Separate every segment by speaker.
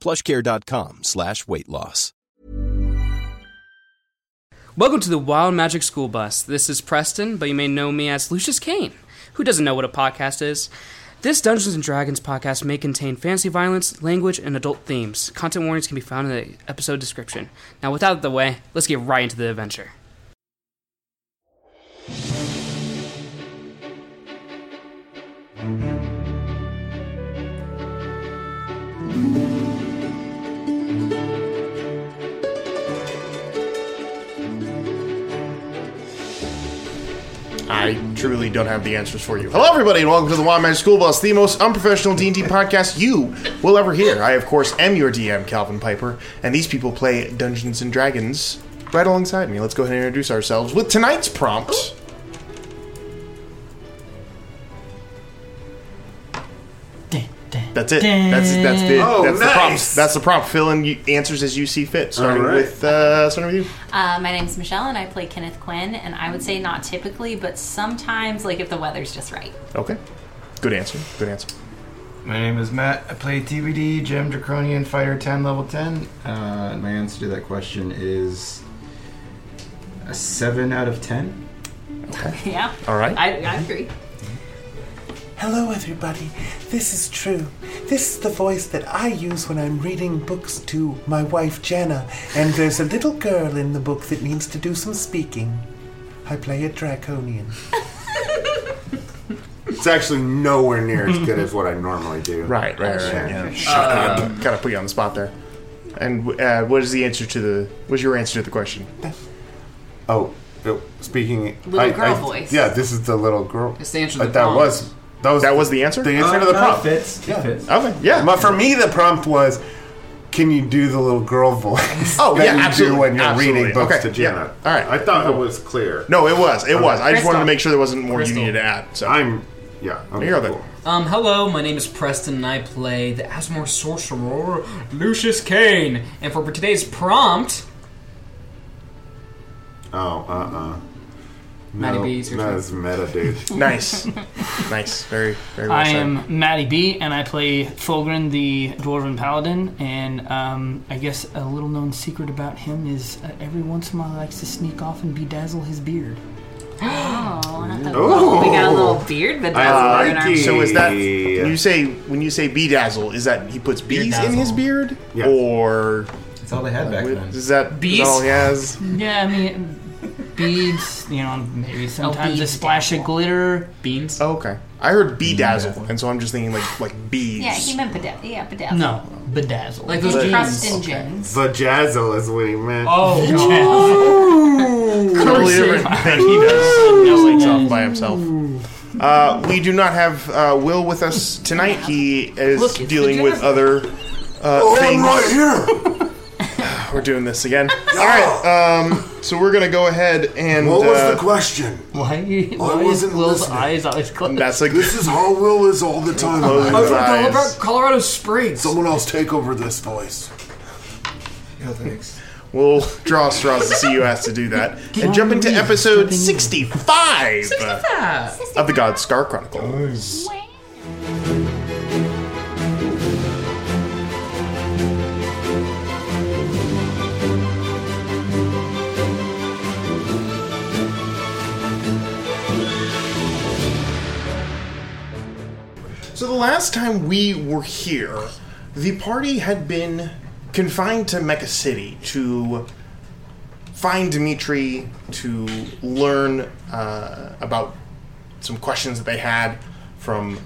Speaker 1: Plushcare.com slash weight loss.
Speaker 2: Welcome to the Wild Magic School Bus. This is Preston, but you may know me as Lucius Kane. Who doesn't know what a podcast is? This Dungeons and Dragons podcast may contain fantasy violence, language, and adult themes. Content warnings can be found in the episode description. Now, with that out of the way, let's get right into the adventure.
Speaker 3: I truly don't have the answers for you. Hello, everybody, and welcome to the Wild Man School Bus, the most unprofessional D&D podcast you will ever hear. I, of course, am your DM, Calvin Piper, and these people play Dungeons & Dragons right alongside me. Let's go ahead and introduce ourselves with tonight's prompt. That's it. That's that's the
Speaker 4: Oh,
Speaker 3: that's the prompt.
Speaker 4: nice.
Speaker 3: That's the prompt. Fill in you- answers as you see fit. Starting
Speaker 4: All right.
Speaker 3: with uh, starting with you.
Speaker 5: Uh, my name's Michelle, and I play Kenneth Quinn. And I would say not typically, but sometimes, like if the weather's just right.
Speaker 3: Okay. Good answer. Good answer.
Speaker 4: My name is Matt. I play TBD, Gem Draconian Fighter 10, level 10. Uh, and my answer to that question is a 7 out of 10.
Speaker 5: Yeah.
Speaker 3: All right.
Speaker 5: I, I agree.
Speaker 6: Hello, everybody. This is true. This is the voice that I use when I'm reading books to my wife Jana, and there's a little girl in the book that needs to do some speaking. I play a draconian.
Speaker 7: It's actually nowhere near as good as what I normally do.
Speaker 3: Right, right, right.
Speaker 7: Yeah.
Speaker 3: Yeah.
Speaker 7: Uh,
Speaker 3: kind of put you on the spot there. And uh, what is the answer to the? What's your answer to the question?
Speaker 7: Oh, uh, speaking
Speaker 5: Little girl voice.
Speaker 7: Yeah, this is the little girl.
Speaker 2: It's the answer to
Speaker 7: But
Speaker 2: the
Speaker 7: that
Speaker 2: prompt.
Speaker 7: was that was
Speaker 3: That was the answer?
Speaker 7: The answer
Speaker 3: Uh,
Speaker 7: to the
Speaker 3: no,
Speaker 7: prompt.
Speaker 4: Fits. It fits.
Speaker 3: Okay, yeah.
Speaker 7: But for me, the prompt was, "Can you do the little girl voice?"
Speaker 3: Oh,
Speaker 7: that
Speaker 3: yeah,
Speaker 7: you
Speaker 3: absolutely,
Speaker 7: do when you're
Speaker 3: absolutely.
Speaker 7: reading books
Speaker 3: Okay,
Speaker 7: to Jenna.
Speaker 3: yeah. All right.
Speaker 7: I thought it was clear.
Speaker 3: no, it was. It was. I just wanted
Speaker 2: Crystal.
Speaker 3: to make sure there wasn't more
Speaker 2: Crystal.
Speaker 3: you needed to add. So
Speaker 7: I'm. Yeah. Okay,
Speaker 3: Here, then.
Speaker 7: cool.
Speaker 8: Um, hello, my name is Preston, and I play the Asmore Sorcerer, Lucius Kane. And for today's prompt,
Speaker 7: Oh, uh, uh.
Speaker 8: Matty B, it's your
Speaker 7: that
Speaker 8: turn.
Speaker 7: is meta, dude.
Speaker 3: nice, nice, very, very. Well
Speaker 9: I
Speaker 3: said.
Speaker 9: am Matty B, and I play Fulgrin, the Dwarven Paladin. And um, I guess a little known secret about him is uh, every once in a while he likes to sneak off and bedazzle his beard.
Speaker 8: Oh,
Speaker 7: Ooh.
Speaker 5: we got a little beard, but
Speaker 7: Oh. I
Speaker 5: that's
Speaker 7: like
Speaker 5: our
Speaker 7: it.
Speaker 3: So is that
Speaker 7: Yeah.
Speaker 3: when you say when you say bedazzle? Is that he puts bees in
Speaker 8: dazzle.
Speaker 3: his beard,
Speaker 7: Yeah.
Speaker 3: or
Speaker 4: That's all they had back then.
Speaker 3: is that bees?
Speaker 8: Bees?
Speaker 3: all he has?
Speaker 9: Yeah, I mean, beads, you know,
Speaker 4: E.
Speaker 9: maybe sometimes a
Speaker 8: beads,
Speaker 9: splash of glitter.
Speaker 8: beans.
Speaker 3: Oh, okay, I heard bedazzle, and so I'm just thinking like like bees.
Speaker 5: Yeah, he meant bedazzle. Yeah, bedazzle.
Speaker 9: No, bedazzle.
Speaker 8: Like those
Speaker 5: Crust
Speaker 8: beans.
Speaker 5: and gins.
Speaker 7: Vajazzle is what he meant.
Speaker 8: Oh, God.
Speaker 3: totally different thing he does. He just leaks off by himself. Uh, we do not have uh, Will with us tonight. He is
Speaker 8: Look, it's
Speaker 3: dealing
Speaker 8: the
Speaker 3: with other uh, things.
Speaker 7: here.
Speaker 3: We're doing this again. All right. Um, so we're gonna go ahead and. uh,
Speaker 7: question?
Speaker 9: why, why is
Speaker 7: wasn't
Speaker 9: Will's
Speaker 7: listening.
Speaker 9: eyes always closed?
Speaker 3: That's like
Speaker 7: is how Will is all the time.
Speaker 3: Close his eyes.
Speaker 8: Colorado Springs.
Speaker 7: Someone else take over this voice.
Speaker 4: No thanks.
Speaker 3: We'll draw straws to see who has to do that, and jump into episode sixty-five
Speaker 8: Ah,
Speaker 3: of the God Scar Chronicle. So the last time we were here, the party had been confined to Mecha City to find Dimitri, to learn uh, about some questions that they had from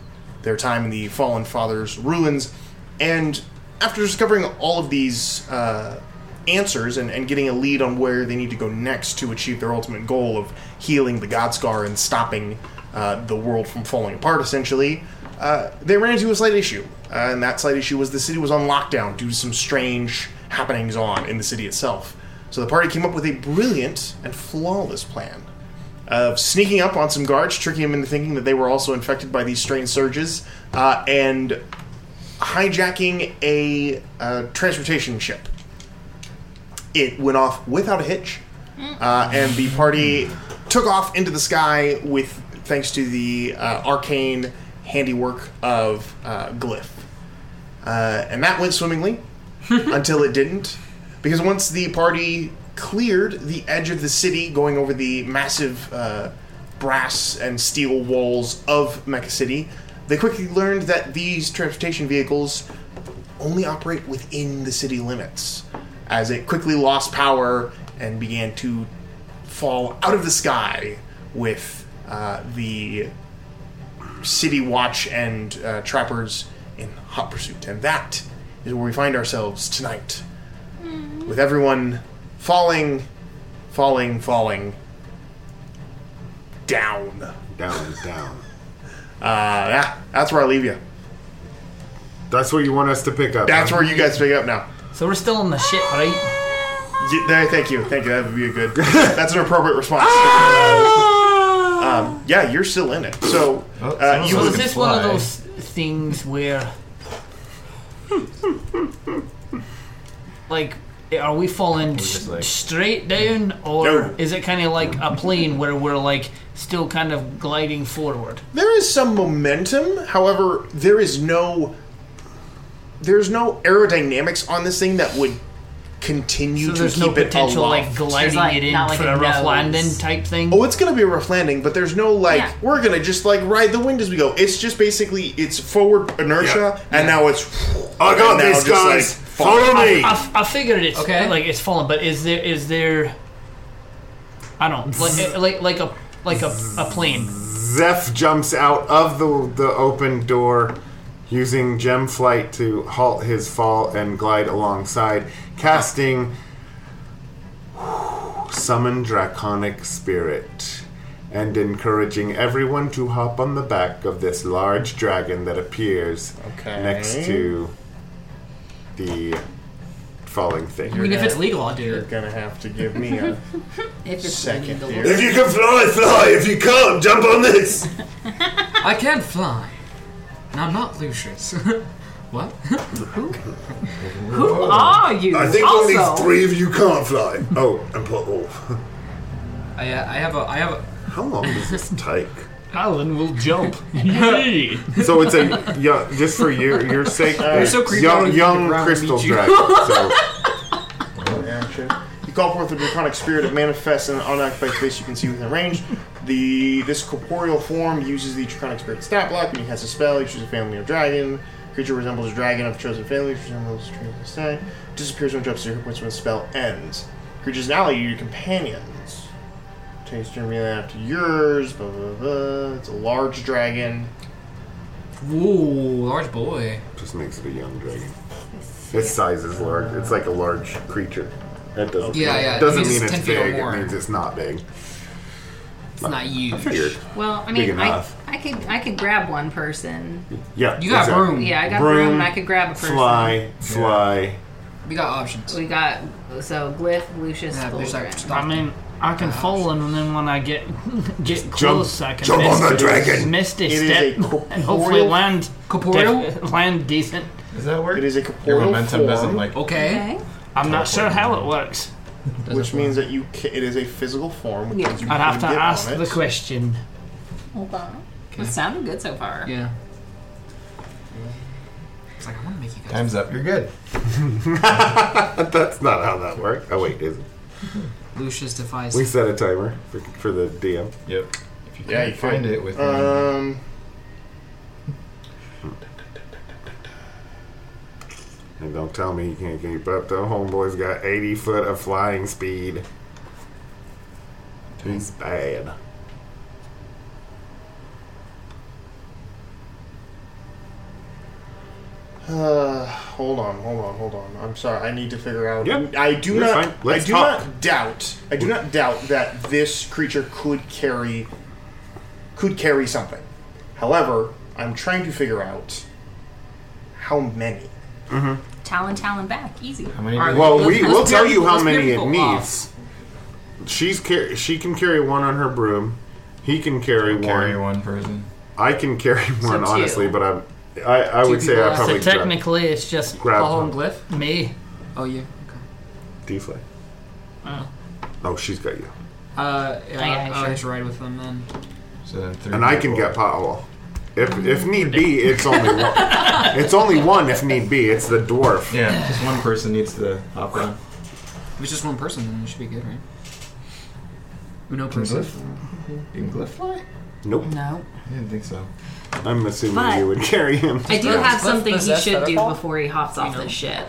Speaker 3: their time in the Fallen Fathers ruins. And after discovering all of these uh, answers and, and getting a lead on where they need to go next to achieve their ultimate goal of healing the Godscar and stopping uh, the world from falling apart, essentially, uh, they ran into a slight issue. Uh, and that slight issue was the city was on lockdown due to some strange happenings on in the city itself. So the party came up with a brilliant and flawless plan of sneaking up on some guards, tricking them into thinking that they were also infected by these strange surges, uh, and hijacking a uh, transportation ship. It went off without a hitch, uh, and the party took off into the sky with thanks to the uh, arcane handiwork of uh, Glyph. Uh, and that went swimmingly until it didn't, because once the party cleared the edge of the city, going over the massive uh, brass and steel walls of Mecha City, they quickly learned that these transportation vehicles only operate within the city limits, as it quickly lost power and began to fall out of the sky with uh, the city watch and uh, trappers in hot pursuit. And that is where we find ourselves tonight, with everyone falling, falling, falling down.
Speaker 7: Down, down.
Speaker 3: Uh, yeah, that's where I leave you.
Speaker 7: That's where you want us to pick up.
Speaker 3: That's where you guys pick up now.
Speaker 9: So we're still in the shit, right?
Speaker 3: Yeah, there, thank you, thank you. That would be a good. That's an appropriate response.
Speaker 9: Ah!
Speaker 3: um, yeah, you're still in it. So uh, you
Speaker 9: so
Speaker 3: would-
Speaker 9: is this one of those things where, like, are we falling s- straight down, or is it kind of like a plane where we're like still kind of gliding forward?
Speaker 3: There is some momentum, however, there is no there's no aerodynamics on this thing that would continue
Speaker 9: So
Speaker 3: to
Speaker 9: there's
Speaker 3: keep
Speaker 9: no
Speaker 3: it
Speaker 9: potential
Speaker 3: aloft.
Speaker 9: like gliding it in for a rough landing type thing.
Speaker 3: Oh, it's gonna be a rough landing, but there's no like
Speaker 9: Yeah.
Speaker 3: we're gonna just like ride the wind as we go. It's just basically it's forward inertia, and now it's
Speaker 9: Oh,
Speaker 7: I got this, guys. Follow
Speaker 9: I, I, I figured it's okay. Like it's fallen, but is there is there? I don't know, like like like a like a, a plane.
Speaker 7: Zeph jumps out of the, the open door using gem flight to halt his fall and glide alongside, casting Summon Draconic Spirit and encouraging everyone to hop on the back of this large dragon that appears
Speaker 3: Okay.
Speaker 7: next to the falling thing.
Speaker 8: I mean, if it's legal, I'll do it. You're
Speaker 3: gonna have to give me
Speaker 8: a
Speaker 5: If it's
Speaker 3: second
Speaker 5: legal.
Speaker 3: here. If you
Speaker 7: can fly, fly. If you can't, jump on this.
Speaker 8: I can fly. And I'm not Lucius. what? Who?
Speaker 5: Who are you?
Speaker 8: I think only Also- three
Speaker 7: of you can't fly. Oh, and put off.
Speaker 8: I, uh, I have a. I have a.
Speaker 7: How long does this take?
Speaker 9: Alan will jump.
Speaker 7: so it's a young, just for your your sake. uh,
Speaker 3: You're so creepy, I
Speaker 7: young
Speaker 3: wanna
Speaker 7: young
Speaker 3: look around and
Speaker 7: crystal
Speaker 3: meet you.
Speaker 7: dragon. So
Speaker 3: action. You call forth the draconic spirit that manifests in an unoccupied space you can see within range. The this corporeal form uses the draconic spirit stat block and he has a spell. You choose a family of dragon. Creature resembles a dragon of chosen family. which Resembles a dragon of stat. Disappears when it drops to your hit points when the spell ends. Creatures now ally your companions. Takes turn melee after yours. Blah blah blah. It's a large dragon.
Speaker 8: Ooh, large boy.
Speaker 7: just makes it a young dragon. Its size is large. It's like a large creature. That doesn't
Speaker 8: Yeah,
Speaker 7: mean,
Speaker 8: yeah, it
Speaker 7: doesn't
Speaker 8: means
Speaker 7: mean
Speaker 8: it's 10
Speaker 7: it's,
Speaker 8: feet or
Speaker 7: big. It
Speaker 8: more.
Speaker 7: means it's not big.
Speaker 8: It's not huge.
Speaker 7: I figured.
Speaker 5: Well, I
Speaker 7: Big
Speaker 5: mean, I,
Speaker 7: enough.
Speaker 5: I could I could grab one person.
Speaker 7: Yeah,
Speaker 8: You got
Speaker 7: exactly.
Speaker 8: room.
Speaker 5: Yeah, I got room, and I could grab a person.
Speaker 7: Fly, fly.
Speaker 8: We got options.
Speaker 5: We got so Glyph, Lucius,
Speaker 9: Yeah, there's
Speaker 5: Fulgrim.
Speaker 9: I mean, I can fall in, and then when I get get close, I can
Speaker 7: jump
Speaker 9: miss-
Speaker 7: on the dragon.
Speaker 9: Misty
Speaker 3: It is
Speaker 9: step,
Speaker 3: a corporeal-
Speaker 9: and hopefully land
Speaker 3: Corporeal?
Speaker 9: def- land decent.
Speaker 4: Does that work?
Speaker 3: It is a corporeal
Speaker 4: momentum
Speaker 3: form.
Speaker 4: doesn't, like,
Speaker 8: Okay.
Speaker 9: I'm not sure how it works.
Speaker 3: Which means that you ca- it is a physical form. Which
Speaker 9: Yeah.
Speaker 3: means you
Speaker 9: I'd have
Speaker 3: can
Speaker 9: to
Speaker 3: get on
Speaker 9: ask
Speaker 3: it.
Speaker 9: the question.
Speaker 5: Hold on. It sounded good so far.
Speaker 8: Yeah. It's like I want to make you guys.
Speaker 4: Time's up. You're good.
Speaker 7: That's not how that works. Oh wait, is it?
Speaker 8: Lucius defies.
Speaker 7: We set a timer for, for the DM.
Speaker 4: Yep. If you
Speaker 3: Yeah,
Speaker 4: can
Speaker 3: you
Speaker 4: find
Speaker 3: could.
Speaker 4: it with
Speaker 3: Uh, Um,
Speaker 7: I And don't tell me you can't keep up. The homeboy's got 80 foot of flying speed. He's bad.
Speaker 3: Uh, hold on, hold on, hold on. I'm sorry. I need to figure out.
Speaker 7: Yep.
Speaker 3: I do
Speaker 7: You're
Speaker 3: not.
Speaker 7: fine. Let's
Speaker 3: I do
Speaker 7: talk.
Speaker 3: not doubt. I do not doubt that this creature could carry, could carry something. However, I'm trying to figure out how many. Mm-hmm.
Speaker 5: Talon, talon back. Easy. How
Speaker 7: well, we, we'll tell you how many it needs. She's car- she can carry one on her broom. He can carry one. Carry one person. I can carry
Speaker 9: So
Speaker 7: one,
Speaker 9: two.
Speaker 7: honestly, but I'm, I I would say I probably
Speaker 9: so
Speaker 7: grab
Speaker 9: technically it's just
Speaker 7: grab
Speaker 9: Paul
Speaker 7: one.
Speaker 9: and Glyph. Me.
Speaker 8: Oh yeah.
Speaker 7: D-Fly.
Speaker 8: Wow.
Speaker 7: Oh, she's got you.
Speaker 8: Uh,
Speaker 9: Oh,
Speaker 8: yeah,
Speaker 9: yeah,
Speaker 8: I'll
Speaker 9: sure.
Speaker 8: just ride with them then.
Speaker 7: So and I can
Speaker 8: people.
Speaker 7: get Powell. If, if need be, it's only one. It's only one if need be. It's the dwarf.
Speaker 4: Yeah, just one person needs to hop on.
Speaker 8: If it's just one person, then it should be good, right? Uno
Speaker 4: Can
Speaker 8: person.
Speaker 4: glyph? You can glyph fly?
Speaker 7: Nope.
Speaker 5: No.
Speaker 4: I didn't think so.
Speaker 7: I'm assuming
Speaker 5: But-
Speaker 7: you would carry him.
Speaker 5: I do have something he
Speaker 8: possess
Speaker 5: should do
Speaker 8: Featherfall?
Speaker 5: before he hops off the ship.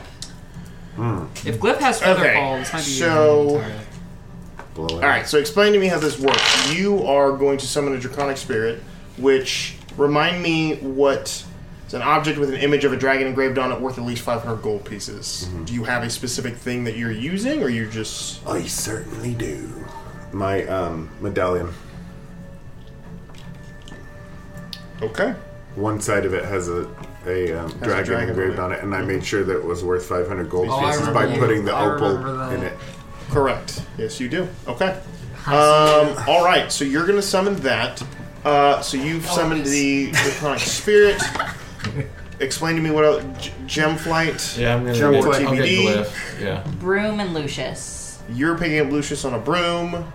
Speaker 7: Hmm.
Speaker 8: If Glyph has feather fall, this might be
Speaker 3: so.
Speaker 7: Blow
Speaker 3: All right, so explain to me how this works. You are going to summon a draconic spirit, which remind me what it's an object with an image of a dragon engraved on it worth at least 500 gold pieces. Do you have a specific thing that you're using, or you just?
Speaker 7: Mm-hmm. I certainly do. My um, medallion.
Speaker 3: Okay.
Speaker 7: One side of it has a a, um, dragon,
Speaker 3: dragon
Speaker 7: engraved on it, and I made sure that it was worth 500 gold
Speaker 3: Oh, I
Speaker 7: pieces
Speaker 3: remember
Speaker 7: by
Speaker 3: you-
Speaker 7: putting the
Speaker 3: I remember
Speaker 7: opal
Speaker 3: that.
Speaker 7: in it.
Speaker 3: Correct. Yes, you do. Okay. Um, all right. So you're going to summon that. Uh, so you've summoned the draconic spirit. Explain to me what else, G- gem flight.
Speaker 4: Yeah, I'm gonna
Speaker 3: Gem
Speaker 4: get,
Speaker 3: or
Speaker 4: I'll get
Speaker 3: TBD.
Speaker 4: glyph. Yeah,
Speaker 5: Broom and Lucius.
Speaker 3: You're picking up Lucius on a broom.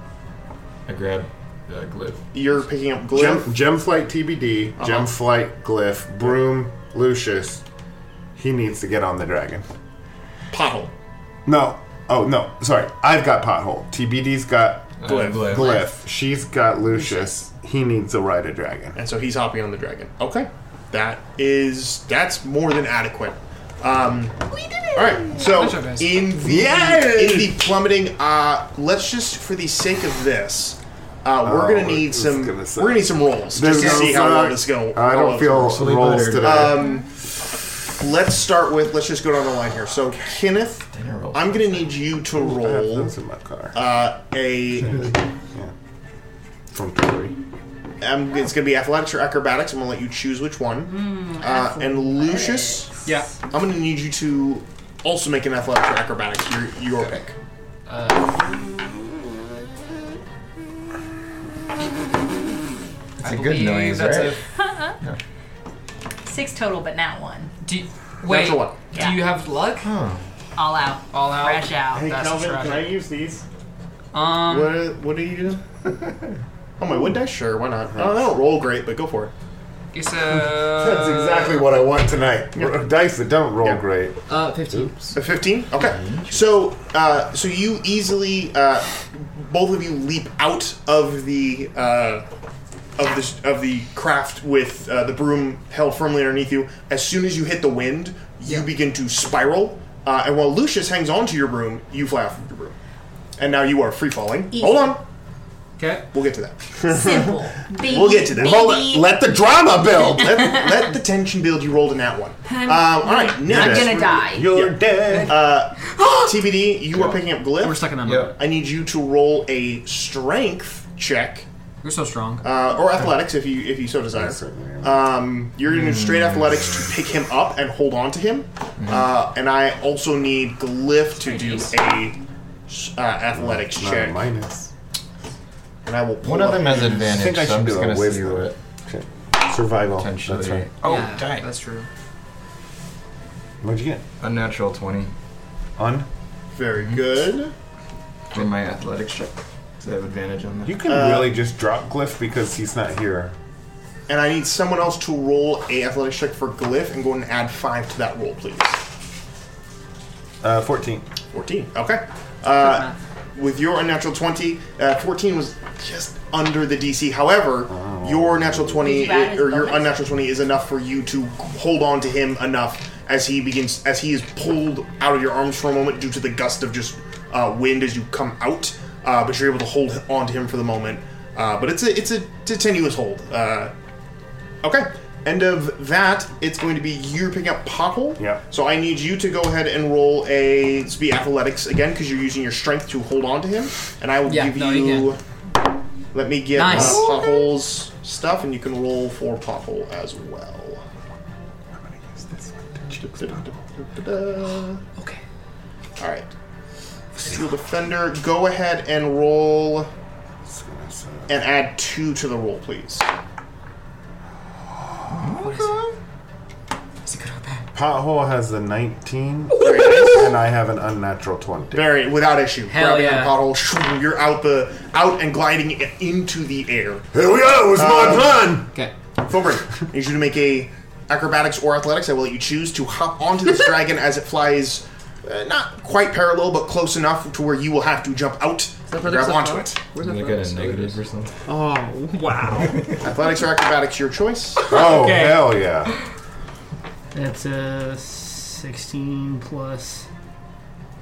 Speaker 4: I grab uh, glyph.
Speaker 3: You're picking up glyph.
Speaker 7: Gem, gem flight TBD. Gem flight glyph. Broom Lucius. He needs to get on the dragon.
Speaker 3: Pothole.
Speaker 7: No. Oh no. Sorry. I've got pothole. TBD's got
Speaker 3: Uh, Glyph. Glyph.
Speaker 7: Glyph. She's got Lucius. He needs to ride a dragon.
Speaker 3: and so he's hopping on the dragon. Okay, that is that's more than adequate. Um, we did it. All right, so
Speaker 8: Good job, guys.
Speaker 3: in the
Speaker 8: Yay!
Speaker 3: in the plummeting, uh, let's just for the sake of this, uh, we're
Speaker 7: Oh,
Speaker 3: gonna need some we're gonna need some rolls
Speaker 7: This
Speaker 3: just to
Speaker 7: is
Speaker 3: see how
Speaker 7: gonna
Speaker 3: well
Speaker 7: suck.
Speaker 3: this is gonna.
Speaker 7: I don't
Speaker 3: how
Speaker 7: feel
Speaker 3: well this works.
Speaker 7: rolls today.
Speaker 3: Um, let's start with let's just go down the line here. So Kenneth, I'm gonna need you to roll Uh, a
Speaker 7: From Tori.
Speaker 3: um, it's going to be athletics or acrobatics. I'm going to let you choose which one.
Speaker 7: Hmm,
Speaker 3: uh, and Lucius,
Speaker 8: Yeah.
Speaker 3: I'm going to need you to also make an athletics or acrobatics. Your your pick.
Speaker 4: It's a good
Speaker 8: believe
Speaker 4: noise,
Speaker 8: that's
Speaker 4: right?
Speaker 5: Six total, but not one.
Speaker 8: Do, wait,
Speaker 3: Natural one.
Speaker 8: do you have luck?
Speaker 5: All out.
Speaker 8: All out.
Speaker 5: Fresh out.
Speaker 3: Hey
Speaker 8: That's
Speaker 3: Calvin,
Speaker 8: tragic.
Speaker 3: can I use these?
Speaker 8: Um,
Speaker 3: what what do you do? oh my wood dice, sure. Why not? Oh, they don't roll great, but go for it.
Speaker 8: It's uh,
Speaker 7: That's exactly what I want tonight. Dice that don't roll great.
Speaker 8: Uh, fifteen.
Speaker 3: Fifteen. Okay. So, uh, so you easily, uh, both of you leap out of the uh, of this of the craft with uh, the broom held firmly underneath you. As soon as you hit the wind, you begin to spiral, uh, and while Lucius hangs onto your broom, you fly off of your broom, and now you are free falling.
Speaker 5: Easy.
Speaker 3: Hold on.
Speaker 8: Okay.
Speaker 3: We'll get to that.
Speaker 5: Simple. Baby,
Speaker 3: We'll get to that.
Speaker 5: Hold on. baby.
Speaker 7: Let the drama build.
Speaker 3: let, let the tension build. You rolled in that one. Um,
Speaker 5: I'm
Speaker 3: all right.
Speaker 5: not
Speaker 3: Next.
Speaker 5: gonna die.
Speaker 7: You're dead.
Speaker 3: Uh, TBD. You are picking up glyph. We're
Speaker 8: stuck in that.
Speaker 3: I need you to roll a strength check
Speaker 8: You're so strong.
Speaker 3: uh, or athletics if you if you so desire. Um, you're
Speaker 7: Hmm.
Speaker 3: going to do straight athletics to pick him up and hold on to him,
Speaker 4: Hmm.
Speaker 3: uh, and I also need glyph to do a uh, athletics
Speaker 7: Not a
Speaker 3: check.
Speaker 7: minus.
Speaker 3: And I will. Pull
Speaker 4: One of
Speaker 3: up
Speaker 4: them has
Speaker 3: his-
Speaker 4: advantage,
Speaker 7: I think I
Speaker 4: so I'm
Speaker 7: should
Speaker 4: just
Speaker 7: do a
Speaker 4: gonna see
Speaker 7: wisdom.
Speaker 4: what
Speaker 7: Okay. Survival. That's
Speaker 4: potentially.
Speaker 7: right.
Speaker 4: Oh,
Speaker 8: yeah,
Speaker 4: dang.
Speaker 8: That's true.
Speaker 7: What'd you get?
Speaker 4: Unnatural 20
Speaker 7: On?
Speaker 3: Very good.
Speaker 4: in my athletics check. So I have advantage on that.
Speaker 7: You can
Speaker 3: Uh,
Speaker 7: really just drop Glyph because he's not here.
Speaker 3: And I need someone else to roll a athletics check for glyph and go ahead and add five to that roll, please.
Speaker 7: Uh, 14.
Speaker 3: 14. Okay. Uh, with your unnatural 20, uh, 14 was just under the DC. However, your natural 20
Speaker 5: Did you add his
Speaker 3: or your
Speaker 5: bonus?
Speaker 3: unnatural 20 is enough for you to hold on to him enough as he begins as he is pulled out of your arms for a moment due to the gust of just uh, wind as you come out. Uh, but you're able to hold on to him for the moment. Uh, but it's a it's a, it's a tenuous hold. Uh, okay. End of that, it's going to be you're picking up pothole. Yeah. So I need you to go ahead and roll a it's be athletics again because you're using your strength to hold on to him, and I will
Speaker 8: Yeah,
Speaker 3: give
Speaker 8: no, you
Speaker 3: you. Let me get
Speaker 8: Nice.
Speaker 3: uh, potholes stuff, and you can roll for pothole as well. Okay. All right. Steel defender, go ahead and roll, and add two to the roll, please.
Speaker 7: Pothole has a 19, and I have an unnatural 20.
Speaker 3: Very without issue.
Speaker 7: Hell
Speaker 3: Grabbing
Speaker 7: yeah.
Speaker 3: the pothole, shoo, you're out the out and gliding i- into the air.
Speaker 7: Here we go, it was my
Speaker 8: Uh,
Speaker 7: plan.
Speaker 3: Okay, Fulbright, I need you to make a acrobatics or athletics. I will let you choose to hop onto this dragon as it flies, uh, not quite parallel, but close enough to where you will have to jump out, and grab onto it.
Speaker 4: Isn't it got a negative or something?
Speaker 3: Oh wow! athletics or acrobatics, your choice.
Speaker 7: Oh, Okay. hell yeah.
Speaker 9: That's a 16 plus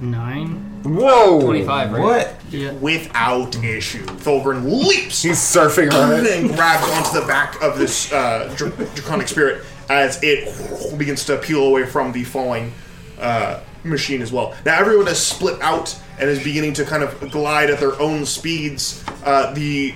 Speaker 9: 9.
Speaker 7: Whoa! What?
Speaker 9: Yeah.
Speaker 3: Without issue, Fulgrin leaps.
Speaker 7: He's surfing on it.
Speaker 3: and grabs onto the back of this uh, dra- draconic spirit as it begins to peel away from the falling uh, machine as well. Now everyone has split out and is beginning to kind of glide at their own speeds. Uh, the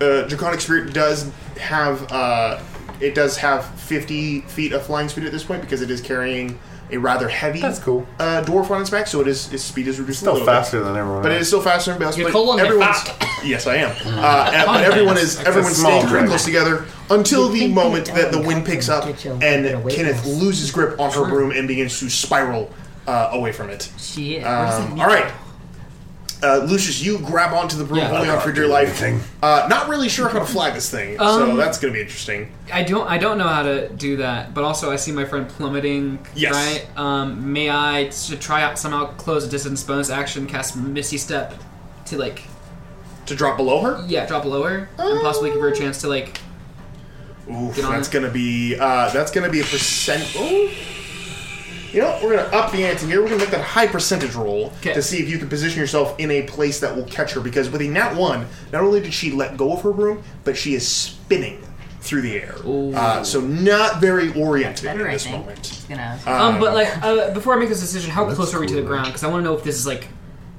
Speaker 3: uh, draconic spirit does have uh, it does have 50 feet of flying speed at this point because it is carrying a rather heavy
Speaker 7: That's cool.
Speaker 3: uh, dwarf on its back, so it is its speed is reduced. a
Speaker 7: Still
Speaker 3: little bit.
Speaker 7: faster than everyone
Speaker 3: But it
Speaker 7: else.
Speaker 3: is still faster than us.
Speaker 7: You're
Speaker 3: but
Speaker 7: calling me
Speaker 3: everyone's, Yes, I am. Uh,
Speaker 7: Fine,
Speaker 3: and- but everyone
Speaker 7: thanks.
Speaker 3: is
Speaker 7: That's a
Speaker 3: everyone
Speaker 7: small
Speaker 3: staying pretty
Speaker 7: dragon.
Speaker 3: close together until the moment that the wind picks up and Kenneth loses grip on her broom and begins to spiral uh, away from it.
Speaker 8: Shit.
Speaker 3: Um, all right. Uh, Lucius, you grab onto the broom,
Speaker 8: Yeah.
Speaker 3: holding
Speaker 8: I
Speaker 3: on for
Speaker 8: can't
Speaker 3: dear
Speaker 8: do
Speaker 3: life.
Speaker 8: anything.
Speaker 3: Uh, not really sure how to fly this thing, so
Speaker 8: Um,
Speaker 3: that's going to be interesting.
Speaker 8: I don't. I don't know how to do that. But also, I see my friend plummeting.
Speaker 3: Yes.
Speaker 8: Right. Um, may I to try out somehow close a distance bonus action, cast Misty Step to like
Speaker 3: to drop below her?
Speaker 8: Yeah, drop below her, and possibly give her a chance to like.
Speaker 3: Oof,
Speaker 8: Get on
Speaker 3: that's
Speaker 8: it.
Speaker 3: gonna be uh, that's gonna be a percent. Ooh. You know, what? we're gonna up the ante here. We're gonna make that high percentage roll to see if you can position yourself in a place that will catch her. Because with a nat one, not only did she let go of her broom, but she is spinning through the air. Uh, so not very oriented
Speaker 8: better,
Speaker 3: in
Speaker 8: I
Speaker 3: this
Speaker 8: think.
Speaker 3: moment.
Speaker 8: Um,
Speaker 3: Um,
Speaker 8: but like uh, before I make this decision, how
Speaker 3: That's
Speaker 8: close are we to
Speaker 3: cool,
Speaker 8: the ground? Because I want to know if this is like,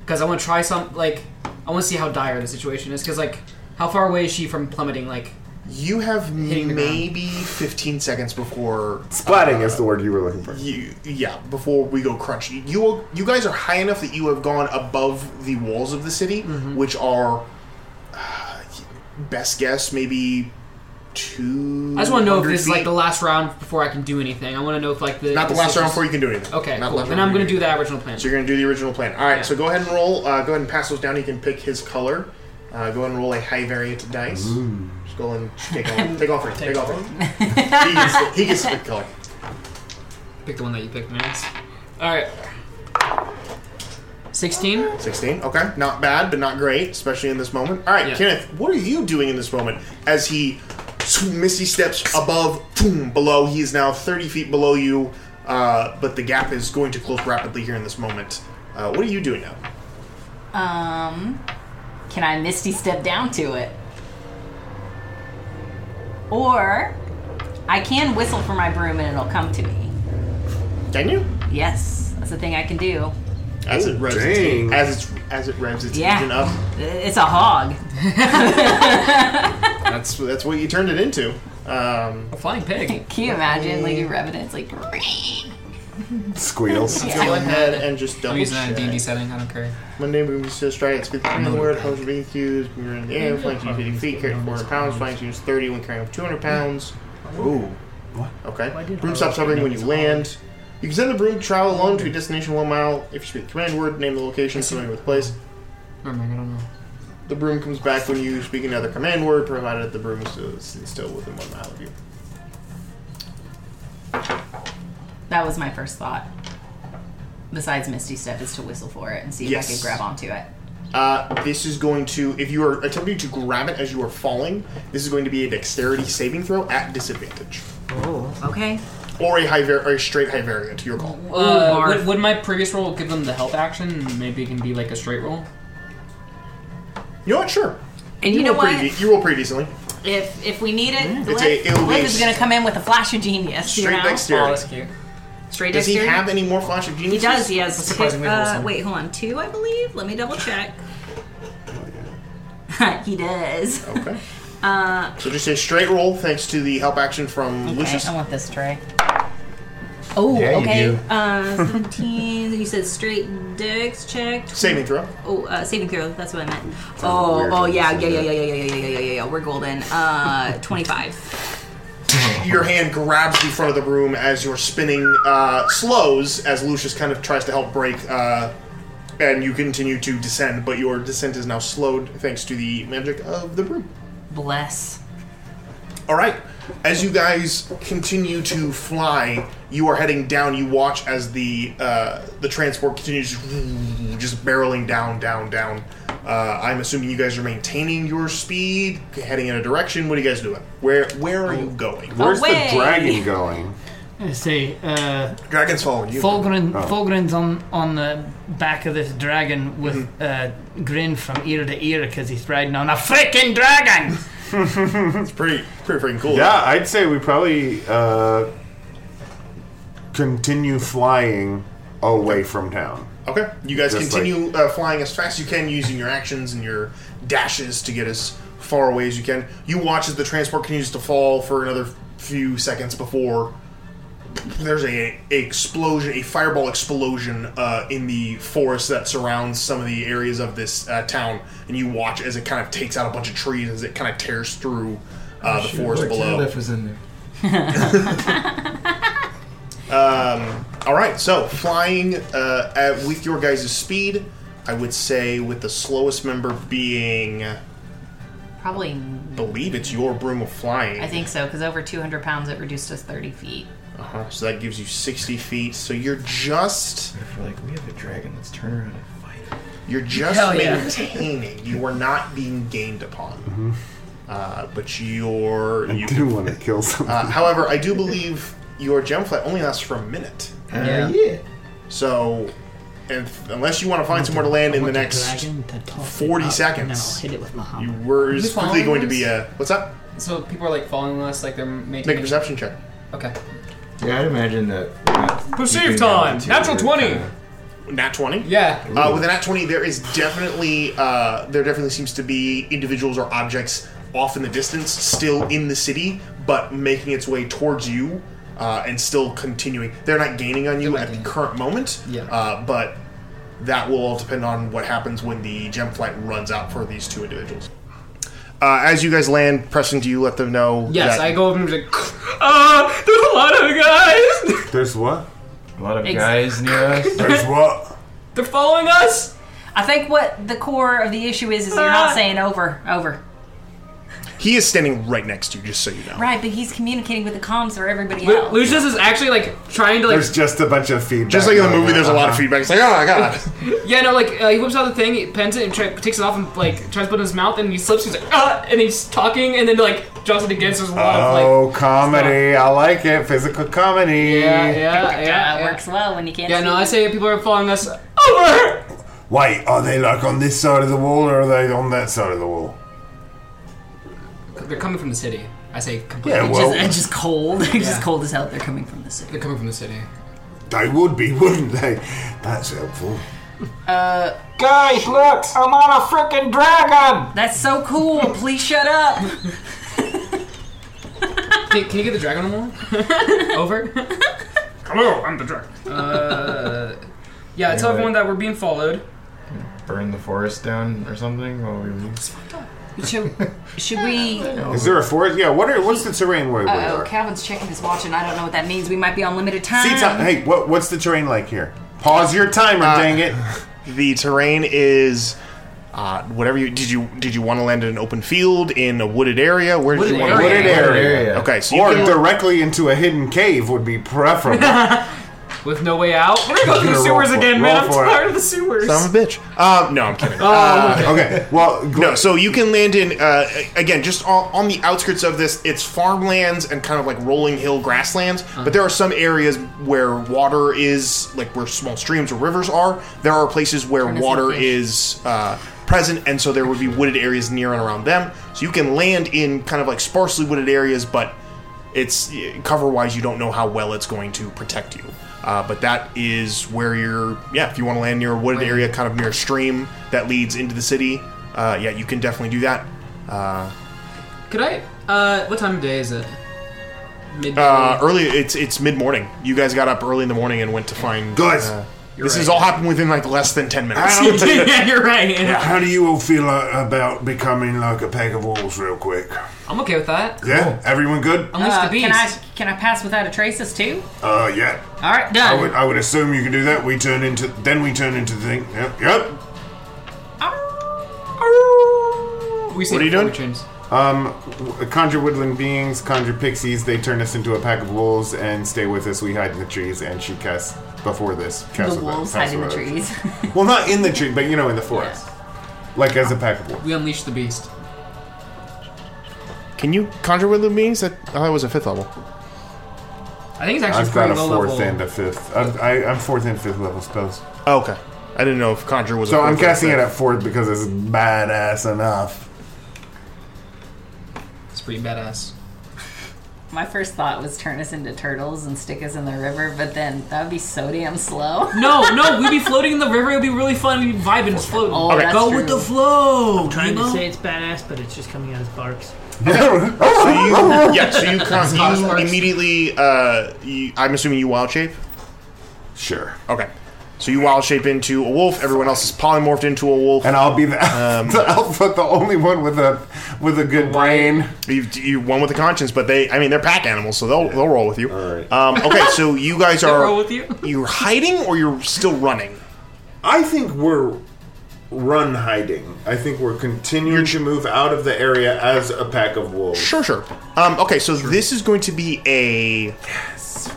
Speaker 8: because I want to try some like, I want to see how dire the situation is. Because like, how far away is she from plummeting? Like,
Speaker 3: you have maybe 15 seconds before
Speaker 7: Splatting is the word you were looking for.
Speaker 3: You, yeah, before we go crunchy, you you guys are high enough that you have gone above the walls of the city,
Speaker 8: Mm-hmm.
Speaker 3: which are uh, best guess maybe two.
Speaker 8: I just want to know if this is like the last round before I can do anything. I want to know if like the
Speaker 3: not the last round
Speaker 8: decisions-
Speaker 3: before you can do anything.
Speaker 8: Okay,
Speaker 3: not
Speaker 8: cool.
Speaker 3: last
Speaker 8: Then
Speaker 3: round
Speaker 8: I'm gonna
Speaker 3: before you
Speaker 8: do
Speaker 3: can
Speaker 8: the original plan.
Speaker 3: So you're gonna do the original plan. All right,
Speaker 8: Yeah.
Speaker 3: so go ahead and roll. Uh, go ahead and pass those down. You can pick his color. Uh, go ahead and roll a high variant dice.
Speaker 7: Ooh.
Speaker 3: Just go and take off. Take off. Take off. he gets to- he gets to pick color.
Speaker 8: Pick the one that you picked, man. All right. Sixteen.
Speaker 3: 16. Okay, not bad, but not great, especially in this moment. All right,
Speaker 8: Yeah.
Speaker 3: Kenneth, what are you doing in this moment? As he misty steps above, boom, below. He is now 30 feet below you, uh, but the gap is going to close rapidly here in this moment. Uh, what are you doing now?
Speaker 5: Um, can I misty step down to it? Or I can whistle for my broom and it'll come to me.
Speaker 3: Can you?
Speaker 5: Yes, that's a thing I can do.
Speaker 3: As it
Speaker 5: Oh,
Speaker 3: revs its
Speaker 5: dang.
Speaker 3: engine, as it's as it revs its
Speaker 5: Yeah.
Speaker 3: engine up.
Speaker 5: It's a hog.
Speaker 3: That's that's what you turned it into. Um,
Speaker 8: a flying pig.
Speaker 5: Can you imagine, like you rub it, and it's like.
Speaker 7: Squeals.
Speaker 3: Let's go ahead and just double
Speaker 8: I'm using that in
Speaker 3: check.
Speaker 8: a D&D setting. I don't care.
Speaker 3: My name is Mr. Strike. It's good to be in the word. How should be used? You're in the air. Flying to 50 feet, carrying 400 pounds. Flying to 30 when carrying 200 pounds. Ooh.
Speaker 7: What?
Speaker 3: Okay. Broom stops hovering when you land. You can send the broom to travel alone to a destination one mile. If you speak the command word, name the location, familiar with the place.
Speaker 8: Never mind, I don't know.
Speaker 3: The broom comes back when you speak another command word, provided the broom is still- is still within one mile of you.
Speaker 5: That was my first thought. Besides Misty Step, is to whistle for it and see if
Speaker 3: Yes.
Speaker 5: I could grab onto it.
Speaker 3: Uh, this is going to, if you are attempting to grab it as you are falling, this is going to be a dexterity saving throw at disadvantage.
Speaker 5: Oh, okay.
Speaker 3: or a high var- or a straight high variant. Your call.
Speaker 8: Uh, would, would my previous roll give them the health action? and Maybe it can be like a straight roll.
Speaker 3: You know what? Sure.
Speaker 5: And you know
Speaker 3: roll pretty
Speaker 5: what?
Speaker 3: de- you roll pretty decently.
Speaker 5: If if we need it,
Speaker 3: Mm. It's
Speaker 5: Liv,
Speaker 3: a- it'll be
Speaker 5: Liv is going to come in with a flash of genius. you
Speaker 3: Straight
Speaker 5: know?
Speaker 3: dexterity.
Speaker 5: Straight
Speaker 3: Does he
Speaker 5: dexterity.
Speaker 3: have any more flash of genius?
Speaker 5: He does. He has. Two,
Speaker 3: surprisingly
Speaker 5: uh,
Speaker 3: wholesome.
Speaker 5: wait, hold on. Two, I believe. Let me double check. he does.
Speaker 3: Okay.
Speaker 5: Uh,
Speaker 3: So just a straight roll, thanks to the help action from
Speaker 5: Okay,
Speaker 3: Lucius.
Speaker 5: I want this tray. oh,
Speaker 3: Yeah, you
Speaker 5: okay.
Speaker 3: do.
Speaker 5: Uh, Seventeen. you said straight dex check. tw-
Speaker 3: Saving throw.
Speaker 5: Oh, uh, saving throw. That's what I meant.
Speaker 3: Sounds
Speaker 5: Oh,
Speaker 3: weird
Speaker 5: oh
Speaker 3: when you
Speaker 5: yeah,
Speaker 3: said
Speaker 5: yeah, yeah,
Speaker 3: that.
Speaker 5: yeah, yeah, yeah, yeah, yeah, yeah, yeah, yeah. We're golden. Uh, twenty-five.
Speaker 3: Your hand grabs the front of the room as your spinning uh, slows as Lucius kind of tries to help break, uh, and you continue to descend, but your descent is now slowed thanks to the magic of the broom.
Speaker 5: Bless.
Speaker 3: All right. As you guys continue to fly, you are heading down. You watch as the uh, the transport continues just barreling down, down, down. Uh, I'm assuming you guys are maintaining your speed, heading in a direction. What are you guys doing? Where Where are you going?
Speaker 7: Where's the dragon going?
Speaker 9: I Eh, say, uh,
Speaker 3: Dragon's following you.
Speaker 9: Fulgrin,
Speaker 7: Oh.
Speaker 9: Fulgrin's on, on the back of this dragon with
Speaker 7: Mm-hmm.
Speaker 9: uh, grin from ear to ear because he's riding on a freaking dragon.
Speaker 3: it's pretty, pretty freaking cool.
Speaker 7: Yeah, I'd say we probably uh, continue flying away from town.
Speaker 3: Okay. You guys
Speaker 7: Just
Speaker 3: continue uh, flying as fast as you can, using your actions and your dashes to get as far away as you can. You watch as the transport continues to fall for another few seconds before there's a, a explosion, a fireball explosion uh, in the forest that surrounds some of the areas of this uh, town, and you watch as it kind of takes out a bunch of trees as it kind of tears through uh, the forest below.
Speaker 4: If was in there.
Speaker 3: Um, all right, so flying uh, at, with your guys' speed, I would say with the slowest member being,
Speaker 5: Probably.
Speaker 3: believe it's your broom of flying.
Speaker 5: I think so because over two hundred pounds, it reduced us thirty feet.
Speaker 3: Uh-huh, so that gives you sixty feet. So you're just.
Speaker 4: like we have a dragon. Let's turn around and fight.
Speaker 3: You're just
Speaker 4: Hell yeah.
Speaker 3: maintaining. You are not being gained upon.
Speaker 7: mm-hmm.
Speaker 3: Uh, but you're.
Speaker 7: I
Speaker 3: you-
Speaker 7: do want to kill something.
Speaker 3: Uh, however, I do believe your gem flight only lasts for a minute.
Speaker 7: Uh, Yeah. yeah.
Speaker 3: So, and unless you want to find somewhere to land in the next forty seconds,
Speaker 9: hit it with my
Speaker 3: you were is quickly going to be a what's up?
Speaker 8: So people are like following us, like they're making.
Speaker 3: Make a perception check.
Speaker 8: Okay.
Speaker 4: Yeah, I'd imagine that.
Speaker 8: Perceived time. Natural twenty.
Speaker 3: Nat twenty.
Speaker 8: Yeah.
Speaker 3: Uh, with an at twenty, there is definitely uh, there definitely seems to be individuals or objects off in the distance, still in the city, but making its way towards you uh, and still continuing. They're not gaining on you at the current moment,
Speaker 8: Yeah.
Speaker 3: uh, but that will all depend on what happens when the gem flight runs out for these two individuals. Uh, as you guys land, Preston, do you let them know?
Speaker 8: Yes,
Speaker 3: that-
Speaker 8: I go over and be like, ah, there's a lot of guys.
Speaker 7: There's what?
Speaker 4: A lot of
Speaker 5: Ex-
Speaker 4: guys near us.
Speaker 7: There's what?
Speaker 8: They're following us.
Speaker 5: I think what the core of the issue is is you're
Speaker 8: Ah.
Speaker 5: not saying over, over.
Speaker 3: He is standing right next to you, just so you know.
Speaker 5: Right, but he's communicating with the comms for everybody
Speaker 8: Lu-
Speaker 5: else.
Speaker 8: Lucius is actually like trying to like.
Speaker 7: There's just a bunch of feedback.
Speaker 3: Just like in the
Speaker 7: going
Speaker 3: movie,
Speaker 7: on.
Speaker 3: there's a lot of
Speaker 7: Uh-huh.
Speaker 3: feedback. It's like, oh my god.
Speaker 8: yeah, no, like uh, he whips out the thing, he pens it, and tra- takes it off, and like tries to put it in his mouth, and he slips. He's like, ah, and he's talking, and then like jumps it against. There's a lot of like.
Speaker 7: Oh, comedy. I like it. Physical comedy.
Speaker 8: Yeah, yeah, yeah.
Speaker 5: It works well when you can't.
Speaker 8: Yeah, no, I say people are following us.
Speaker 7: Wait, are they like on this side of the wall or are they on that side of the wall?
Speaker 8: They're coming from the city. I say completely.
Speaker 7: Yeah, well.
Speaker 5: It's just cold. It's
Speaker 8: Yeah.
Speaker 5: just cold as hell. They're coming from the city.
Speaker 8: They're coming from the city.
Speaker 7: They would be, wouldn't they? That's helpful.
Speaker 5: Uh,
Speaker 9: Eh, Guys, look! I'm on a freaking dragon!
Speaker 5: That's so cool. Please shut up.
Speaker 8: can, can you get the dragon one more? Over. Hello, I'm the dragon. Uh, yeah,
Speaker 4: Anyway.
Speaker 8: tell everyone that we're being followed.
Speaker 4: Burn the forest down or something while we leave.
Speaker 5: Should, should we?
Speaker 7: Is there a forest? Yeah. What are? What's the terrain where we
Speaker 5: Uh oh,
Speaker 7: are?
Speaker 5: Calvin's checking his watch, and I don't know what that means. We might be on limited time.
Speaker 7: See, time. Hey, what, what's the terrain like here? Pause your timer, dang it.
Speaker 3: Uh, The terrain is uh, whatever you did. You did you want to land in an open field in a wooded area? Where did
Speaker 7: Wooded
Speaker 3: you want
Speaker 7: area.
Speaker 3: to
Speaker 7: Wooded area.
Speaker 3: Okay, so you
Speaker 7: or
Speaker 3: can,
Speaker 7: directly into a hidden cave would be preferable.
Speaker 8: With no way out, we're gonna go through the
Speaker 3: Roll
Speaker 8: sewers
Speaker 3: for it.
Speaker 8: again, man.
Speaker 3: Roll
Speaker 8: I'm
Speaker 3: for it.
Speaker 8: tired of the sewers.
Speaker 3: Son of a bitch. Um, no, I'm kidding.
Speaker 8: Oh,
Speaker 3: Uh,
Speaker 8: okay.
Speaker 3: okay. Well, no. So you can land in uh, again, just on, on the outskirts of this. It's farmlands and kind of like rolling hill grasslands,
Speaker 8: Uh-huh.
Speaker 3: but there are some areas where water is like where small streams or rivers are. There are places where
Speaker 10: Turn us
Speaker 3: water
Speaker 10: into fish.
Speaker 3: is uh, present, and so there would be wooded areas near and around them. So you can land in kind of like sparsely wooded areas, but it's cover wise, you don't know how well it's going to protect you. Uh, but that is where you're, yeah, if you want to land near a wooded area, kind of near a stream that leads into the city, uh, yeah, you can definitely do that. Uh,
Speaker 8: Could I? Uh, what time of day is it? Midday.
Speaker 3: uh, early, it's it's mid morning. You guys got up early in the morning and went to find.
Speaker 11: Guys,
Speaker 3: uh,
Speaker 11: you're
Speaker 3: this
Speaker 11: right.
Speaker 3: has all happened within like less than ten minutes.
Speaker 11: I don't-
Speaker 8: right.
Speaker 11: How do you all feel uh, about becoming like a pack of wolves, real quick?
Speaker 8: I'm okay with that.
Speaker 11: Yeah, everyone good?
Speaker 5: Uh, Can I can I pass without a traces too?
Speaker 11: Uh, yeah.
Speaker 5: All right,
Speaker 11: I
Speaker 5: done.
Speaker 11: would, I would assume you can do that. We turn into, then we turn into the thing. Yep, yep.
Speaker 8: We
Speaker 7: what are you doing? Um, w- conjure woodland beings, conjure pixies. They turn us into a pack of wolves and stay with us. We hide in the trees. And she casts before this. Cast
Speaker 5: the
Speaker 7: with
Speaker 5: wolves
Speaker 7: us,
Speaker 5: hide in the
Speaker 7: with us.
Speaker 5: trees.
Speaker 7: well, not in the tree, but you know, in the forest, like as a pack of wolves.
Speaker 8: We unleash the beast.
Speaker 3: Can you conjure with living beings? That I thought it was a fifth level.
Speaker 8: I think it's actually
Speaker 7: I've got
Speaker 8: pretty
Speaker 7: a
Speaker 8: low
Speaker 7: fourth
Speaker 8: level.
Speaker 7: and a fifth. I'm, I, I'm fourth and fifth level spells.
Speaker 3: Oh, okay. I didn't know if conjure was.
Speaker 7: So
Speaker 3: i
Speaker 7: I'm casting it at fourth because it's badass enough.
Speaker 8: It's pretty badass.
Speaker 5: My first thought was turn us into turtles and stick us in the river, but then that would be so damn slow.
Speaker 8: No, no, we'd be floating in the river. It'd be really fun. We'd be vibing, just floating.
Speaker 5: Oh, that's
Speaker 8: go
Speaker 5: true.
Speaker 8: with the flow.
Speaker 9: I'm Oh, trying
Speaker 8: you
Speaker 9: to
Speaker 8: know?
Speaker 9: say it's badass, but it's just coming out as barks.
Speaker 3: so you, yeah, so you,
Speaker 9: That's
Speaker 3: con-
Speaker 9: how it
Speaker 3: you
Speaker 9: works.
Speaker 3: immediately. Uh, you, I'm assuming you wild shape.
Speaker 7: Sure.
Speaker 3: Okay. So you wild shape into a wolf. Everyone else is polymorphed into a wolf, Um,
Speaker 7: and I'll be the, the alpha, the only one with a with a good brain.
Speaker 3: You, you one with a conscience, but they. I mean, they're pack animals, so they'll they'll roll with you. All right. Um, okay, so you guys
Speaker 8: They
Speaker 3: are
Speaker 8: roll with you?
Speaker 3: are hiding or you're still running.
Speaker 7: I think we're run hiding. I think we're continuing to move out of the area as a pack of wolves.
Speaker 3: Sure, sure. Um, okay, so this is going to be a.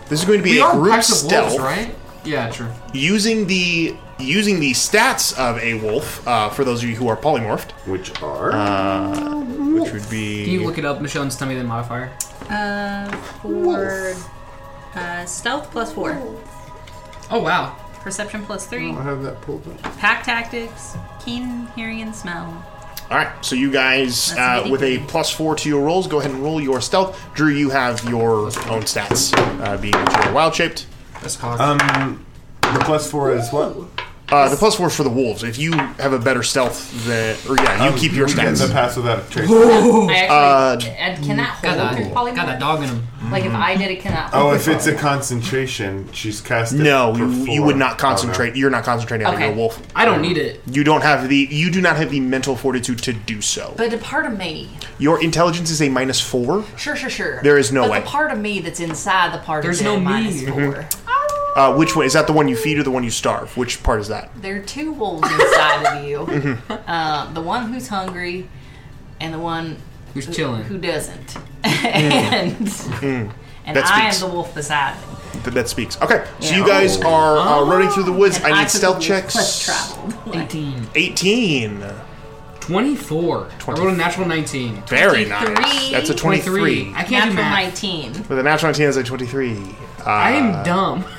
Speaker 3: This is going to be
Speaker 8: We
Speaker 3: a
Speaker 8: are
Speaker 3: group
Speaker 8: packs of wolves,
Speaker 3: stealth,
Speaker 8: right? Yeah, true.
Speaker 3: Using the using the stats of a wolf uh, for those of you who are polymorphed,
Speaker 7: which are
Speaker 3: uh, which would
Speaker 8: Can
Speaker 3: be
Speaker 8: you look it up, Michelle, and just tell me the modifier?
Speaker 5: Uh, for uh, stealth plus four,
Speaker 8: Oh wow.
Speaker 5: perception plus three,
Speaker 7: have that pulled up.
Speaker 5: pack tactics, keen hearing and smell.
Speaker 3: All right, so you guys
Speaker 5: That's
Speaker 3: uh, with a plus four to your rolls, go ahead and roll your stealth. Drew, you have your own stats, uh, being that you're wild shaped.
Speaker 8: That's
Speaker 7: Um, the plus four is what?
Speaker 3: Uh, the plus four is for the wolves. If you have a better stealth, than, or yeah, you
Speaker 7: Um,
Speaker 3: keep your
Speaker 7: we get
Speaker 3: stats. Uh,
Speaker 7: the pass without a trace.
Speaker 5: I actually, and can that hold
Speaker 8: got
Speaker 5: through
Speaker 8: that-
Speaker 5: polymorph?
Speaker 8: got that dog in Mm-hmm. him.
Speaker 5: Like if I did it, can that?
Speaker 7: Oh,
Speaker 5: hold
Speaker 7: if
Speaker 5: through
Speaker 7: it's a concentration, she's casting.
Speaker 3: no, you, you would not concentrate. You're not concentrating on
Speaker 5: Okay.
Speaker 3: your wolf.
Speaker 5: I don't need it.
Speaker 3: You don't have the. You do not have the mental fortitude to do so.
Speaker 5: But a part of me,
Speaker 3: Your intelligence is a minus four.
Speaker 5: sure, sure, sure.
Speaker 3: There is no
Speaker 5: but
Speaker 3: way.
Speaker 5: The part of me that's inside the part
Speaker 8: There's
Speaker 5: of
Speaker 8: no
Speaker 5: the
Speaker 8: me.
Speaker 5: minus four.
Speaker 3: Uh, which one is that? The one you feed or the one you starve? Which part is that?
Speaker 5: There are two wolves inside of you.
Speaker 3: Mhm.
Speaker 5: Uh, the one who's hungry, and the one
Speaker 8: who's
Speaker 3: chilling.
Speaker 5: who doesn't. and
Speaker 3: Mm.
Speaker 5: and
Speaker 3: That
Speaker 5: I am
Speaker 3: speaks.
Speaker 5: the wolf beside me.
Speaker 3: Th- that speaks. Okay, so you
Speaker 5: Yeah.
Speaker 3: guys
Speaker 5: Oh.
Speaker 3: are uh, running through the woods.
Speaker 5: And
Speaker 3: I need
Speaker 5: took
Speaker 3: stealth
Speaker 5: the wolf
Speaker 3: checks.
Speaker 5: less traveled.
Speaker 8: 18.
Speaker 3: 18.
Speaker 8: 24. I rolled a natural 19.
Speaker 3: Very nice. That's a 23.
Speaker 8: I can't do
Speaker 5: Natural
Speaker 8: math.
Speaker 5: 19.
Speaker 3: With a natural 19, that's a 23. Uh,
Speaker 8: I am dumb.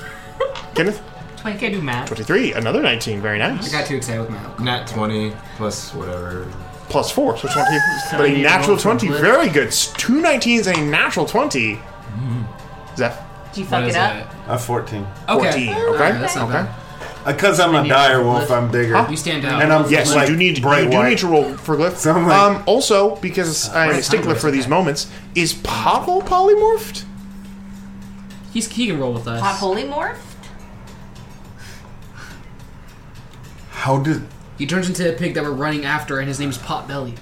Speaker 3: Kenneth?
Speaker 8: I can't do math.
Speaker 3: 23. Another 19. Very nice.
Speaker 8: I got too excited with math.
Speaker 3: Nat 20 plus whatever. Plus 4. So 20. but a
Speaker 8: you
Speaker 3: natural
Speaker 8: rolled for
Speaker 3: 20.
Speaker 8: blitz.
Speaker 3: Very good. S- Two 19s and a natural 20. Mm-hmm. Zeph?
Speaker 5: Did you
Speaker 7: fuck What it is up?
Speaker 3: A 14.
Speaker 7: Okay.
Speaker 3: 14. Okay.
Speaker 7: Alright, that's not
Speaker 3: okay.
Speaker 7: Because Uh, I'm a dire wolf, I'm bigger.
Speaker 3: Huh? You stand out.
Speaker 7: And I'm
Speaker 3: Yes, you
Speaker 7: like
Speaker 3: do need-
Speaker 7: bright
Speaker 3: you do
Speaker 7: white.
Speaker 3: need to roll for glyph.
Speaker 7: So I'm like,
Speaker 3: Um, also, because I am a stickler for these moments, is Pothole polymorphed?
Speaker 8: He's, he can roll with us.
Speaker 5: Hot holy morph?
Speaker 7: how did
Speaker 8: He turns into a pig that we're running after, and his name's Potbelly.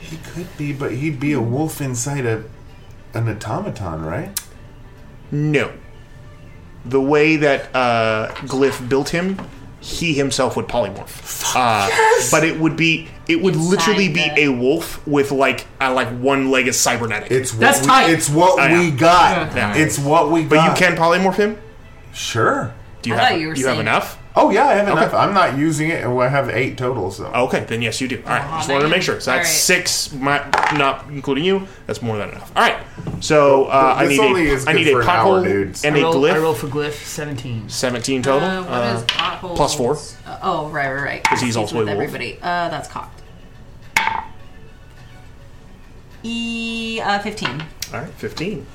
Speaker 7: he could be? But he'd be a wolf inside a an automaton, right?
Speaker 3: No. The way that uh, Glyph built him, he himself would polymorph. Uh, But it would be it would literally be a wolf with like a, like one leg is cybernetic.
Speaker 7: It's what That's we- tight. it's what we got. It's what we
Speaker 3: But
Speaker 7: got.
Speaker 3: you can polymorph him.
Speaker 7: Sure.
Speaker 3: Do you I have- thought you were you have saying- enough?
Speaker 7: Oh yeah, I have
Speaker 3: Okay.
Speaker 7: enough. I'm not using it, and I have eight total. So
Speaker 3: Okay, then yes, you do. All right, just wanted to make sure. So that's six, my, not including you. That's more than enough. All right, so uh, I
Speaker 7: This
Speaker 3: need
Speaker 7: only
Speaker 3: a
Speaker 7: is
Speaker 3: I
Speaker 7: good
Speaker 3: need a
Speaker 7: for an
Speaker 3: pothole
Speaker 7: hour, dudes.
Speaker 3: and
Speaker 9: I
Speaker 3: a
Speaker 9: roll, I
Speaker 3: glyph.
Speaker 9: roll for glyph 17.
Speaker 3: 17 total.
Speaker 9: Uh, what is potholes?
Speaker 3: plus four.
Speaker 10: Uh, oh, right, right, right.
Speaker 3: 'Cause he's also a
Speaker 10: with
Speaker 3: wolf.
Speaker 10: everybody. Uh, that's cocked. E uh, fifteen.
Speaker 3: All right, 15.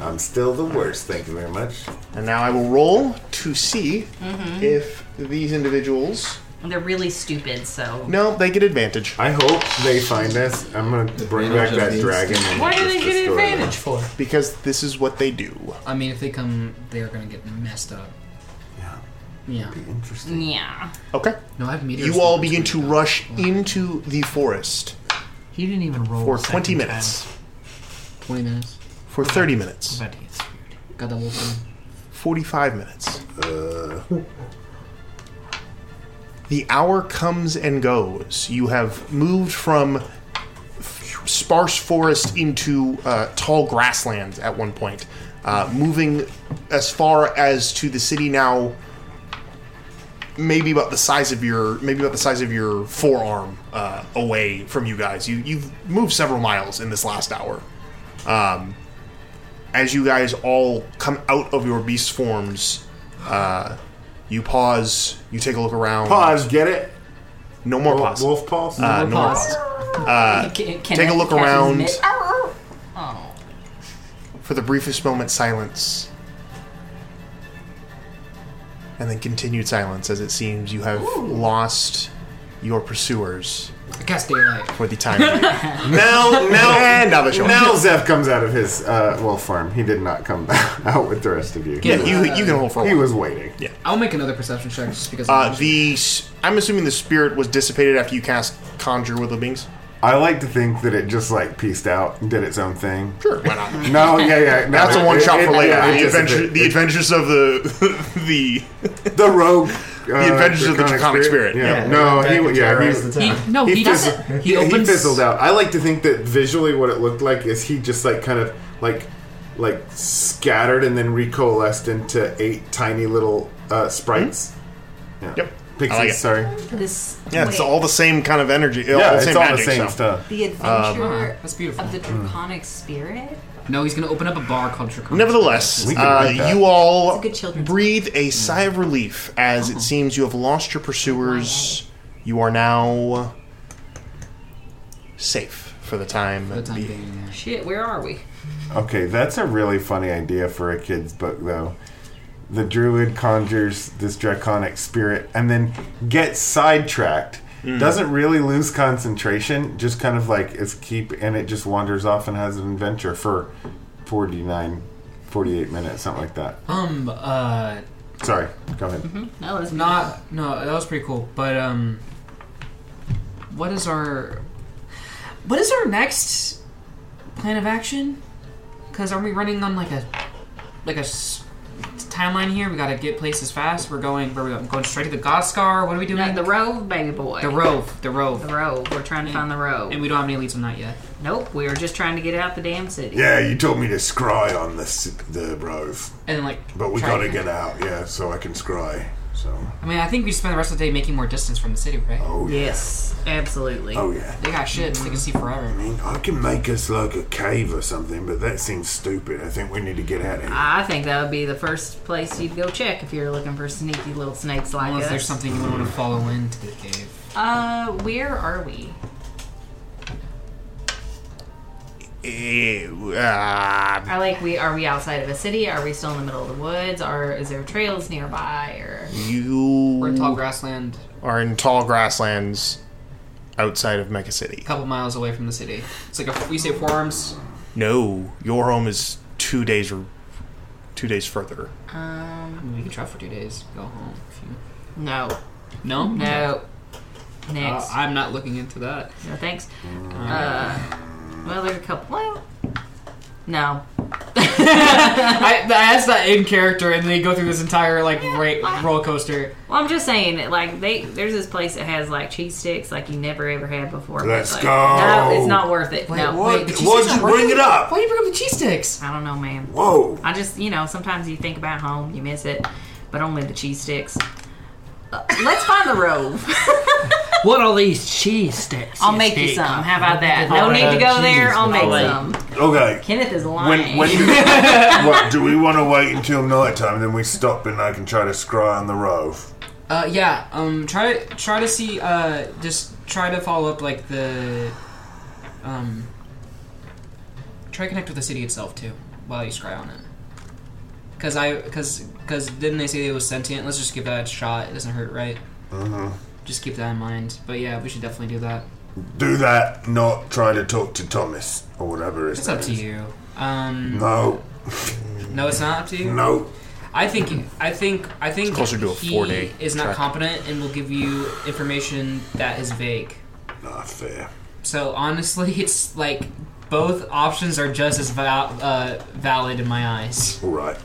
Speaker 7: I'm still the worst. Thank you very much.
Speaker 3: And now I will roll to see
Speaker 9: Mm-hmm.
Speaker 10: Mhm.
Speaker 3: if these individuals.
Speaker 10: They're really stupid, so.
Speaker 3: No, they get advantage.
Speaker 7: I hope they find this. I'm gonna bring back
Speaker 3: Advantage
Speaker 7: that
Speaker 3: means-
Speaker 7: dragon. and
Speaker 3: Why do
Speaker 7: just
Speaker 3: they get
Speaker 7: destroy them.
Speaker 3: advantage for? Because this is what they do.
Speaker 8: I mean, if they come, they are going to get messed up. Yeah. Yeah.
Speaker 7: interesting.
Speaker 10: Yeah.
Speaker 3: Okay.
Speaker 8: No, I have meteor.
Speaker 3: You all begin to rush into the forest.
Speaker 9: He didn't even roll
Speaker 3: for
Speaker 9: the
Speaker 3: twenty
Speaker 9: second
Speaker 3: minutes.
Speaker 8: Twenty minutes.
Speaker 3: For thirty minutes.
Speaker 8: Got that wolf
Speaker 3: Forty-five minutes.
Speaker 9: Uh.
Speaker 3: The hour comes and goes. You have moved from f- sparse forest into uh, tall grasslands at one point, uh, moving as far as to the city now. Maybe about the size of your maybe about the size of your forearm uh, away from you guys. You you've moved several miles in this last hour. Um, as you guys all come out of your beast forms, uh, you pause. You take a look around.
Speaker 7: Pause. Get it?
Speaker 3: No more
Speaker 7: Wolf-
Speaker 3: pause.
Speaker 7: wolf pause?
Speaker 3: Uh,
Speaker 7: No
Speaker 3: no
Speaker 7: more
Speaker 3: more
Speaker 7: pause.
Speaker 3: pause. Uh,
Speaker 10: Can- can
Speaker 3: take a
Speaker 10: I
Speaker 3: look
Speaker 10: catch his
Speaker 3: around.
Speaker 10: mid- Oh.
Speaker 3: For the briefest moment, silence. And then continued silence as it seems you have lost your pursuers
Speaker 8: I cast daylight.
Speaker 3: for the time being.
Speaker 7: Now, now,
Speaker 3: And now the show.
Speaker 7: Now Zev comes out of his uh, wolf farm. He did not come out with the rest of you.
Speaker 3: Yeah, you- you can hold for a
Speaker 7: He
Speaker 3: while.
Speaker 7: was waiting.
Speaker 3: Yeah.
Speaker 8: I'll make another perception check just because. I'm
Speaker 3: Uh, the s- I'm assuming the spirit was dissipated after you cast conjure with the wings.
Speaker 7: I like to think that it just like pieced out and did its own thing.
Speaker 3: Sure, why not?
Speaker 7: no, yeah, yeah. No,
Speaker 3: That's a
Speaker 7: it-
Speaker 3: one shot
Speaker 7: it-
Speaker 3: for
Speaker 7: it-
Speaker 3: later.
Speaker 7: yeah, it
Speaker 3: the,
Speaker 7: just-
Speaker 3: adventure, the adventures of the the
Speaker 7: the rogue. uh,
Speaker 3: the adventures of the draconic spirit.
Speaker 7: Yeah. No, he w- yeah, he,
Speaker 8: He- no, he
Speaker 7: fizzled-
Speaker 8: doesn't- he
Speaker 7: He, he
Speaker 8: opens-
Speaker 7: fizzled out. I like to think that visually, what it looked like is he just like kind of like like scattered and then recoalesced into eight tiny little uh, sprites. Yep. Pixies.
Speaker 3: Mm-hmm. I like it.
Speaker 7: sorry.
Speaker 10: This.
Speaker 3: Yeah, it's
Speaker 10: wait.
Speaker 3: all the same kind of energy.
Speaker 7: Yeah,
Speaker 3: all the
Speaker 7: it's
Speaker 3: same
Speaker 7: all the
Speaker 3: magic,
Speaker 7: same
Speaker 3: so.
Speaker 7: stuff.
Speaker 10: The
Speaker 3: Um,
Speaker 10: adventure
Speaker 8: of
Speaker 10: the draconic spirit.
Speaker 8: No, he's going to open up a bar called Draconic.
Speaker 3: Nevertheless,
Speaker 8: We can
Speaker 3: uh,
Speaker 8: write that.
Speaker 3: you all breathe a sigh of relief as it seems you have lost your pursuers. You are now safe for the time, being.
Speaker 10: Shit, where are we?
Speaker 7: Okay, that's a really funny idea for a kid's book, though. The druid conjures this draconic spirit and then gets sidetracked.
Speaker 3: Mm.
Speaker 7: Doesn't really lose concentration, just kind of like it's keep and it just wanders off and has an adventure for 49, 48 minutes, something like that.
Speaker 8: Um, uh.
Speaker 7: Sorry, go ahead.
Speaker 10: No, that's
Speaker 8: not. No, that was pretty cool. But, um. What is our. What is our next plan of action? Because aren't we running on like a. Like a. s- Timeline here. We gotta get places fast. We're going. Where are we going? Going straight to the Godscar. What are we doing?
Speaker 10: the Rove, baby boy.
Speaker 8: The Rove. The Rove.
Speaker 10: The Rove. We're trying to find the Rove.
Speaker 8: And we don't have any leads on that yet.
Speaker 10: Nope, we were just trying to get out the damn city.
Speaker 11: Yeah, you told me to scry on the s- the rove.
Speaker 8: And like,
Speaker 11: but we
Speaker 8: try
Speaker 11: gotta
Speaker 8: to-
Speaker 11: get out, yeah, so I can scry. So
Speaker 8: I mean, I think we spend the rest of the day making more distance from the city, right?
Speaker 11: Oh, yeah.
Speaker 10: Yes, absolutely.
Speaker 11: Oh, yeah.
Speaker 8: They got shit. They can see forever.
Speaker 11: I mean, I can make us like a cave or something, but that seems stupid. I think we need to get out of here.
Speaker 10: I think that would be the first place you'd go check if you're looking for sneaky little snakes like
Speaker 8: Unless
Speaker 10: us.
Speaker 8: there's something you would want to follow into the cave.
Speaker 10: Uh, where are we?
Speaker 3: Eh, uh,
Speaker 10: Are like we are we outside of a city? Are we still in the middle of the woods? Or is there trails nearby? Or
Speaker 3: you
Speaker 8: We're in tall grassland,
Speaker 3: are in tall grasslands outside of Mecha
Speaker 8: a
Speaker 3: City.
Speaker 8: couple miles away from the city. It's like a, we say forearms.
Speaker 3: No, your home is two days or two days further.
Speaker 8: I mean, we can try for two days. Go home. If you...
Speaker 10: Um, no,
Speaker 8: No,
Speaker 10: no.
Speaker 8: Uh,
Speaker 10: Next, Uh,
Speaker 8: I'm not looking into that.
Speaker 10: no thanks. Uh, well, there's a couple. Well, no,
Speaker 12: I, that's not in character, and they go through this entire like ra- roller coaster.
Speaker 10: Well, I'm just saying, that, like they there's this place that has like cheese sticks like you never ever had before. It's
Speaker 11: Let's
Speaker 10: like,
Speaker 11: go.
Speaker 10: No, it's not worth it.
Speaker 11: Wait,
Speaker 10: no,
Speaker 11: what?
Speaker 10: wait, the cheese
Speaker 11: Why'd
Speaker 10: sticks
Speaker 11: you
Speaker 10: aren't
Speaker 11: bring
Speaker 10: worth
Speaker 11: it up?
Speaker 10: Why do you bring up the cheese sticks? I don't know, man.
Speaker 11: Whoa.
Speaker 10: I just you know sometimes you think about home, you miss it, but only the cheese sticks. Uh, let's find the rove.
Speaker 9: What are these cheese sticks?
Speaker 10: I'll make you
Speaker 9: take?
Speaker 10: some. How about that? No
Speaker 9: Oh,
Speaker 10: need to go there.
Speaker 9: Jesus,
Speaker 10: I'll make
Speaker 9: Ollie.
Speaker 10: some.
Speaker 11: Okay.
Speaker 10: Kenneth is
Speaker 11: When,
Speaker 10: lying.
Speaker 11: when do, what, do we want to wait until night time and then we stop and I can try to scry on the rove?
Speaker 8: Uh, yeah. Um, try try to see. Uh, just try to follow up like the. Um. Try to connect with the city itself too, while you scry on it. Cause I, cause, cause didn't they say it was sentient? Let's just give that a shot. It doesn't hurt, right?
Speaker 11: Mhm.
Speaker 8: Just keep that in mind. But yeah, we should definitely do that.
Speaker 11: Do that, not try to talk to Thomas or whatever his
Speaker 8: It's
Speaker 11: name
Speaker 8: up to
Speaker 11: is.
Speaker 8: you. Um.
Speaker 11: No.
Speaker 8: No, it's not up to you.
Speaker 11: No.
Speaker 8: I think I think I think
Speaker 3: It's closer to a
Speaker 8: he
Speaker 3: four-day
Speaker 8: is not
Speaker 3: track.
Speaker 8: competent and will give you information that is vague.
Speaker 11: Not fair.
Speaker 8: So honestly, it's like both options are just as val- uh, valid in my eyes.
Speaker 11: All right.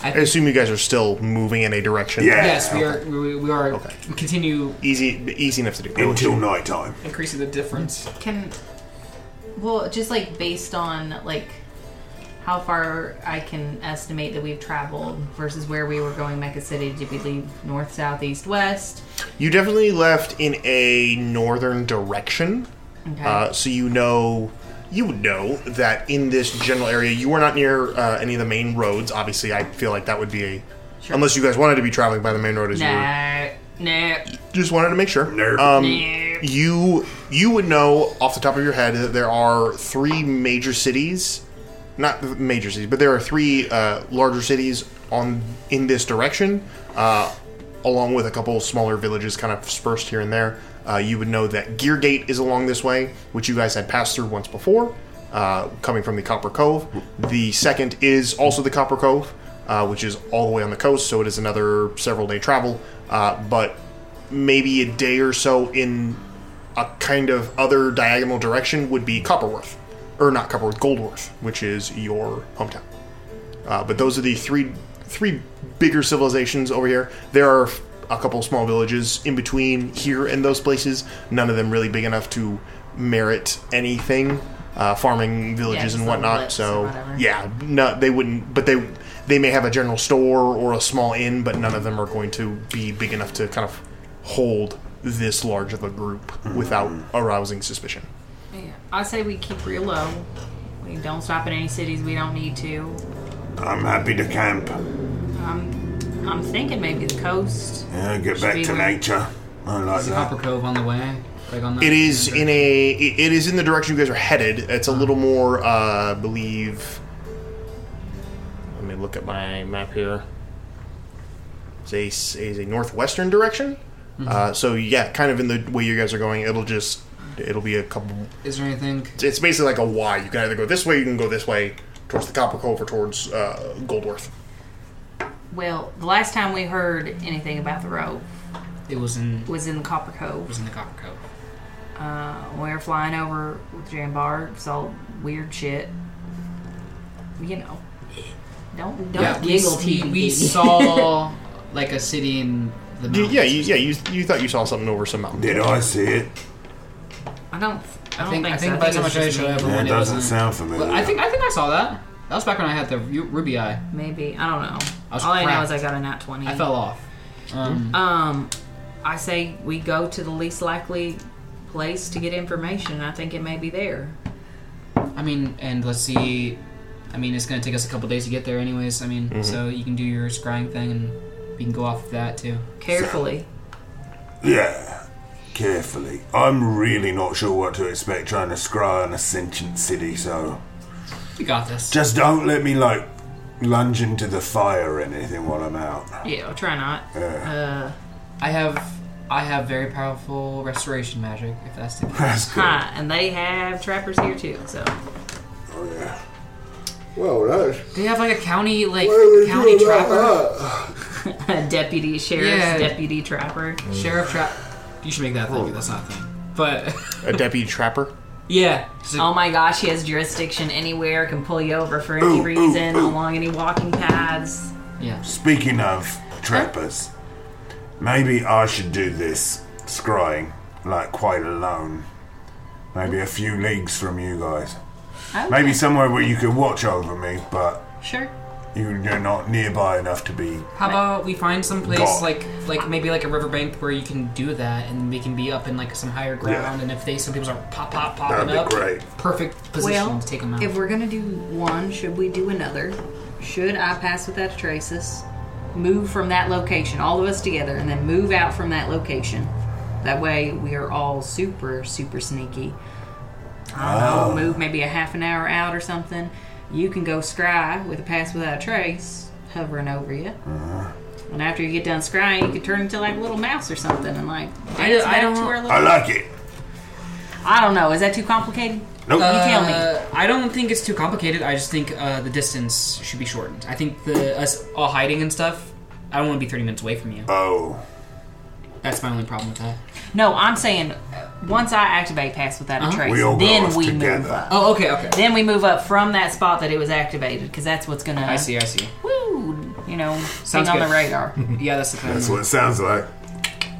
Speaker 3: I assume you guys are still moving in a direction.
Speaker 8: Yes, we are. We, we are. Continue.
Speaker 3: Easy, easy enough to do.
Speaker 11: Until night time.
Speaker 8: Increasing the difference.
Speaker 10: Can well, just like based on like how far I can estimate that we've traveled versus where we were going, Mecca City. Did we leave north, south, east, west?
Speaker 3: You definitely left in a northern direction.
Speaker 10: Okay.
Speaker 3: Uh, so you know, you would know that in this general area, you were not near uh, any of the main roads. Obviously, I feel like that would be a. Unless you guys wanted to be traveling by the main road as you were.
Speaker 10: No, no.
Speaker 3: Just wanted to make sure. Um, you you would know off the top of your head that there are three major cities, not major cities, but there are three uh, larger cities on in this direction, uh, along with a couple of smaller villages kind of dispersed here and there. Uh, you would know that Geargate is along this way, which you guys had passed through once before, uh, coming from the Copper Cove. The second is also the Copper Cove, uh, which is all the way on the coast, so it is another several day travel. Uh, but maybe a day or so in a kind of other diagonal direction would be Copperworth, or not Copperworth, Goldworth, which is your hometown. Uh, but those are the three three bigger civilizations over here. There are a couple small villages in between here and those places. None of them really big enough to merit anything. Uh, farming villages
Speaker 11: just
Speaker 3: and
Speaker 11: little
Speaker 3: whatnot.
Speaker 11: lips or
Speaker 3: So
Speaker 11: whatever.
Speaker 3: yeah, no, they wouldn't. But they they may have a general store or a small inn, but none of them are going to be big enough to kind of hold this large of a group without arousing suspicion.
Speaker 10: Yeah. I say we keep real low. We don't stop in any cities we don't need to.
Speaker 11: I'm happy to camp.
Speaker 10: I'm, I'm thinking maybe the coast.
Speaker 11: Yeah, get
Speaker 10: Should
Speaker 11: back
Speaker 10: be
Speaker 11: to
Speaker 10: where-
Speaker 11: nature. I like
Speaker 8: Is the
Speaker 11: that.
Speaker 8: Copper Cove on the way? Like on the
Speaker 3: It is in a. It it is in the direction you guys are headed. It's a little more, uh, I believe. Let me look at my map here. It's a, s- is a northwestern direction.
Speaker 8: Mm-hmm.
Speaker 3: Uh, so yeah, kind of in the way you guys are going. It'll just. It'll be a couple.
Speaker 8: Is there anything?
Speaker 3: It's basically like a Y. You can either go this way, you can go this way towards the Copper Cove or towards uh, Goldworth.
Speaker 10: Well, the last time we heard anything about the rope
Speaker 8: It was in.
Speaker 10: was in the Copper Cove.
Speaker 8: It was in the Copper Cove.
Speaker 10: Uh, we were flying over with Jambar, saw weird shit. You know, don't don't
Speaker 8: Yeah, we
Speaker 10: giggle.
Speaker 8: s- we-
Speaker 10: TBD.
Speaker 8: we saw like a city in the
Speaker 3: Y- yeah, you, yeah. You, you thought you saw something over some mountain.
Speaker 11: Did I see it?
Speaker 10: I don't. I don't
Speaker 8: think-
Speaker 10: think.
Speaker 8: I
Speaker 10: so.
Speaker 8: think by the
Speaker 10: it
Speaker 8: time
Speaker 10: was
Speaker 8: I
Speaker 10: just
Speaker 8: showed
Speaker 10: me.
Speaker 8: up,
Speaker 11: Yeah, it
Speaker 8: Everyone, it
Speaker 11: doesn't
Speaker 8: wasn't-
Speaker 11: sound familiar.
Speaker 8: Well, I think I think I saw that. That was back when I had the ru- ruby eye.
Speaker 10: Maybe I don't know.
Speaker 8: I was
Speaker 10: All I know
Speaker 8: cracked.
Speaker 10: is I got a nat twenty.
Speaker 8: I fell off. Um,
Speaker 10: Um, I say we go to the least likely place to get information. I think it may be there.
Speaker 8: I mean, and let's see. I mean, it's gonna take us a couple days to get there, anyways. I mean,
Speaker 3: Mhm.
Speaker 8: so you can do your scrying thing, and we can go off of that too.
Speaker 10: Carefully.
Speaker 11: Yeah. Carefully. I'm really not sure what to expect trying to scry on a sentient city, so.
Speaker 8: You got this.
Speaker 11: Just don't let me, like, lunge into the fire or anything while I'm out.
Speaker 10: Yeah, I'll try not. Uh,
Speaker 8: I have, I have very powerful restoration magic. If that's the case.
Speaker 10: huh, and they have trappers here too. So
Speaker 11: Oh, yeah. Well, that's.
Speaker 8: They have like a county, like
Speaker 11: Why would
Speaker 8: county
Speaker 11: you allow
Speaker 8: trapper,
Speaker 11: Uh,
Speaker 10: a deputy sheriff's
Speaker 8: Yeah.
Speaker 10: deputy trapper.
Speaker 8: sheriff trap. You should make that a thing. That's not a thing. But
Speaker 3: a deputy trapper.
Speaker 8: Yeah.
Speaker 5: Oh my gosh, he has jurisdiction anywhere, can pull you over for any
Speaker 11: Ooh, ooh,
Speaker 5: reason,
Speaker 11: ooh.
Speaker 5: along any walking paths.
Speaker 8: Yeah.
Speaker 11: Speaking of trappers, maybe I should do this scrying, like quite alone. Maybe a few leagues from you guys.
Speaker 5: Okay.
Speaker 11: Maybe somewhere where you could watch over me, but
Speaker 5: Sure.
Speaker 11: you're not nearby enough to be.
Speaker 8: How about we find some place
Speaker 11: Gone.
Speaker 8: like like maybe like a riverbank where you can do that, and we can be up in like some higher ground, and if they some people are pop pop popping
Speaker 11: That'd be
Speaker 8: up,
Speaker 11: great.
Speaker 8: perfect position
Speaker 5: well,
Speaker 8: to take them out.
Speaker 5: if we're gonna do one, should we do another? Should I pass with that traces? Move from that location, all of us together, and then move out from that location. That way, we are all super, super sneaky. I don't
Speaker 11: Ah.
Speaker 5: know, move maybe a half an hour out or something. You can go scry with a pass without a trace hovering over you.
Speaker 11: Uh-huh.
Speaker 5: And after you get done scrying, you can turn into like a little mouse or something and like
Speaker 8: I,
Speaker 5: dance
Speaker 8: I
Speaker 5: back
Speaker 8: don't.
Speaker 5: to our little.
Speaker 11: I like it.
Speaker 5: I don't know. Is that too complicated? You tell me.
Speaker 8: Uh, I don't think it's too complicated. I just think uh, the distance should be shortened. I think the us all hiding and stuff. I don't want to be thirty minutes away from you.
Speaker 11: Oh.
Speaker 8: That's my only problem with that.
Speaker 5: No, I'm saying uh, once I activate Pass Without a
Speaker 8: Uh-huh.
Speaker 5: Trace,
Speaker 8: We all go
Speaker 5: then
Speaker 8: off
Speaker 5: we
Speaker 8: together.
Speaker 5: move up.
Speaker 8: Oh, okay, okay.
Speaker 5: Then we move up from that spot that it was activated because that's what's gonna.
Speaker 8: I see, I see.
Speaker 5: Woo, you know,
Speaker 8: Sounds
Speaker 5: thing on
Speaker 8: good.
Speaker 5: the radar.
Speaker 8: yeah, that's the plan.
Speaker 11: That's what it sounds like.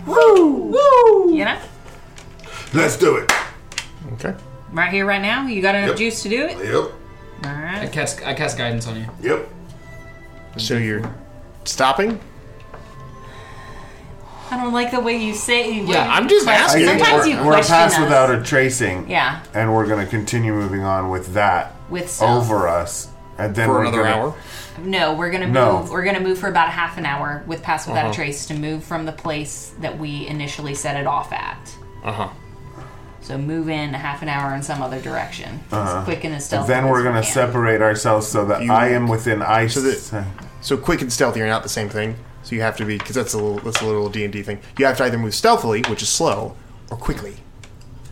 Speaker 5: Woo, woo. You know,
Speaker 11: Let's do it.
Speaker 3: Okay.
Speaker 5: right here, right now. You got enough
Speaker 8: Yep.
Speaker 5: juice to do it.
Speaker 11: Yep.
Speaker 5: All right.
Speaker 8: I cast I cast guidance on you.
Speaker 11: Yep.
Speaker 3: So you're stopping?
Speaker 5: I don't like the way you say. you-
Speaker 8: Yeah,
Speaker 3: I'm just
Speaker 11: I
Speaker 3: asking.
Speaker 11: think
Speaker 5: Sometimes
Speaker 11: we're,
Speaker 5: you
Speaker 11: we're a
Speaker 5: question
Speaker 11: pass
Speaker 5: us.
Speaker 11: without a tracing.
Speaker 5: Yeah.
Speaker 11: And we're going to continue moving on with that
Speaker 5: With self.
Speaker 11: over us. And then
Speaker 3: For
Speaker 11: we're
Speaker 3: another
Speaker 11: gonna-
Speaker 3: hour?
Speaker 5: No, we're gonna
Speaker 11: No.
Speaker 5: move. We're gonna move for about a half an hour with Pass Without
Speaker 3: Uh-huh.
Speaker 5: a Trace to move from the place that we initially set it off at.
Speaker 3: Uh huh.
Speaker 5: So move in a half an hour in some then direction.
Speaker 11: Uh-huh.
Speaker 5: As quick and as stealthy.
Speaker 11: Then
Speaker 5: as
Speaker 11: we're
Speaker 5: we
Speaker 11: going to
Speaker 5: can.
Speaker 11: separate ourselves so that I am within ice.
Speaker 3: So that so quick and stealthy are not the same thing. So you have to be because that's a little that's a little D and D thing. You have to either move stealthily, which is slow, or quickly.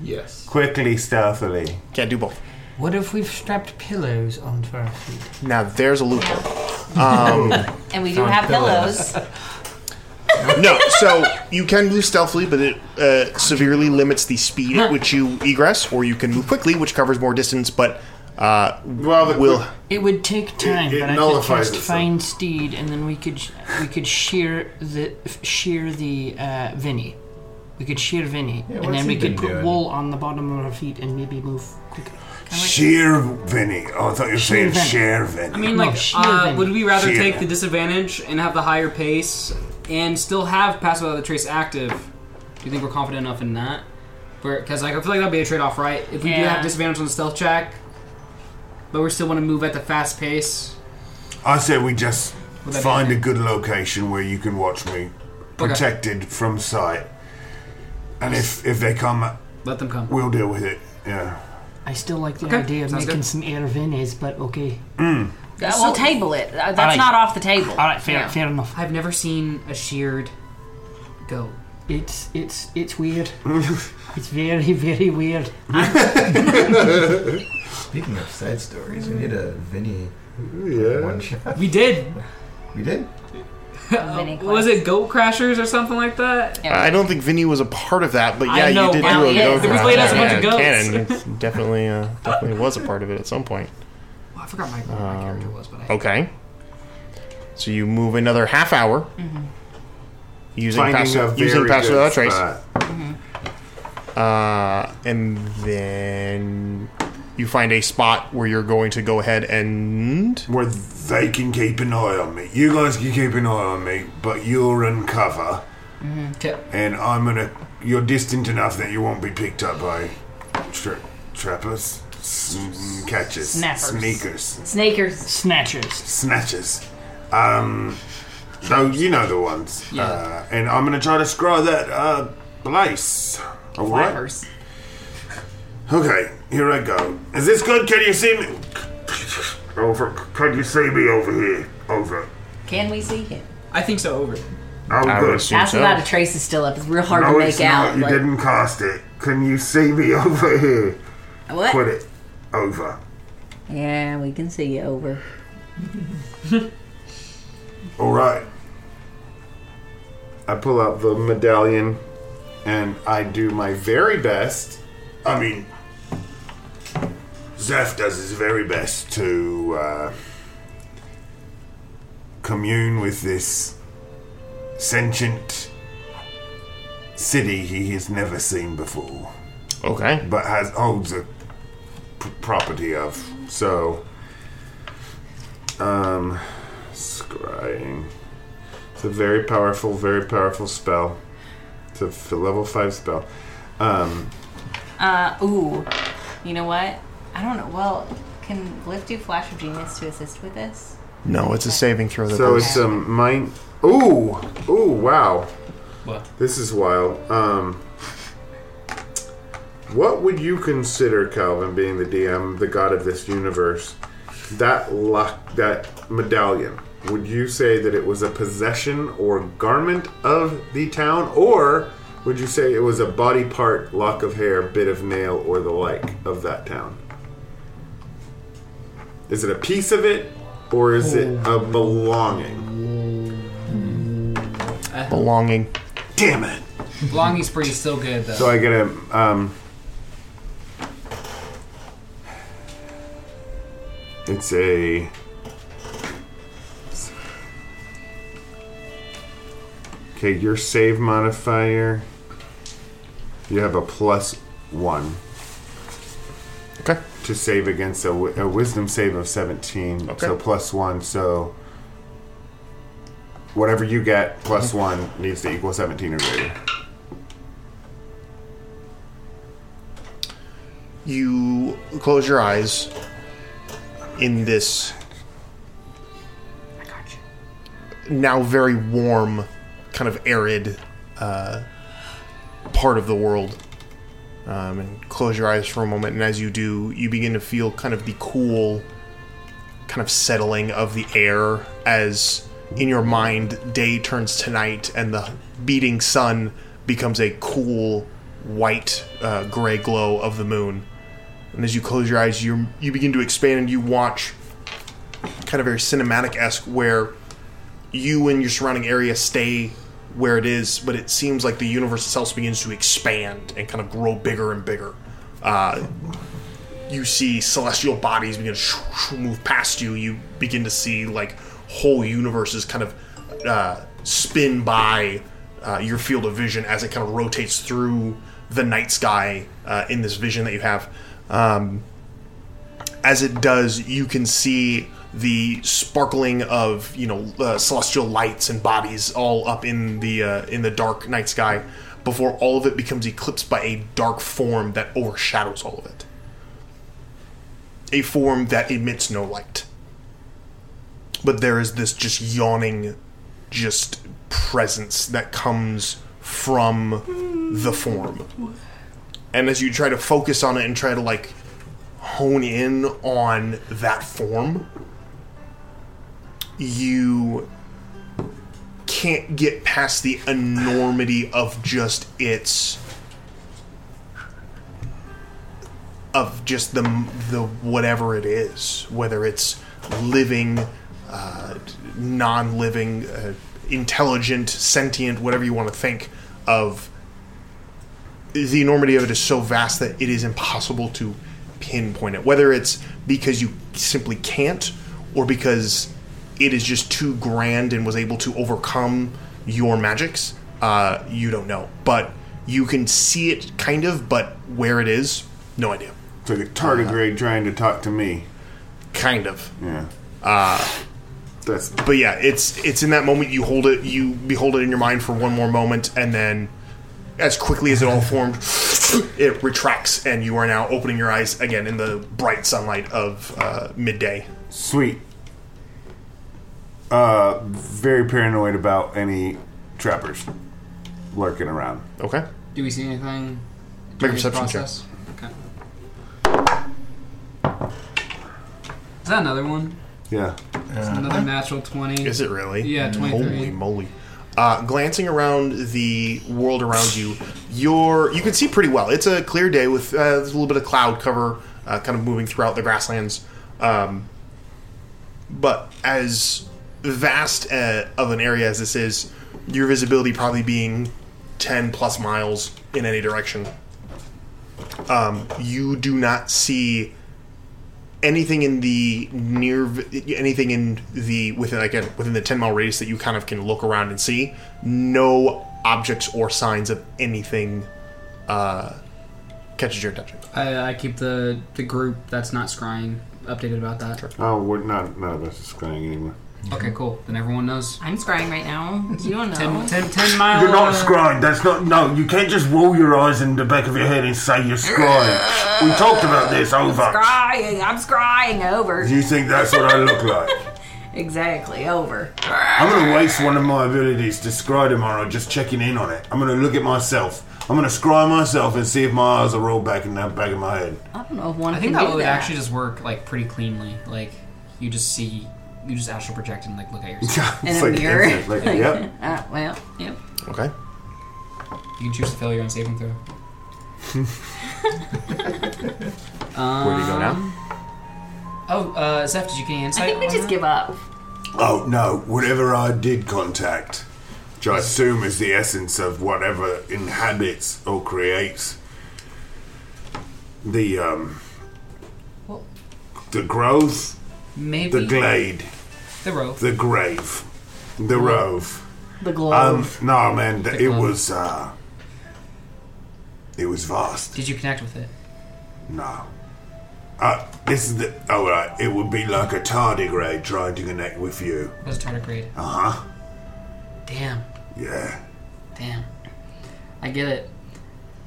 Speaker 11: yes. Quickly, stealthily.
Speaker 3: Can't do both.
Speaker 9: What if we've strapped pillows onto our feet?
Speaker 3: Now there's a loophole. Um,
Speaker 5: And we do have pillows.
Speaker 3: no, so you can move stealthily, but it uh, severely limits the speed at which you egress, or you can move quickly, which covers more distance, but uh, will
Speaker 9: It would take time,
Speaker 11: it
Speaker 9: but I could
Speaker 11: nullifies
Speaker 9: cast
Speaker 11: itself.
Speaker 9: Fine Steed, and then we could we could shear the shear the uh, Vinny. We could shear Vinny, and
Speaker 11: what's
Speaker 9: then we
Speaker 11: he
Speaker 9: could
Speaker 11: been
Speaker 9: put
Speaker 11: doing?
Speaker 9: wool on the bottom of our feet and maybe move quickly.
Speaker 11: Sheer Vinny. Oh, I thought you were saying
Speaker 9: Sheer Vinny.
Speaker 11: Sheer Vinny.
Speaker 9: I
Speaker 8: I mean,
Speaker 9: No,
Speaker 8: like,
Speaker 9: shield
Speaker 8: uh,
Speaker 9: then.
Speaker 8: would we rather
Speaker 11: Shield.
Speaker 8: take the disadvantage and have the higher pace and still have pass without the trace active? Do you think we're confident enough in that? Because like, I feel like that'd be a trade-off, right? If we do
Speaker 5: Yeah.
Speaker 8: have disadvantage on the stealth check, but we still want to move at the fast pace.
Speaker 11: I say we just
Speaker 8: Would that be
Speaker 11: find a good location where you can watch me, protected from sight. And if if they come,
Speaker 8: let them come.
Speaker 11: We'll deal with it. Yeah.
Speaker 9: I still like the
Speaker 8: Okay,
Speaker 9: idea of
Speaker 8: sounds
Speaker 9: making
Speaker 8: good.
Speaker 9: some air Vinnies, but okay.
Speaker 11: Mm.
Speaker 5: Uh, we'll table it. Uh, That's
Speaker 9: Alright.
Speaker 5: not off the table.
Speaker 9: All right, fair,
Speaker 5: Yeah.
Speaker 9: fair enough.
Speaker 8: I've never seen a sheared goat.
Speaker 9: It's it's it's weird. it's very very weird.
Speaker 1: Speaking of side stories, we need a Vinny one shot.
Speaker 8: We did.
Speaker 1: We did?
Speaker 8: Uh, was it goat crashers or something like that?
Speaker 3: I don't think Vinny was a part of that, but
Speaker 8: I
Speaker 3: yeah,
Speaker 8: know,
Speaker 3: you did
Speaker 8: but
Speaker 3: do a
Speaker 8: he is.
Speaker 3: goat
Speaker 8: He was
Speaker 3: crap.
Speaker 8: playing as a bunch
Speaker 3: Yeah,
Speaker 8: of goats.
Speaker 3: Canon It definitely, uh, definitely was a part of it at some point. Um,
Speaker 8: Well, Oh, I forgot my, what my character was, but I
Speaker 3: Okay. So you move another half hour
Speaker 5: Mm-hmm.
Speaker 3: using
Speaker 11: Finding
Speaker 3: pass,
Speaker 11: a
Speaker 3: using
Speaker 11: very
Speaker 3: pass
Speaker 11: good
Speaker 3: without trace.
Speaker 11: spot.
Speaker 5: Mm-hmm.
Speaker 3: Uh, and then you find a spot where you're going to go ahead and
Speaker 11: where They can keep an eye on me. You guys can keep an eye on me, but you're in cover,
Speaker 8: Mm-hmm. Okay.
Speaker 11: and I'm gonna. You're distant enough that you won't be picked up by tra- trappers, sn- catchers,
Speaker 5: Snappers.
Speaker 11: sneakers,
Speaker 5: Snakers.
Speaker 9: Snatchers.
Speaker 11: snatchers. Um, so you know the ones.
Speaker 5: Yeah.
Speaker 11: Uh, and I'm gonna try to scry that uh, place. All right.
Speaker 5: Flappers.
Speaker 11: Okay, here I go. Is this good? Can you see me? Over. Can you see me over here? Over.
Speaker 5: Can we see him?
Speaker 8: I think so. Over.
Speaker 11: Oh,
Speaker 3: I would
Speaker 11: good.
Speaker 3: assume
Speaker 5: That's without a trace is still up. It's real hard
Speaker 11: no,
Speaker 5: to make
Speaker 11: it's not.
Speaker 5: out.
Speaker 11: You
Speaker 5: like-
Speaker 11: didn't cast it. Can you see me over here?
Speaker 5: What?
Speaker 11: Put it over.
Speaker 5: Yeah, we can see you over.
Speaker 11: All right. I pull out the medallion and I do my very best. I mean, Zeph does his very best to uh, commune with this sentient city he has never seen before.
Speaker 3: Okay.
Speaker 11: But has holds a p- property of. So,
Speaker 7: Um, scrying. It's a very powerful, very powerful spell. It's a f- level five spell. Um,
Speaker 5: Uh, ooh. You know what? I don't know. Well, can Glyph do Flash of Genius to assist with this?
Speaker 3: No, it's a saving throw. That
Speaker 7: so
Speaker 3: goes-
Speaker 7: it's um, a mine. Ooh, ooh, wow.
Speaker 2: What?
Speaker 7: This is wild. Um, what would you consider, Calvin, being the DM, the god of this universe? That luck, that medallion. Would you say that it was a possession or garment of the town, or would you say it was a body part, lock of hair, bit of nail, or the like of that town? Is it a piece of it, or is it a belonging?
Speaker 8: Uh,
Speaker 3: Belonging.
Speaker 7: Damn it.
Speaker 10: Belonging spree is still good though.
Speaker 7: So I get a um. It's a. Okay, your save modifier. You have a plus one.
Speaker 3: Okay.
Speaker 7: To save against a, wi- a wisdom save of seventeen.
Speaker 3: Okay.
Speaker 7: So plus one. So. Whatever you get plus
Speaker 3: Mm-hmm.
Speaker 7: one needs to equal seventeen or greater.
Speaker 3: you close your eyes in this now very warm, kind of arid uh, part of the world. Um, and close your eyes for a moment, and as you do, you begin to feel kind of the cool, kind of settling of the air as in your mind day turns to night and the beating sun becomes a cool white uh, gray glow of the moon and as you close your eyes you you begin to expand and you watch kind of very cinematic-esque where you and your surrounding area stay where it is but it seems like the universe itself begins to expand and kind of grow bigger and bigger uh, you see celestial bodies begin to shoo, shoo, move past you. You begin to see like whole universes kind of uh, spin by uh, your field of vision as it kind of rotates through the night sky uh, in this vision that you have. Um, as it does, you can see the sparkling of you know uh, celestial lights and bodies all up in the uh, in the dark night sky before all of it becomes eclipsed by a dark form that overshadows all of it a form that emits no light. But there is this just yawning, just presence that comes from the form. And as you try to focus on it and try to like hone in on that form, you can't get past the enormity of just its of just the the whatever it is, whether it's living, uh, non-living, uh, intelligent, sentient, whatever you want to think of. The enormity of it is so vast that it is impossible to pinpoint it. Whether it's because you simply can't, or because it is just too grand and was able to overcome your magics, uh, you don't know. But you can see it kind of, but where it is, no idea. Uh-huh.
Speaker 7: It's like a tardigrade trying to talk to me.
Speaker 3: Kind of.
Speaker 7: Yeah.
Speaker 3: Uh,
Speaker 7: That's.
Speaker 3: But yeah, it's it's in that moment you hold it, you behold it in your mind for one more moment, and then as quickly as it all formed, it retracts, and you are now opening your eyes again in the bright sunlight of uh, midday.
Speaker 7: Sweet. Uh, very paranoid about any trappers lurking around.
Speaker 3: Okay.
Speaker 10: Do we see anything?
Speaker 7: Make a
Speaker 10: during the
Speaker 7: perception check.
Speaker 10: process? Okay. Is that another one?
Speaker 7: Yeah.
Speaker 10: It's another natural twenty.
Speaker 3: Is it really? Mm.
Speaker 10: Yeah,
Speaker 3: Holy
Speaker 10: twenty-three.
Speaker 3: moly. Uh, glancing around the world around you, you're, you can see pretty well. It's a clear day with uh, there's a little bit of cloud cover uh, kind of moving throughout the grasslands. Um, but as vast uh, of an area as this is, your visibility probably being 10 plus miles in any direction, um, you do not see anything in the near, anything in the within like a, within the ten mile radius that you kind of can look around and see. No objects or signs of anything uh, catches your attention.
Speaker 1: I, I keep the the group that's not scrying updated about that.
Speaker 13: Oh, we're not none of us is crying anymore.
Speaker 1: Okay, cool. Then everyone knows.
Speaker 10: I'm scrying right now. You don't know.
Speaker 1: Ten- ten- ten mile-
Speaker 11: You're not scrying. That's not. No, you can't just roll your eyes in the back of your head and say you're scrying. we talked about this over.
Speaker 10: Scrying. I'm scrying over.
Speaker 11: Do Oh, you think that's what I look like?
Speaker 10: Exactly over.
Speaker 11: I'm gonna waste one of my abilities to scry tomorrow just checking in on it. I'm gonna look at myself. I'm gonna scry myself and see if my eyes are rolled back in the back of my head.
Speaker 10: I don't know if one
Speaker 8: I think
Speaker 10: can
Speaker 8: that
Speaker 10: do
Speaker 8: would
Speaker 10: that.
Speaker 8: actually just work like pretty cleanly. Like you just see, you just astral project and like look at yourself
Speaker 10: In a mirror. Uh, well, yep.
Speaker 3: Okay.
Speaker 8: You can choose to failure on saving throw.
Speaker 3: Where do you go now?
Speaker 8: Um, Oh, uh, Zeph, did you get any insight?
Speaker 10: I think we
Speaker 8: on
Speaker 10: just
Speaker 8: that?
Speaker 10: give up.
Speaker 11: Oh no, whatever I did contact, which I assume is the essence of whatever inhabits or creates the um the grove,
Speaker 8: Maybe
Speaker 11: the glade,
Speaker 8: The rove.
Speaker 11: the grave, the rove.
Speaker 10: The glove.
Speaker 11: Um, no, man, th- it was uh, it was vast.
Speaker 8: Did you connect with it?
Speaker 11: No. Uh, this is the. Oh, right. It would be like a tardigrade trying to connect with you.
Speaker 8: Was a tardigrade.
Speaker 11: Uh huh.
Speaker 8: Damn,
Speaker 11: Yeah.
Speaker 8: damn. I get it.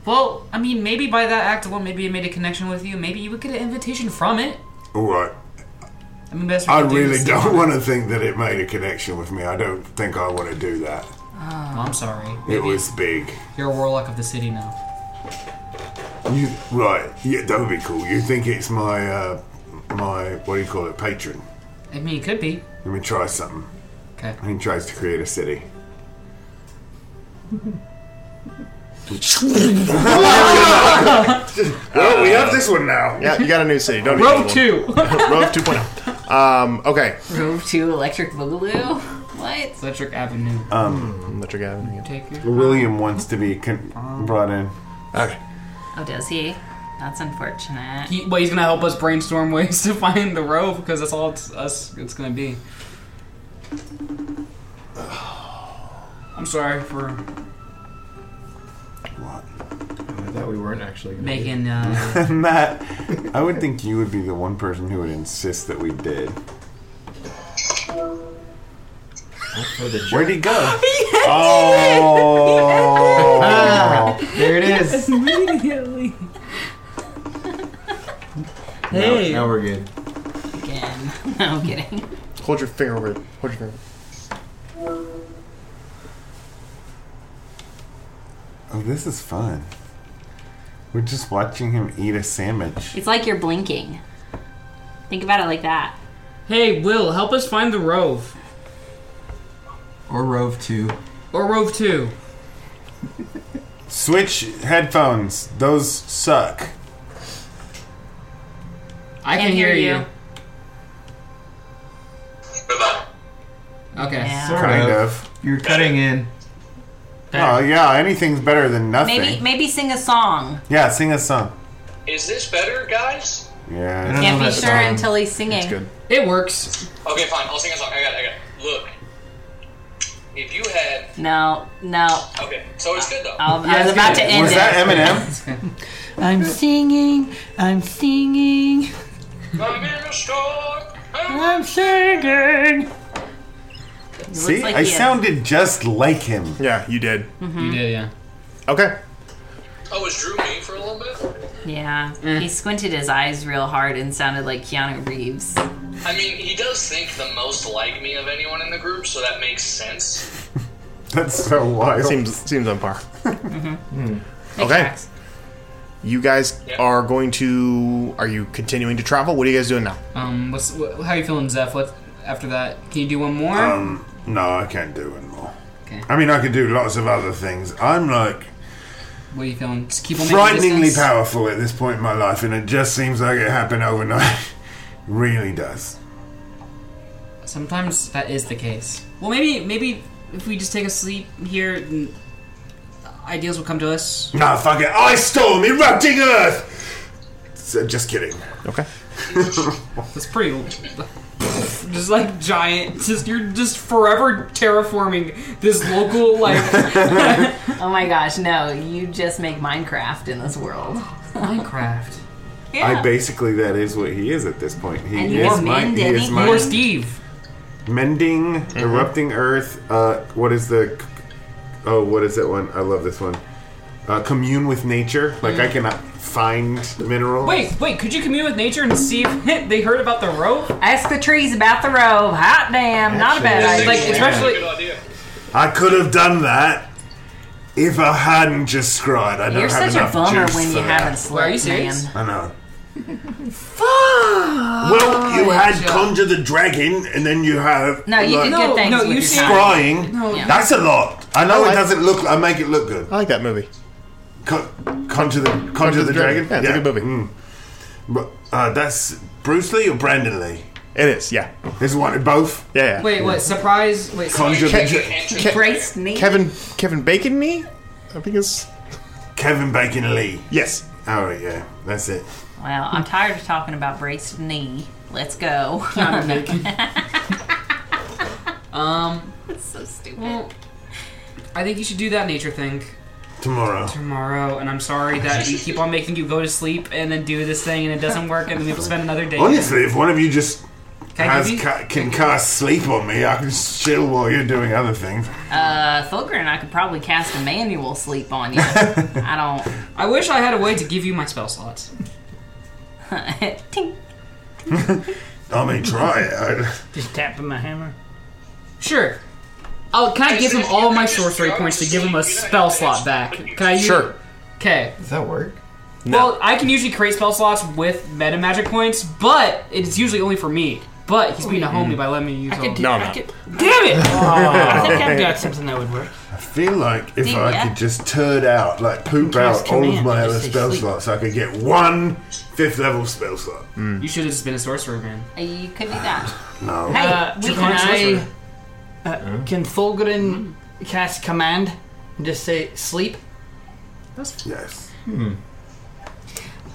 Speaker 8: Well, I mean, maybe by that act alone, maybe it made a connection with you. Maybe you would get an invitation from it.
Speaker 11: All right.
Speaker 8: I mean, best. we
Speaker 11: I
Speaker 8: can do
Speaker 11: really
Speaker 8: is-
Speaker 11: don't want to think that it made a connection with me. I don't think I want to do that.
Speaker 10: Ah.
Speaker 8: Well, Oh, I'm sorry.
Speaker 11: It was big.
Speaker 8: You're a warlock of the city now.
Speaker 11: You right? Yeah, that would be cool. You think it's my uh, my what do you call it? Patron.
Speaker 8: I mean, it could be.
Speaker 11: Let me try something.
Speaker 8: Okay.
Speaker 11: And he tries to create a city.
Speaker 3: Well,
Speaker 13: we have this one now.
Speaker 3: Uh, Yeah, you got a new city. Don't
Speaker 10: Rogue
Speaker 3: two. Rogue two point oh. Um, okay.
Speaker 10: Road to Electric Boogaloo. What?
Speaker 8: Electric Avenue.
Speaker 11: Um,
Speaker 3: Electric Avenue.
Speaker 8: Take your
Speaker 11: William wants to be con- brought in.
Speaker 3: Okay.
Speaker 10: Oh, does he? That's unfortunate.
Speaker 8: He, well, he's gonna help us brainstorm ways to find the rope because that's all it's us. It's gonna be. I'm sorry for
Speaker 7: I thought we weren't actually going
Speaker 8: making. Uh,
Speaker 11: Matt, I would think you would be the one person who would insist that we did. Where'd he go? oh,
Speaker 7: there it is.
Speaker 10: Immediately.
Speaker 7: Hey. Now, we're good.
Speaker 10: Again. No, I'm kidding.
Speaker 3: Hold your finger over it. Hold your finger.
Speaker 11: oh, this is fun. We're just watching him eat a sandwich.
Speaker 10: It's like you're blinking. Think about it like that.
Speaker 1: Hey, Will, help us find the Rove
Speaker 7: Or Rove 2.
Speaker 1: or Rove Two.
Speaker 11: Switch headphones. Those suck.
Speaker 1: I
Speaker 10: can hear you.
Speaker 1: Okay.
Speaker 7: Sort
Speaker 11: Kind
Speaker 7: You're cutting in.
Speaker 11: Oh yeah, anything's better than nothing.
Speaker 10: Maybe maybe sing a song.
Speaker 11: Yeah, sing a song.
Speaker 5: Is this better, guys?
Speaker 11: Yeah.
Speaker 10: Can't be sure
Speaker 1: um,
Speaker 10: until he's singing.
Speaker 1: It works.
Speaker 5: Okay, fine. I'll sing a song. I got it. I got it. Look. If you had.
Speaker 10: No, no.
Speaker 5: Okay, so it's good though.
Speaker 10: I'll- I was about to end
Speaker 11: Was
Speaker 10: it.
Speaker 11: that Eminem?
Speaker 9: I'm singing, I'm singing,
Speaker 5: I'm in a storm.
Speaker 9: I'm singing.
Speaker 11: See, I sounded just like him.
Speaker 3: Yeah, you did.
Speaker 10: Mm-hmm.
Speaker 8: You did, yeah.
Speaker 3: Okay.
Speaker 5: Oh, was Drew me for a little bit?
Speaker 10: Yeah. He squinted his eyes real hard and sounded like Keanu Reeves.
Speaker 5: I mean, he does think the most like me of anyone in the group, so that makes sense.
Speaker 11: That's so wild.
Speaker 3: Seems seems on par.
Speaker 11: Mm-hmm.
Speaker 7: Hmm.
Speaker 5: Big
Speaker 3: Okay.
Speaker 5: facts.
Speaker 3: You guys
Speaker 5: Yep.
Speaker 3: are going to. Are you continuing to travel? What are you guys doing now?
Speaker 8: Um, what's wh- how you feeling, Zeph? What after that? Can you do one more?
Speaker 11: Um, no, I can't do one more.
Speaker 8: Okay.
Speaker 11: I mean, I could do lots of other things. I'm like
Speaker 8: what are you feeling? Just keep on making
Speaker 11: frighteningly
Speaker 8: distance?
Speaker 11: powerful at this point in my life, and it just seems like it happened overnight. really does.
Speaker 8: Sometimes that is the case. Well, maybe maybe if we just take a sleep here, n- ideas will come to us.
Speaker 11: Nah, fuck it. Ice storm erupting Earth. So, just kidding.
Speaker 3: Okay.
Speaker 8: That's pretty. Just like giant, just you're just forever terraforming this local like
Speaker 5: oh my gosh, no, you just make Minecraft in this world.
Speaker 8: Minecraft.
Speaker 7: I basically that is what he is at this point. He
Speaker 5: And you
Speaker 7: is
Speaker 5: can
Speaker 7: my,
Speaker 5: mend
Speaker 7: he is
Speaker 5: anything.
Speaker 7: my
Speaker 5: Or
Speaker 8: Steve.
Speaker 7: Mending,
Speaker 9: Mm-hmm.
Speaker 7: erupting earth. Uh, what is the? Oh, what is that one? I love this one. Uh, commune with nature. Like
Speaker 9: Mm.
Speaker 7: I can uh, find minerals.
Speaker 8: Wait, wait, could you commune with nature and see if they heard about the rope?
Speaker 5: Ask the trees about the robe. Hot damn, not a bad
Speaker 7: Actually,
Speaker 5: idea.
Speaker 7: Like, yeah. especially-
Speaker 8: Good
Speaker 14: idea.
Speaker 11: I could have done that if I hadn't just cried. I don't
Speaker 5: You're
Speaker 11: have
Speaker 5: such a
Speaker 11: enough
Speaker 5: bummer
Speaker 11: juice
Speaker 5: when you
Speaker 11: for that.
Speaker 5: haven't slept, Are you serious? man.
Speaker 11: I know.
Speaker 5: well,
Speaker 3: Oh,
Speaker 11: well, you had conjure the dragon, and then you have
Speaker 5: No, you did good things No, with you your see- time.
Speaker 11: scrying.
Speaker 5: No, Yeah.
Speaker 11: That's a lot. I know
Speaker 5: No,
Speaker 11: it
Speaker 5: I-
Speaker 11: doesn't look. I make it look good.
Speaker 3: I like that movie.
Speaker 11: conjure the conjure, the, dragon.
Speaker 3: Yeah, it's a good
Speaker 11: movie. But uh, that's Bruce Lee or Brandon Lee.
Speaker 3: It is. Yeah,
Speaker 11: is one both.
Speaker 3: Yeah.
Speaker 8: Wait, what? Surprise! Wait,
Speaker 11: Conjure the
Speaker 8: surprise-
Speaker 11: dra-
Speaker 8: Ke-
Speaker 5: Brace me.
Speaker 3: Kevin Kevin Bacon me? I think it's
Speaker 11: Kevin Bacon Lee.
Speaker 3: Yes.
Speaker 11: All right. Yeah. That's it.
Speaker 5: Well, I'm
Speaker 8: Hmm.
Speaker 5: tired of talking about braced knee. Let's go.
Speaker 8: Kevin Um,
Speaker 5: That's so stupid.
Speaker 8: Well, I think you should do that nature thing
Speaker 11: Tomorrow.
Speaker 8: tomorrow. And I'm sorry that we keep on making you go to sleep and then do this thing and it doesn't work, and then we have to spend another day.
Speaker 11: Honestly, if one of you just
Speaker 8: Can I
Speaker 11: has
Speaker 8: give you-
Speaker 11: ca- can cast sleep on me, I can just chill while you're doing other things.
Speaker 5: Uh, Fulgrin, I could probably cast a manual sleep on you. I don't.
Speaker 8: I wish I had a way to give you my spell slots.
Speaker 5: Tink.
Speaker 11: I mean, try it. I-
Speaker 9: Just tapping my hammer.
Speaker 8: Sure. Oh, can I give him all my sorcery points to give him a spell slot back? Can I? Use-
Speaker 3: Sure.
Speaker 8: Okay.
Speaker 4: Does that work?
Speaker 8: Well, I can usually create spell slots with meta magic points, but it's usually only for me. But he's being a homie by letting me use all.
Speaker 9: could do-
Speaker 8: no,
Speaker 9: No,
Speaker 8: no.
Speaker 9: no.
Speaker 8: Damn it!
Speaker 9: I think I've got something that would work.
Speaker 11: I feel like if I
Speaker 9: Yeah.
Speaker 11: could just turd out, like poop
Speaker 9: Press
Speaker 11: out all of
Speaker 9: command,
Speaker 11: my
Speaker 9: just
Speaker 11: other
Speaker 9: say
Speaker 11: spell
Speaker 9: sleep.
Speaker 11: slots, I could get one fifth level spell slot.
Speaker 3: Hmm.
Speaker 8: You should have just been a sorcerer, man.
Speaker 5: You could do that.
Speaker 11: No.
Speaker 5: Hey,
Speaker 9: Uh,
Speaker 5: we
Speaker 9: can
Speaker 5: can-
Speaker 9: I? Uh, can Fulgrin cast command? And just say sleep.
Speaker 11: Yes.
Speaker 4: Hmm.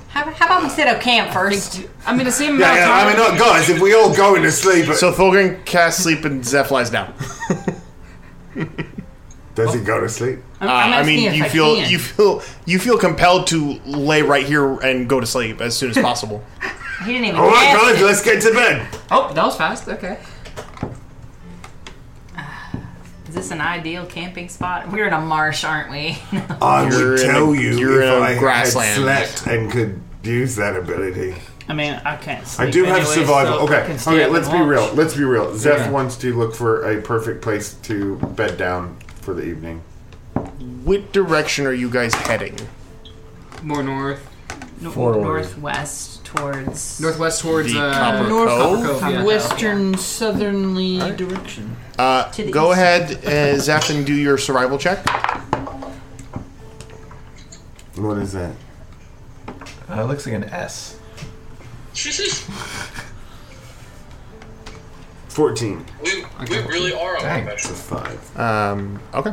Speaker 5: How, how about we set up camp first?
Speaker 8: I mean, the same
Speaker 3: amount of time-
Speaker 11: I mean, look, guys, if we all go into sleep.
Speaker 3: So Fulgrim casts sleep and Zeph lies down.
Speaker 11: Does he go to sleep? Ah.
Speaker 9: I'm-
Speaker 3: Uh,
Speaker 9: I'm
Speaker 3: I
Speaker 9: asking
Speaker 3: mean,
Speaker 9: if
Speaker 3: you
Speaker 9: I
Speaker 3: feel
Speaker 9: can.
Speaker 3: you feel you feel compelled to lay right here and go to sleep as soon as possible.
Speaker 5: He didn't even.
Speaker 3: All right,
Speaker 5: cast
Speaker 3: guys,
Speaker 5: it.
Speaker 3: let's
Speaker 11: get to bed.
Speaker 8: Oh, that was fast. Okay.
Speaker 5: Ah, Is this an ideal camping spot? We're in a marsh, aren't we?
Speaker 11: I
Speaker 3: You're
Speaker 11: would
Speaker 3: in a-
Speaker 11: tell you
Speaker 3: you're
Speaker 11: if
Speaker 3: in a
Speaker 11: I
Speaker 3: grassland.
Speaker 11: had slept and could use that ability.
Speaker 9: I mean, I can't. Sleep
Speaker 11: I do have
Speaker 9: anyway,
Speaker 11: survival.
Speaker 9: so I
Speaker 11: okay,
Speaker 9: can stay
Speaker 11: okay.
Speaker 9: up
Speaker 11: Let's
Speaker 9: and
Speaker 11: be
Speaker 9: watch.
Speaker 11: real. Let's be real. Zeph
Speaker 9: Yeah.
Speaker 11: wants to look for a perfect place to bed down for the evening.
Speaker 3: What direction are you guys heading?
Speaker 8: More north.
Speaker 5: No-
Speaker 3: Forward.
Speaker 5: Northwest towards.
Speaker 8: Northwest towards
Speaker 3: The
Speaker 8: uh,
Speaker 3: Copper
Speaker 8: North
Speaker 3: Cove?
Speaker 8: Copper Cove, yeah.
Speaker 9: Western southerly direction.
Speaker 3: Uh,
Speaker 9: To the
Speaker 3: go
Speaker 9: east.
Speaker 3: ahead, uh, Zeph, and do your survival check.
Speaker 11: What is that?
Speaker 4: Uh, it looks like an S.
Speaker 11: Fourteen.
Speaker 14: We, we really are on
Speaker 3: Dang.
Speaker 14: professional.
Speaker 11: Five.
Speaker 3: Um, okay.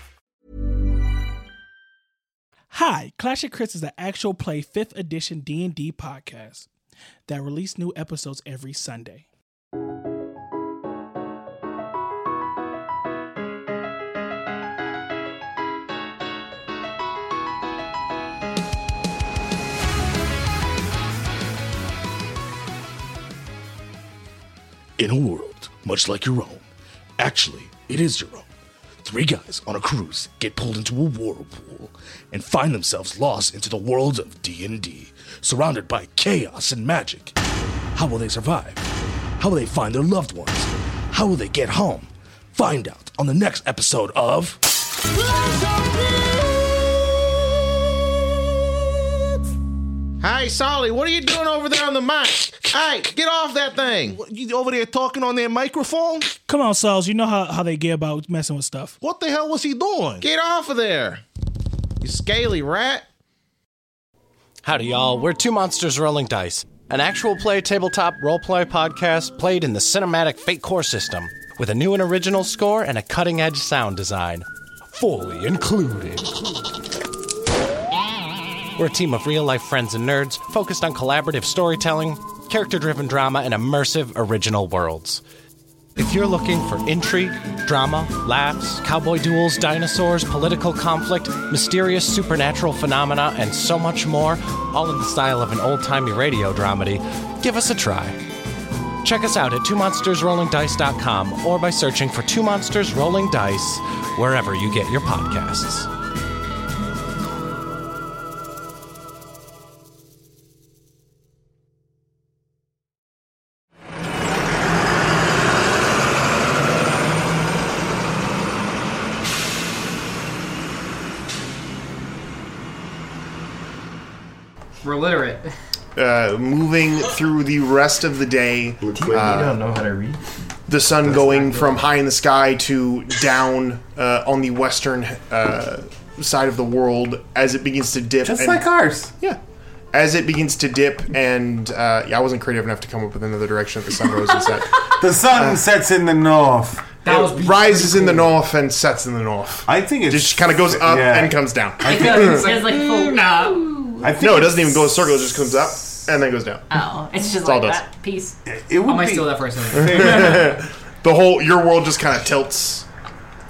Speaker 15: Hi, Clash of Crits is an actual play 5th edition D&D podcast that release new episodes every Sunday.
Speaker 16: in a world much like your own. Actually, it is your own. Three guys on a cruise get pulled into a whirlpool and find themselves lost into the world of D&D, surrounded by chaos and magic. How will they survive? How will they find their loved ones? How will they get home? Find out on the next episode of
Speaker 3: Hey, Solly, what are you doing over there on the mic? Hey, get off that thing. You over there talking on their microphone?
Speaker 15: Come on, Sauls, you know how, how they get about messing with stuff.
Speaker 3: What the hell was he doing? Get off of there. You scaly rat.
Speaker 17: Howdy, y'all. We're Two Monsters Rolling Dice, an actual play tabletop roleplay podcast played in the cinematic Fate Core system with a new and original score and a cutting edge sound design. Fully included. We're a team of real life friends and nerds focused on collaborative storytelling, character driven drama, and immersive original worlds. If you're looking for intrigue, drama, laughs, cowboy duels, dinosaurs, political conflict, mysterious supernatural phenomena, and so much more, all in the style of an old timey radio dramedy, give us a try. Check us out at twomonstersrollingdice.com or by searching for Two Monsters Rolling Dice wherever you get your podcasts.
Speaker 8: We're literate.
Speaker 3: Uh, moving through the rest of the day.
Speaker 4: You
Speaker 3: uh,
Speaker 4: don't know how to read.
Speaker 3: the sun going from high in the sky to down uh, on the western uh, side of the world as it begins to dip.
Speaker 4: Just like ours.
Speaker 3: Yeah. As it begins to dip, and uh, yeah, I wasn't creative enough to come up with another direction that the sun rose and set.
Speaker 7: The sun sets in the north.
Speaker 3: Uh, That it rises in the north and sets in the north. I think it just kind of goes up
Speaker 7: yeah.
Speaker 3: and comes down.
Speaker 7: I It think- does.
Speaker 5: It's like
Speaker 8: Mm,
Speaker 5: full. No.
Speaker 7: I think
Speaker 3: no, it
Speaker 7: it's-
Speaker 3: doesn't even go in a circle. It just comes up and then goes down.
Speaker 5: Oh, it's just
Speaker 3: That's all
Speaker 5: like
Speaker 3: it does.
Speaker 5: that piece.
Speaker 7: It would
Speaker 8: might
Speaker 7: be-
Speaker 8: steal that for a second.
Speaker 3: the whole your world just kind of tilts.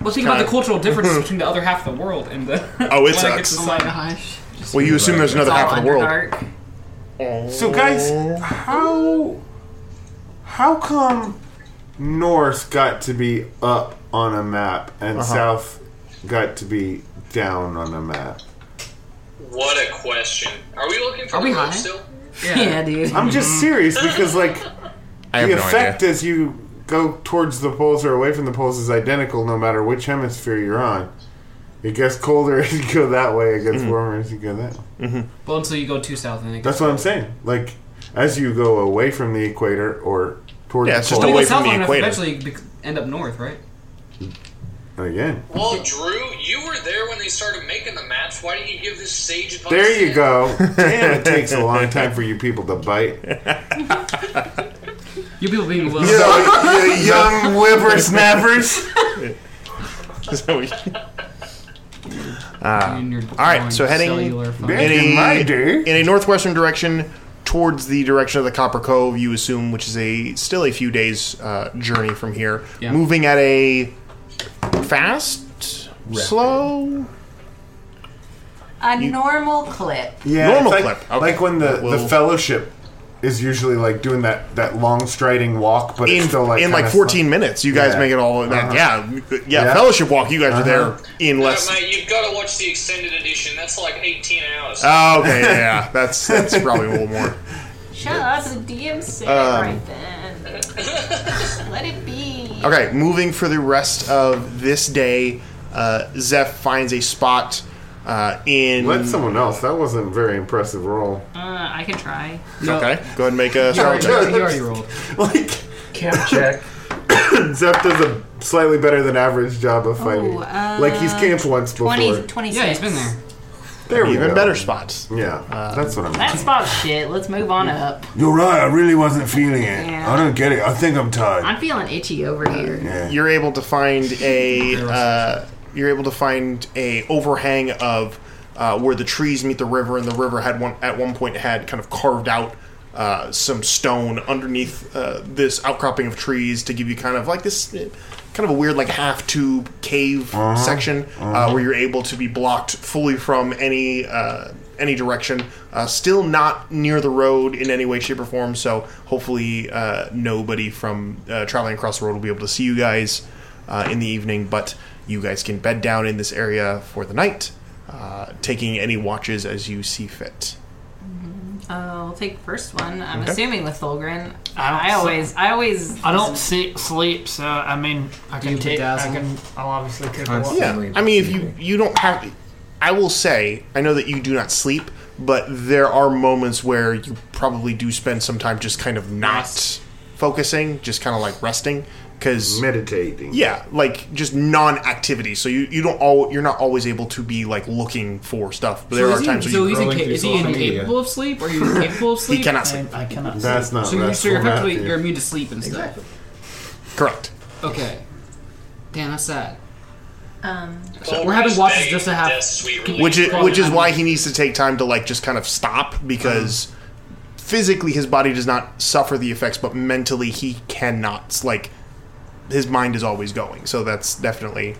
Speaker 8: Let's think about the
Speaker 3: Kinda-
Speaker 8: cultural differences between the other half of the world and the.
Speaker 3: Oh, it
Speaker 8: when
Speaker 3: sucks.
Speaker 8: gets to
Speaker 3: Oh
Speaker 8: side.
Speaker 3: Well, you assume there's another
Speaker 8: It's all
Speaker 3: half of the world.
Speaker 7: So guys, how how come north got to be up on a map and
Speaker 14: Uh-huh.
Speaker 7: south got to be down on a map?
Speaker 14: What a question. Are we looking for
Speaker 5: Are
Speaker 14: the
Speaker 5: we
Speaker 14: map
Speaker 5: high?
Speaker 14: still?
Speaker 5: Yeah, dude. Mm-hmm.
Speaker 7: I'm just serious because like
Speaker 3: I have
Speaker 7: the
Speaker 3: no
Speaker 7: effect as you go towards the poles or away from the poles is identical no matter which hemisphere you're on. It gets colder as you go that way. It gets
Speaker 8: Mm-hmm.
Speaker 7: warmer as you go that. way.
Speaker 8: Well, until you go too south, and it
Speaker 7: That's what I'm saying. Like as you go away from the equator or towards
Speaker 8: Yeah,
Speaker 7: the
Speaker 8: it's just
Speaker 7: pole-
Speaker 8: away from the equator. Eventually, you bec- end up north, right?
Speaker 7: Again.
Speaker 14: Well, Drew, you were there when they started making the maps. Why didn't you give this sage advice?
Speaker 7: There you go. Damn, it takes a long time for you people to bite.
Speaker 8: You people being
Speaker 7: You, know, you young whippersnappers.
Speaker 3: Ah. all right, so heading
Speaker 7: cellular phone.
Speaker 3: in
Speaker 7: Back in
Speaker 3: a,
Speaker 7: my
Speaker 3: in a northwestern direction towards the direction of the Copper Cove, you assume, which is a still a few days uh, journey from here. Moving at a fast Slow.
Speaker 5: A normal clip.
Speaker 7: Yeah,
Speaker 3: Normal
Speaker 7: it's like,
Speaker 3: clip. Okay.
Speaker 7: Like when the,
Speaker 3: That will-
Speaker 7: the fellowship is usually like doing that, that long striding walk, but it's
Speaker 3: in,
Speaker 7: still like
Speaker 3: in like
Speaker 7: kinda
Speaker 3: 14
Speaker 7: slow.
Speaker 3: minutes. You guys
Speaker 7: Yeah.
Speaker 3: make it all that.
Speaker 7: Uh-huh.
Speaker 3: Yeah, yeah,
Speaker 7: Yeah.
Speaker 3: Fellowship walk. You guys are
Speaker 7: Uh-huh.
Speaker 3: there in less.
Speaker 14: Mate, you've got to watch the extended edition. That's like 18 hours.
Speaker 3: Oh, okay, yeah, yeah. that's that's probably a little more.
Speaker 5: Shut up, the DM said it
Speaker 3: Um,
Speaker 5: right then. Just Let it be.
Speaker 3: Okay, moving for the rest of this day, uh, Zeph finds a spot uh, in.
Speaker 7: Let someone else. That wasn't a very impressive roll.
Speaker 5: Uh, I can try.
Speaker 3: Okay, go ahead and make a
Speaker 5: You
Speaker 3: strong
Speaker 5: already-
Speaker 3: check.
Speaker 5: you already
Speaker 3: rolled.
Speaker 7: Camp check. Zep does a slightly better than average job of fighting.
Speaker 5: Ooh, uh,
Speaker 7: like he's camped once before.
Speaker 5: 20, 26.
Speaker 8: Yeah, he's been there.
Speaker 7: There we
Speaker 3: Even
Speaker 7: go.
Speaker 3: better spots. Uh,
Speaker 7: Yeah, that's what I'm.
Speaker 5: That spot shit. Let's move on up.
Speaker 11: You're right. I really wasn't feeling it.
Speaker 5: Yeah.
Speaker 11: I don't get it. I think I'm tired.
Speaker 5: I'm feeling itchy over here.
Speaker 3: You're able to find a. Uh, you're able to find a overhang of uh, where the trees meet the river, and the river had one at one point had kind of carved out uh, some stone underneath uh, this outcropping of trees to give you kind of like this uh, kind of a weird like half tube cave
Speaker 11: Uh-huh.
Speaker 3: section Uh,
Speaker 11: Uh-huh.
Speaker 3: where you're able to be blocked fully from any uh, any direction. Uh, still not near the road in any way, shape, or form. So hopefully uh, nobody from uh, traveling across the road will be able to see you guys uh, in the evening. But you guys can bed down in this area for the night, uh, taking any watches as you see fit.
Speaker 5: I'll Mm-hmm. Oh, take first one. I'm
Speaker 3: Okay.
Speaker 5: assuming with Fulgrin.
Speaker 9: I don't
Speaker 5: I,
Speaker 9: see-
Speaker 5: always, I always.
Speaker 9: I don't see, sleep, so I mean, I can take. I can. I'll obviously take a walk.
Speaker 3: Yeah, I mean, if you you don't have, I will say, I know that you do not sleep, but there are moments where you probably do spend some time just kind of not focusing, just kind of like resting, because
Speaker 7: meditating.
Speaker 3: Yeah, like just non-activity. So you you don't all you're not always able to be like looking for stuff. But there
Speaker 8: so
Speaker 3: are
Speaker 8: is
Speaker 3: times
Speaker 8: he,
Speaker 3: where
Speaker 8: so
Speaker 3: you
Speaker 8: is he, ca- is he incapable of sleep? Or are you incapable of
Speaker 3: He
Speaker 8: sleep?
Speaker 3: cannot sleep. I- I cannot That's
Speaker 8: sleep.
Speaker 3: not-
Speaker 8: So, you're,
Speaker 3: that's
Speaker 8: so you're
Speaker 3: for
Speaker 8: effectively
Speaker 3: Matthew.
Speaker 8: you're immune to sleep and stuff.
Speaker 3: Correct.
Speaker 8: Okay. Damn, that's sad.
Speaker 5: Um,
Speaker 8: We're having watches just to have.
Speaker 3: which is which is why he needs to take time to like just kind of stop because
Speaker 9: Uh-huh.
Speaker 3: physically his body does not suffer the effects, but mentally he cannot like his mind is always going. So that's definitely.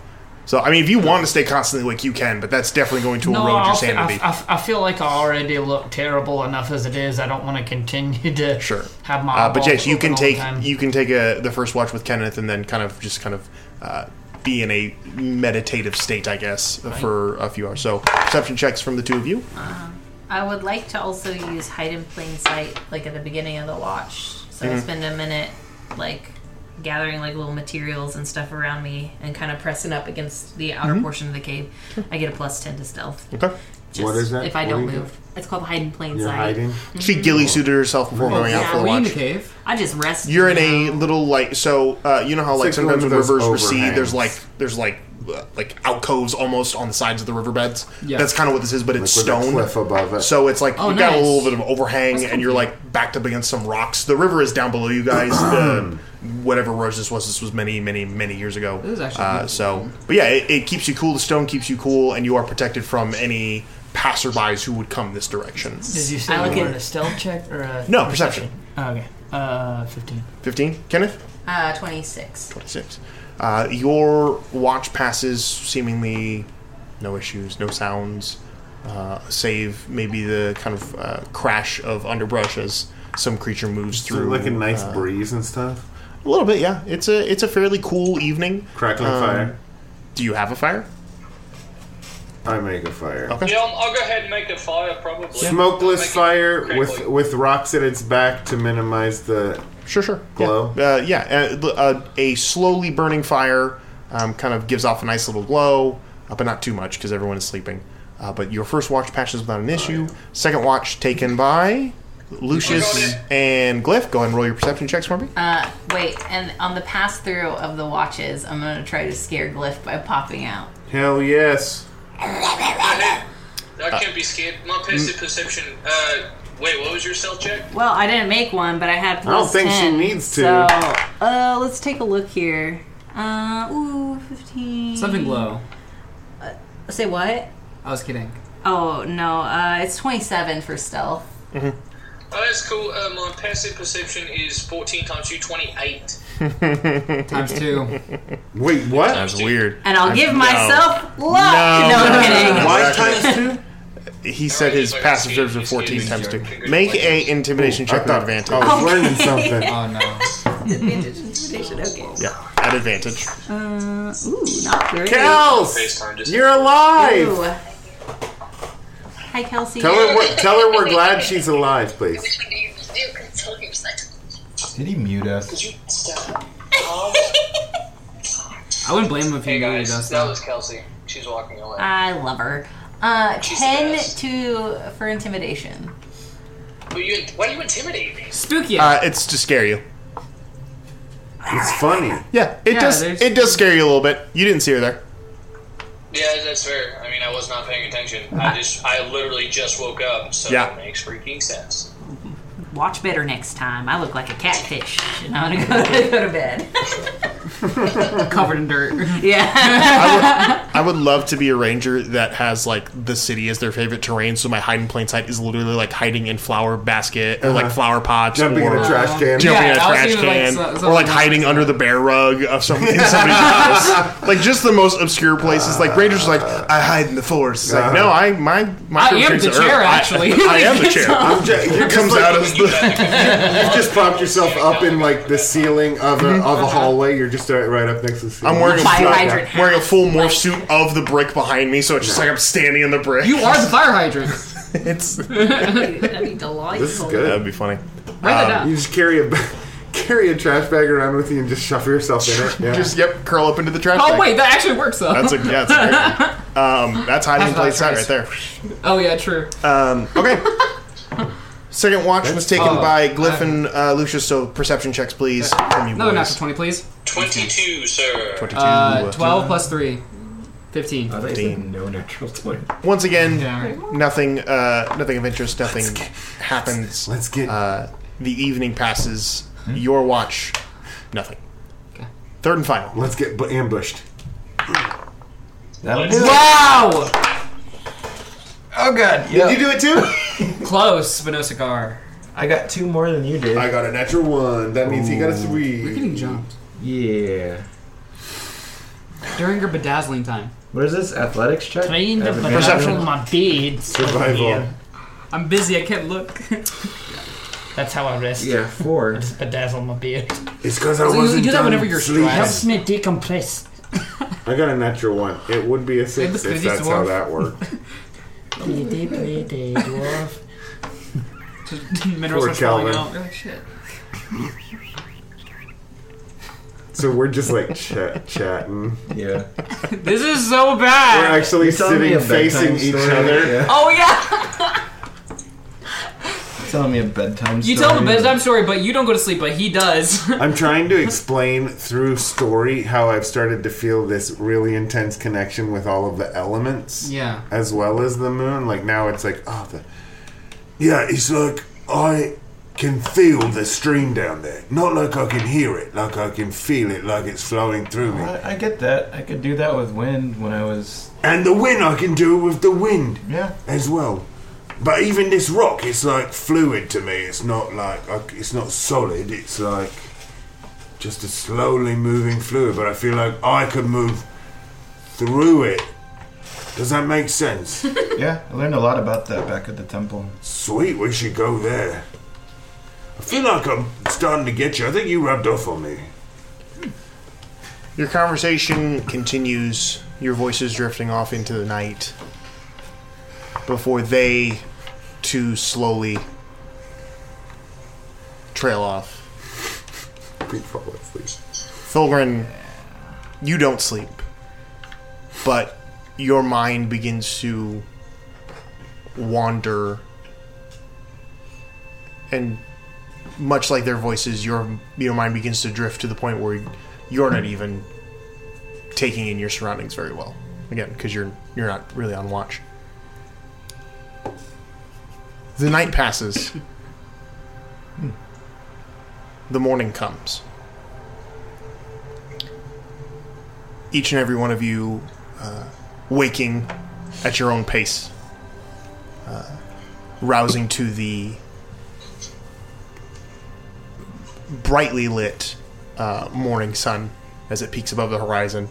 Speaker 3: So I mean, if you want to stay constantly awake, you can, but that's definitely going to
Speaker 9: No,
Speaker 3: erode
Speaker 9: I'll
Speaker 3: your
Speaker 9: fe- I,
Speaker 3: sanity.
Speaker 9: I, I feel like I already look terrible enough as it is. I don't want to continue to
Speaker 3: sure
Speaker 9: have my.
Speaker 3: Uh, but yes,
Speaker 9: eyeballs
Speaker 3: you can
Speaker 9: open all the
Speaker 3: take
Speaker 9: time.
Speaker 3: you can take a, the first watch with Kenneth, and then kind of just kind of uh, be in a meditative state, I guess, for a few hours. So perception checks from the two of you.
Speaker 9: Uh-huh.
Speaker 5: I would like to also use hide in plain sight, like at the beginning of the watch. So I
Speaker 3: Mhm.
Speaker 5: spend a minute, like, gathering like little materials and stuff around me, and kind of pressing up against the outer
Speaker 3: Mhm.
Speaker 5: portion of the cave. I get a plus ten to stealth.
Speaker 3: Okay.
Speaker 5: Just
Speaker 3: What is that?
Speaker 5: If I
Speaker 3: What
Speaker 5: don't
Speaker 3: do you-
Speaker 5: move, it's called hide in plain
Speaker 3: You're
Speaker 5: sight.
Speaker 3: hiding? She ghillie suited herself before
Speaker 5: Oh,
Speaker 3: going out
Speaker 5: yeah,
Speaker 3: for a
Speaker 5: were you in
Speaker 3: watch.
Speaker 5: the cave? I just rest.
Speaker 3: You're in a little like so uh, you know how
Speaker 7: It's
Speaker 3: like
Speaker 7: like
Speaker 3: sometimes
Speaker 7: one of
Speaker 3: when
Speaker 7: those
Speaker 3: rivers recede,
Speaker 7: overhangs.
Speaker 3: there's like there's like uh, like alcoves almost on the sides of the riverbeds.
Speaker 7: Yeah.
Speaker 3: That's kind of what this is, but it's
Speaker 7: Like with a
Speaker 3: stone.
Speaker 7: cliff above it.
Speaker 3: So it's like
Speaker 7: Oh,
Speaker 3: you got a
Speaker 7: nice.
Speaker 3: little bit of overhang,
Speaker 7: That's
Speaker 3: and you're like backed up against some rocks. The river is down below you guys. the, whatever road this was, this was many, many, many years ago.
Speaker 8: It was actually
Speaker 3: uh, so, but yeah, it, it keeps you cool. The stone keeps you cool, and you are protected from any passerbys who would come this direction.
Speaker 9: Did you say
Speaker 5: I
Speaker 9: you
Speaker 5: like it.
Speaker 9: wanted a stealth check or a
Speaker 3: No, perception.
Speaker 9: Oh, okay, uh, fifteen.
Speaker 3: Fifteen, Kenneth.
Speaker 5: Uh, twenty six.
Speaker 3: 26. Uh, your watch passes seemingly no issues, no sounds, uh, save maybe the kind of uh, crash of underbrush as some creature moves
Speaker 7: it
Speaker 3: through. uh,
Speaker 7: like a nice
Speaker 3: breeze and stuff. A little bit, yeah. It's a it's a fairly cool evening.
Speaker 7: Crackling fire.
Speaker 3: um, Do you have a fire?
Speaker 7: I make a fire.
Speaker 3: Okay.
Speaker 14: Yeah, I'll, I'll go ahead and make a fire, probably.
Speaker 7: Smokeless fire with with rocks at its back to minimize the
Speaker 3: sure sure
Speaker 7: glow.
Speaker 3: Uh, yeah, uh, the- uh, a slowly burning fire um, kind of gives off a nice little glow, uh, but not too much because everyone is sleeping. Uh, but your first watch passes without an issue. Second watch taken by Lucius and Glyph. Go ahead and roll your perception checks for me.
Speaker 5: Uh, wait, and on the pass through of the watches, I'm gonna try to scare Glyph by popping out.
Speaker 7: Hell yes.
Speaker 14: I can't be scared. My
Speaker 8: Mm.
Speaker 14: passive perception. Uh, wait, what was your stealth check?
Speaker 5: Well, I didn't make one, but I had.
Speaker 7: I don't
Speaker 5: Plus
Speaker 7: think she
Speaker 5: 10,
Speaker 7: needs to.
Speaker 5: So, uh, let's take a look here. Uh, ooh, fifteen.
Speaker 8: Something low.
Speaker 5: Say what?
Speaker 8: I was kidding.
Speaker 5: Oh no, uh, it's twenty-seven for stealth.
Speaker 3: Mm-hmm.
Speaker 14: Oh, that's cool. Uh, my passive perception is 14 times 2, 28.
Speaker 8: Times two.
Speaker 3: Wait, what? That's weird.
Speaker 5: And I'll
Speaker 3: I-
Speaker 5: give
Speaker 3: no.
Speaker 5: myself love. No, I'm kidding.
Speaker 3: Why times two? He said his passive serves are 14 times two. Make a intimidation
Speaker 7: Ooh, I
Speaker 3: check with
Speaker 7: thought
Speaker 3: advantage.
Speaker 7: I was
Speaker 5: Okay.
Speaker 7: learning something.
Speaker 5: Oh,
Speaker 3: no.
Speaker 9: Uh,
Speaker 5: Vintage intimidation, okay.
Speaker 3: Yeah, at advantage.
Speaker 5: Uh, ooh, not very.
Speaker 7: Kels, you're alive.
Speaker 5: Ooh. Hi, Kelsey.
Speaker 7: Tell her what, tell her we're glad she's alive, please.
Speaker 4: Did he mute us?
Speaker 8: I wouldn't blame him if he really does
Speaker 14: That was Kelsey. She's walking away.
Speaker 5: I love her. Uh,
Speaker 14: She's the
Speaker 5: ten
Speaker 14: best.
Speaker 5: to for intimidation.
Speaker 14: Who you, why do you intimidate me?
Speaker 8: Spooky.
Speaker 3: Uh, it's to scare you.
Speaker 7: It's funny.
Speaker 3: Yeah, it
Speaker 14: Yeah,
Speaker 3: does.
Speaker 14: there's-
Speaker 3: It does scare you a little bit. You didn't see her there.
Speaker 14: Yeah, that's fair. I mean, I was not paying attention. I just, I literally just woke up, so
Speaker 3: Yeah.
Speaker 14: it makes freaking sense.
Speaker 5: Watch better next time. I look like a catfish, and I'm gonna go to, go to bed.
Speaker 8: covered in dirt.
Speaker 5: Yeah.
Speaker 3: I would love to be a ranger that has like the city as their favorite terrain, so my hide in plain sight is literally like hiding in flower basket or like
Speaker 7: Uh-huh.
Speaker 3: flower pots,
Speaker 7: Jumping in
Speaker 3: or
Speaker 7: a trash can.
Speaker 3: jumping in a
Speaker 7: Yeah, I was
Speaker 3: trash
Speaker 7: thinking, like,
Speaker 3: can,
Speaker 7: so-
Speaker 3: or
Speaker 7: something
Speaker 3: like
Speaker 7: like
Speaker 3: hiding under the bear rug of some in somebody's house. Like just the most obscure places. Like rangers, are like I hide in the forest. It's
Speaker 7: Uh-huh.
Speaker 3: like no, I my my
Speaker 8: I am
Speaker 3: creatures
Speaker 8: the
Speaker 3: are-
Speaker 8: chair,
Speaker 3: I-
Speaker 8: actually.
Speaker 3: I, am the chair.
Speaker 7: I'm ju- you're
Speaker 3: comes
Speaker 7: just like-
Speaker 3: out as the.
Speaker 7: you just popped yourself up in like the ceiling of a, of a hallway. You're just right right up next to the ceiling.
Speaker 3: I'm wearing a, full, wearing a full morph suit of the brick behind me, so it's just like I'm standing in the brick.
Speaker 8: You are the fire hydrant.
Speaker 3: it's
Speaker 5: That'd be delightful.
Speaker 3: That'd be funny.
Speaker 5: Write that up.
Speaker 7: Um, You just carry a ba- carry a trash bag around with you and just shove yourself in it. Yeah.
Speaker 3: Just yep, curl up into the trash.
Speaker 8: Oh
Speaker 3: bag.
Speaker 8: wait, that actually works though.
Speaker 3: That's a yeah, that's a great one. Um, that's hiding in plain
Speaker 8: That's
Speaker 3: sight
Speaker 8: not
Speaker 3: right there.
Speaker 8: Oh yeah, true.
Speaker 3: Um, okay. Second watch was taken
Speaker 8: Oh,
Speaker 3: by Glyph and uh, Lucius, so perception checks, please. From you
Speaker 8: Another
Speaker 3: boys.
Speaker 8: natural 20, please.
Speaker 14: 22, sir.
Speaker 3: 22.
Speaker 8: Uh, 12 plus 3. 15.
Speaker 3: I thought you said 15.
Speaker 8: no natural 20.
Speaker 3: Once again,
Speaker 8: Yeah,
Speaker 3: nothing, uh, nothing of interest. Nothing happens. Let's get uh, the evening passes. Your watch, nothing. Third and final.
Speaker 7: Let's get b- ambushed.
Speaker 8: Wow!
Speaker 4: Oh god!
Speaker 8: Did you
Speaker 4: do it
Speaker 8: too? Close, but no cigar.
Speaker 4: I got two more than you did.
Speaker 7: I got a natural one. That means he got a three.
Speaker 8: We're getting jumped.
Speaker 4: Yeah.
Speaker 8: During your bedazzling time.
Speaker 4: What is this? Athletics check?
Speaker 8: Trying to
Speaker 4: Advantage?
Speaker 8: bedazzle my beads.
Speaker 4: Survival.
Speaker 8: I'm busy, I can't look.
Speaker 9: That's how I rest.
Speaker 4: Yeah, four.
Speaker 9: Just bedazzle my beard.
Speaker 7: It's because
Speaker 9: So
Speaker 7: I
Speaker 9: you-
Speaker 7: wasn't
Speaker 9: you do that
Speaker 7: done
Speaker 9: whenever you're
Speaker 7: sleeping.
Speaker 9: Helps me decompress.
Speaker 7: I got a natural one. It would be a six
Speaker 9: It's
Speaker 7: if
Speaker 9: the
Speaker 7: that's how
Speaker 9: dwarf.
Speaker 7: that worked.
Speaker 9: Pretty, pretty dwarf.
Speaker 8: Minerals
Speaker 7: Poor
Speaker 8: are falling
Speaker 7: Calvin.
Speaker 8: out. You're like, shit.
Speaker 7: So we're just like chat chatting.
Speaker 4: Yeah.
Speaker 8: This is so
Speaker 7: We're
Speaker 8: Oh, bad.
Speaker 7: actually
Speaker 4: You're telling me
Speaker 7: sitting
Speaker 4: a bedtime
Speaker 7: facing each
Speaker 4: story,
Speaker 7: other.
Speaker 4: yeah.
Speaker 8: Oh yeah!
Speaker 4: Telling me a bedtime
Speaker 8: You
Speaker 4: story.
Speaker 8: tell him a bedtime story, but you don't go to sleep, but he does.
Speaker 7: I'm trying to explain through story how I've started to feel this really intense connection with all of the elements.
Speaker 8: Yeah.
Speaker 7: As well as the moon. Like now it's like, oh, the. Yeah, it's like I can feel the stream down there. Not like I can hear it, like I can feel it, like it's flowing through me.
Speaker 4: I, I get that. I could do that with wind when I was.
Speaker 7: And the wind, I can do it with the wind.
Speaker 4: Yeah.
Speaker 7: As well. But even this rock, it's like fluid to me. It's not like, like, it's not solid. It's like just a slowly moving fluid. But I feel like I could move through it. Does that make sense?
Speaker 4: Yeah, I learned a lot about that back at the temple.
Speaker 7: Sweet, we should go there. I feel like I'm starting to get you. I think you rubbed off on me.
Speaker 3: Your conversation continues, your voices drifting off into the night before they too slowly trail off.
Speaker 7: We fall asleep.
Speaker 3: Fulgrin, you don't sleep, but your mind begins to wander, and much like their voices, your your mind begins to drift to the point where you're not even taking in your surroundings very well. Again, because you're you're not really on watch. The night passes. the morning comes. Each and every one of you uh, waking at your own pace, uh, rousing to the brightly lit uh, morning sun as it peaks above the horizon.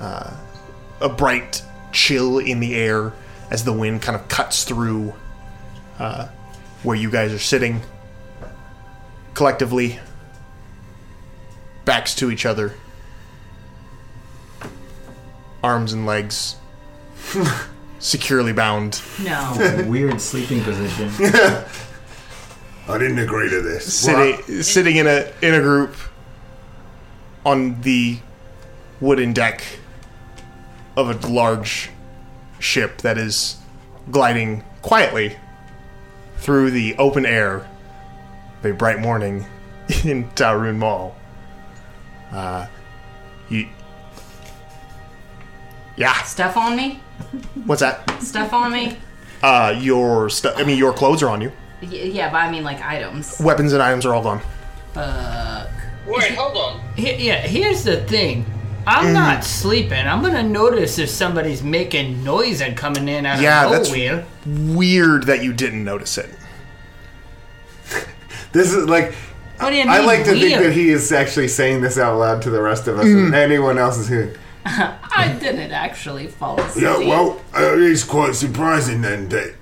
Speaker 3: Uh, a bright chill in the air as the wind kind of cuts through uh, where you guys are sitting collectively, backs to each other, arms and legs securely bound.
Speaker 5: No.
Speaker 4: Weird sleeping position.
Speaker 7: I didn't agree to this.
Speaker 3: sitting sitting in a in a group on the wooden deck of a large ship that is gliding quietly through the open air of a bright morning in Tarun Mall. Uh, you, yeah,
Speaker 5: Stuff on me?
Speaker 3: what's that?
Speaker 5: Stuff on me?
Speaker 3: Uh, your stuff. I mean, your clothes are on you.
Speaker 5: Y- yeah, but I mean like items.
Speaker 3: Weapons and items are all gone.
Speaker 9: Fuck.
Speaker 14: Wait, hold on.
Speaker 9: Uh, He- yeah, here's the thing. I'm
Speaker 3: Mm.
Speaker 9: not sleeping. I'm gonna notice if somebody's making noise and coming in out
Speaker 3: yeah,
Speaker 9: of
Speaker 3: that's
Speaker 9: nowhere.
Speaker 3: weird that you didn't notice it.
Speaker 7: This is like.
Speaker 9: What do you
Speaker 7: I
Speaker 9: mean,
Speaker 7: like to think
Speaker 9: weird?
Speaker 7: that he is actually saying this out loud to the rest of us
Speaker 3: Mm-hmm.
Speaker 7: and anyone else is here.
Speaker 5: I didn't actually fall asleep.
Speaker 11: Yeah, well, uh, it's quite surprising then that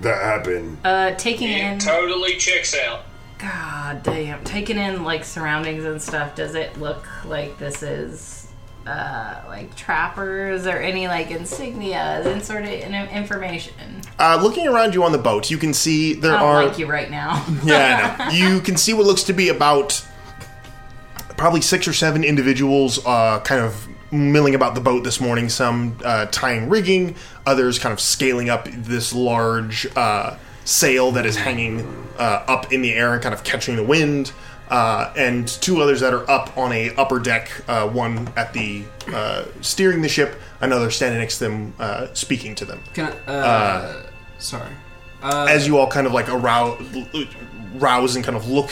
Speaker 11: that happened.
Speaker 5: Uh, taking in.
Speaker 14: Totally checks out.
Speaker 5: God damn. Taking in, like, surroundings and stuff, does it look like this is, uh, like, trappers or any, like, insignias and sort of in- information?
Speaker 3: Uh, looking around you on the boat, you can see there
Speaker 5: I don't
Speaker 3: are.
Speaker 5: like you right now.
Speaker 3: yeah, I know. you can see what looks to be about probably six or seven individuals uh, kind of milling about the boat this morning, some uh, tying rigging, others kind of scaling up this large uh, sail that is hanging uh, up in the air and kind of catching the wind. Uh, and two others that are up on a upper deck, uh, one at the uh, steering the ship, another standing next to them, uh, speaking to them.
Speaker 10: Can I, uh, sorry. Uh,
Speaker 3: as you all kind of like arouse, rouse and kind of look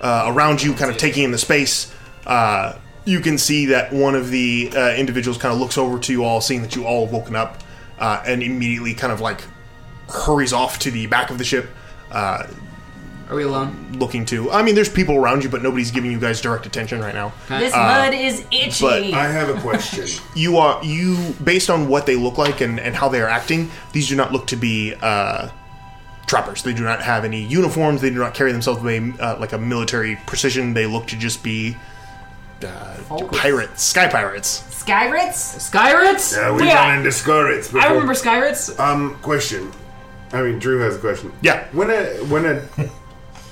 Speaker 3: uh, around you, kind of taking in the space, uh, you can see that one of the uh, individuals kind of looks over to you all, seeing that you all have woken up, uh, and immediately kind of like hurries off to the back of the ship. Uh,
Speaker 10: Are we alone?
Speaker 3: Looking to. I mean, there's people around you, but nobody's giving you guys direct attention right now.
Speaker 5: This
Speaker 3: Uh,
Speaker 5: mud is itchy.
Speaker 3: but I have a
Speaker 7: question.
Speaker 3: you are you based on what they look like and, and how they are acting these do not look to be uh, trappers they do not have any uniforms they do not carry themselves with a, uh, like a military precision they look to just be uh, pirates sky pirates
Speaker 5: Skyrits?
Speaker 10: Skyrits?
Speaker 7: Yeah, we
Speaker 10: Yeah.
Speaker 7: ran into Skyrits before.
Speaker 10: I remember Skyrits.
Speaker 7: Um, question. I mean, Drew has a question.
Speaker 3: Yeah.
Speaker 7: When a when a